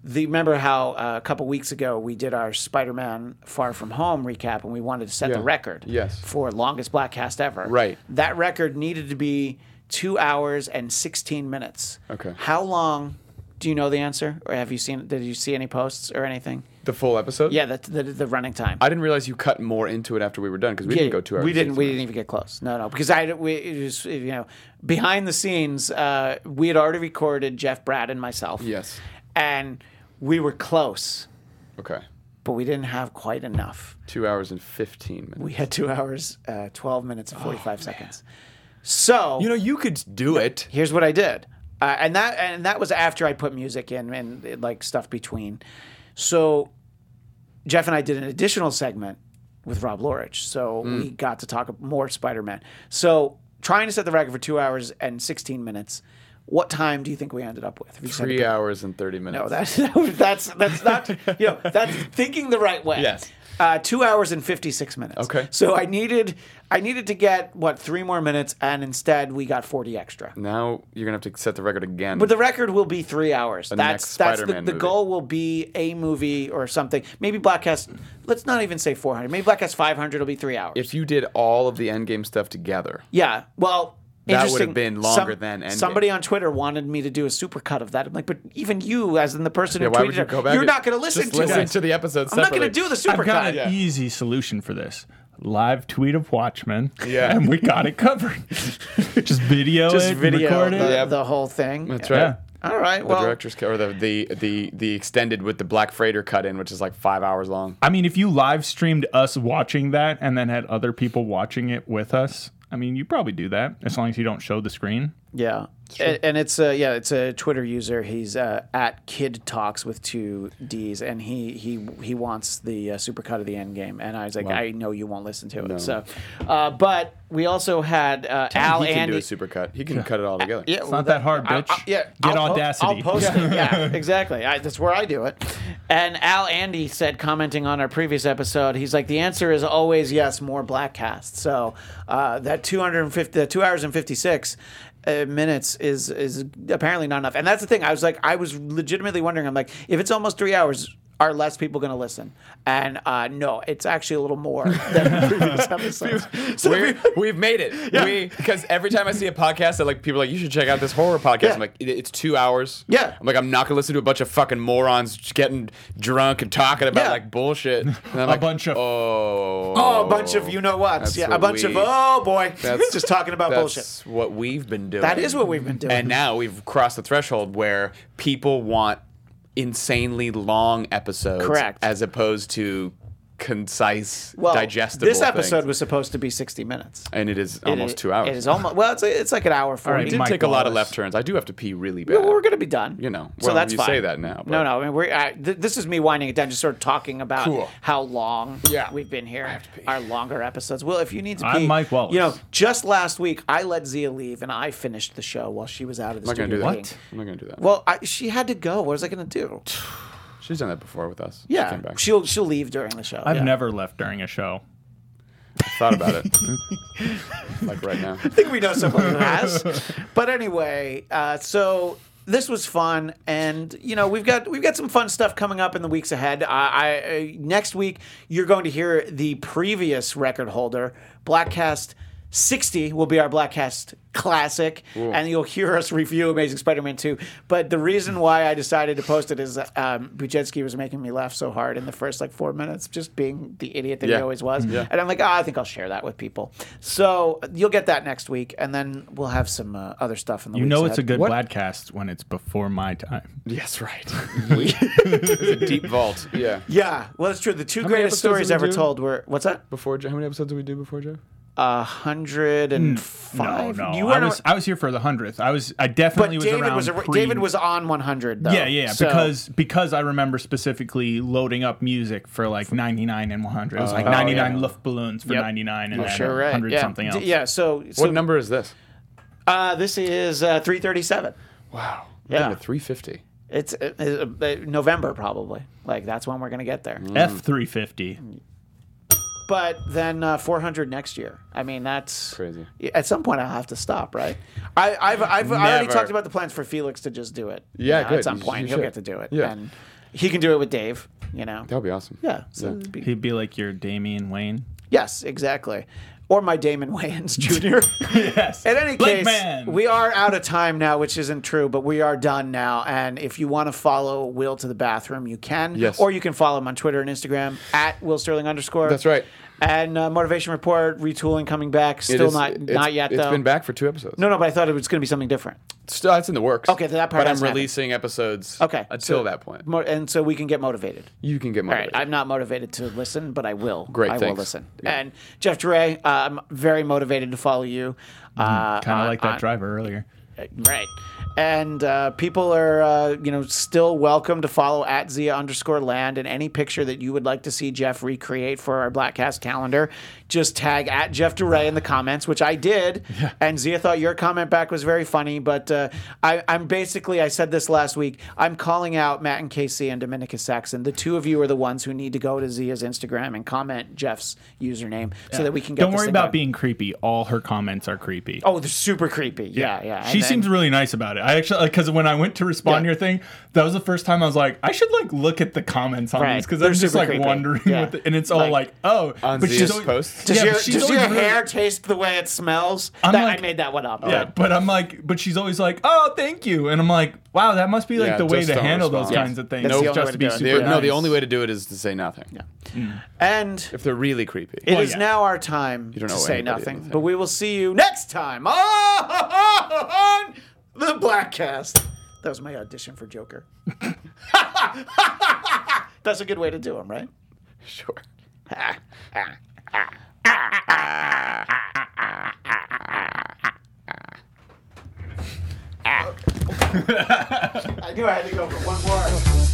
The remember how uh, a couple weeks ago we did our Spider-Man Far From Home recap, and we wanted to set Yeah. the record Yes. for longest black cast ever. Right. That record needed to be two hours and 16 minutes. Okay. How long? Do you know the answer, or have you seen? Did you see any posts or anything? The full episode? Yeah, the the, the running time. I didn't realize you cut more into it after we were done because we Yeah, didn't go two hours. We and didn't. We fifteen didn't even get close. No, no, because I we it was, you know behind the scenes uh, we had already recorded Jeff, Brad, and myself. Yes. and we were close, minutes. Okay. but we didn't have quite enough. Two hours and 15 minutes. We had two hours, uh, twelve minutes, and forty-five seconds. So Oh, You know, you could do it. here's what I did, uh, and that and that was after I put music in and uh, like stuff between. So Jeff and I did an additional segment with Rob Lorich, so Hmm. we got to talk more Spider Man. So trying to set the record for two hours and sixteen minutes. What time do you think we ended up with? If you said Three hours and 30 minutes. no, that, *laughs* that was- that's that's not you know that's thinking the right way. Yes. Uh, two hours and fifty six minutes. Okay. So I needed I needed to get what three more minutes, and instead we got forty extra. Now you're going to have to set the record again. But the record will be three hours. that's next that's the, Spider-Man the movie. goal. Will be a movie or something. Maybe Black Cast. Let's not even say four hundred. Maybe Black Cast five hundred will be three hours. if you did all of the Endgame stuff together, Yeah. Well, That would have interesting. been longer than Endgame. Somebody on Twitter wanted me to do a supercut of that. I'm like, but even you, as in the person yeah, who why tweeted, would you it, go back? you're and- not going to listen just to listen it. to the episode I'm not going separately. to do the I've got supercut. an easy solution for this. Live tweet of Watchmen. Yeah. And we got it *laughs* covered. Just video Just it, video record the, it. Yeah. the whole thing. That's right. Yeah. All right. The Well, director's cut or the, the the the extended with the Black Freighter cut in, which is like five hours long. I mean, if you live streamed us watching that and then had other people watching it with us, I mean, you probably do that as long as you don't show the screen. yeah. And, and it's a yeah, it's a Twitter user. He's uh, at Kid Talks with two D's, and he he he wants the uh, supercut of the end game. And I was like, I know you won't listen to it. So, uh, but we also had uh, Al he can Andy. do a supercut. He can cut it all together. Yeah, It's not that hard, bitch. yeah, Get I'll po- Audacity. *laughs* I'll post it. Yeah, exactly. I, that's where I do it. And Al Andy said, commenting on our previous episode, he's like, the answer is always yes, more black cast. So uh, that 250, the two hours and 56 uh, minutes is is apparently not enough. And that's the thing. I was like, I was legitimately wondering. I'm like, if it's almost three hours. Are less people going to listen? And uh, no, it's actually a little more *laughs* than previous episodes. So We're, we've made it. We because every time I see a podcast that like people are like you should check out this horror podcast. Yeah. I'm like "It- it's two hours. Yeah. I'm like I'm not gonna listen to a bunch of fucking morons getting drunk and talking about Yeah. like bullshit. And I'm A like, bunch of- oh Oh, a bunch of you know what's. That's Yeah, a what bunch we- of oh boy, *laughs* just talking about That's bullshit. what we've been doing. That is what we've been doing. And now we've crossed the threshold where people want insanely long episodes, Correct. as opposed to concise, digestible. This things. episode was supposed to be sixty minutes. and it is almost It- two hours. It is almost well. It's it's like an hour right, forty. We did Mike take a lot of Wallace. left turns. I do have to pee really bad. Well, we're gonna be done. You know, so well, that's you fine. say that now, but- No, no. I mean, we're I, th- this is me winding it down, just sort of talking about Cool. how long Yeah. we've been here. Our longer episodes. Well, if you need to, pee, I'm Mike Wallace. You know, just last week I let Zia leave and I finished the show while she was out of the I'm not gonna studio. do that. peeing. I'm not gonna do that. Well, I, she had to go. What was I gonna do? She's done that before with us. She Yeah, came back. she'll she'll leave during the show. I've yeah. never left during a show. thought about it. *laughs* *laughs* like right now. I think we know someone who has. But anyway, uh, so this was fun, and you know we've got we've got some fun stuff coming up in the weeks ahead. I, I uh, next week you're going to hear the previous record holder, Blackcast. 60 will be our Blackcast classic, and you'll hear us review Amazing Spider-Man 2. But the reason why I decided to post it is um, Bujetski was making me laugh so hard in the first like four minutes, just being the idiot that he Yeah. always was. Mm-hmm. And I'm like, ah, I think I'll share that with people. So you'll get that next week, and then we'll have some uh, other stuff in the You know it's a good What- broadcast when it's before my time. Yes, right. *laughs* it's *laughs* a deep vault. Yeah. yeah. Well, it's true. The two many greatest stories episodes did we ever do? told were what's that? Before Joe, how many episodes did we do before Joe? A hundred and five. Mm. No, no. You I weren't. was ar- I was here for the hundredth. I was I but definitely was David around. was, ar- pre- David was on 100 though. Yeah, yeah, So- because because I remember specifically loading up music for like 99 and 100. It was like Oh, 99 yeah. Luftballons for Yep. 99 and then oh, sure right 100 yeah. something D- else. Yeah. So, so what number is this? Uh, this is uh, 337. Wow. Yeah. Down to 350. It's uh, uh, uh, November probably. Like that's when we're gonna get there. Mm. F350. But then uh, 400 next year. I mean, that's Crazy. Yeah, At some point, I'll have to stop, right? I, I've, I've I already Never. talked about the plans for Felix to just do it. you Yeah, know, At good. some You- point, you he'll should. get to do it. Yeah. And he can do it with Dave. You know. That would be awesome. Yeah. So it'd be- He'd be like your Damian Wayne. Yes, exactly. Or my Damon *laughs* Wayans *laughs* Jr. Yes. In any Black case, man. we are out of time now, which isn't true, but we are done now. And if you want to follow Will to the bathroom, you can. Yes. Or you can follow him on Twitter and Instagram at Will Sterling underscore. That's right. And uh, Motivation Report, retooling, coming back. It Still is- not it's- not yet, though. It's been back for two episodes. No, no, but I thought it was going to be something different. It's, uh, it's in the works. Okay, that part But I'm hasn't happened. releasing episodes. Okay. Until so- that point, Mo- and so we can get motivated. you can get All right, motivated. I'm not motivated to listen, but I will. Great, I will thanks. listen. Yeah. And Jeff Duray, uh, I'm very motivated to follow you. Uh, Kind of like that on- driver earlier. Right. And uh, people are, uh, you know, still welcome to follow at Zia underscore land and any picture that you would like to see Jeff recreate for our Blackcast calendar. Just tag at Jeff DeRay in the comments, which I did. And Zia thought your comment back was very funny, but uh, I, I'm basically, I said this last week, I'm calling out Matt and Casey and Dominica Saxon. The two of you are the ones who need to go to Zia's Instagram and comment Jeff's username so that we can get. Don't this worry thing about going. being creepy. All her comments are creepy. Oh, they're super creepy. Yeah, yeah. she And then- seems really nice about it. I actually because when I went to respond to Yeah. your thing, that was the first time I was like, I should like look at the comments on Right. these because They're I'm just super like creepy. wondering Yeah. what, the, and it's all like, oh, On but Zia's always- posts? Does yeah, your, but she's does always your really- hair taste the way it smells? I'm That- like- I made that one up. Yeah, but I'm like, but she's always like, oh, thank you, and I'm like, wow, that must be like Yeah, the way just they don't handle those respond. kinds of things. That's the No, only way just to to be do it. super The- No, the nice. only way to do it is to say nothing. And it is If they're really creepy. yeah. now our time to don't owe say anybody nothing, anything. but we will see you next time on *laughs* the Black Cast. That was my audition for Joker. *laughs* That's a good way to do him, right? *laughs* sure. I knew I had to go for one more.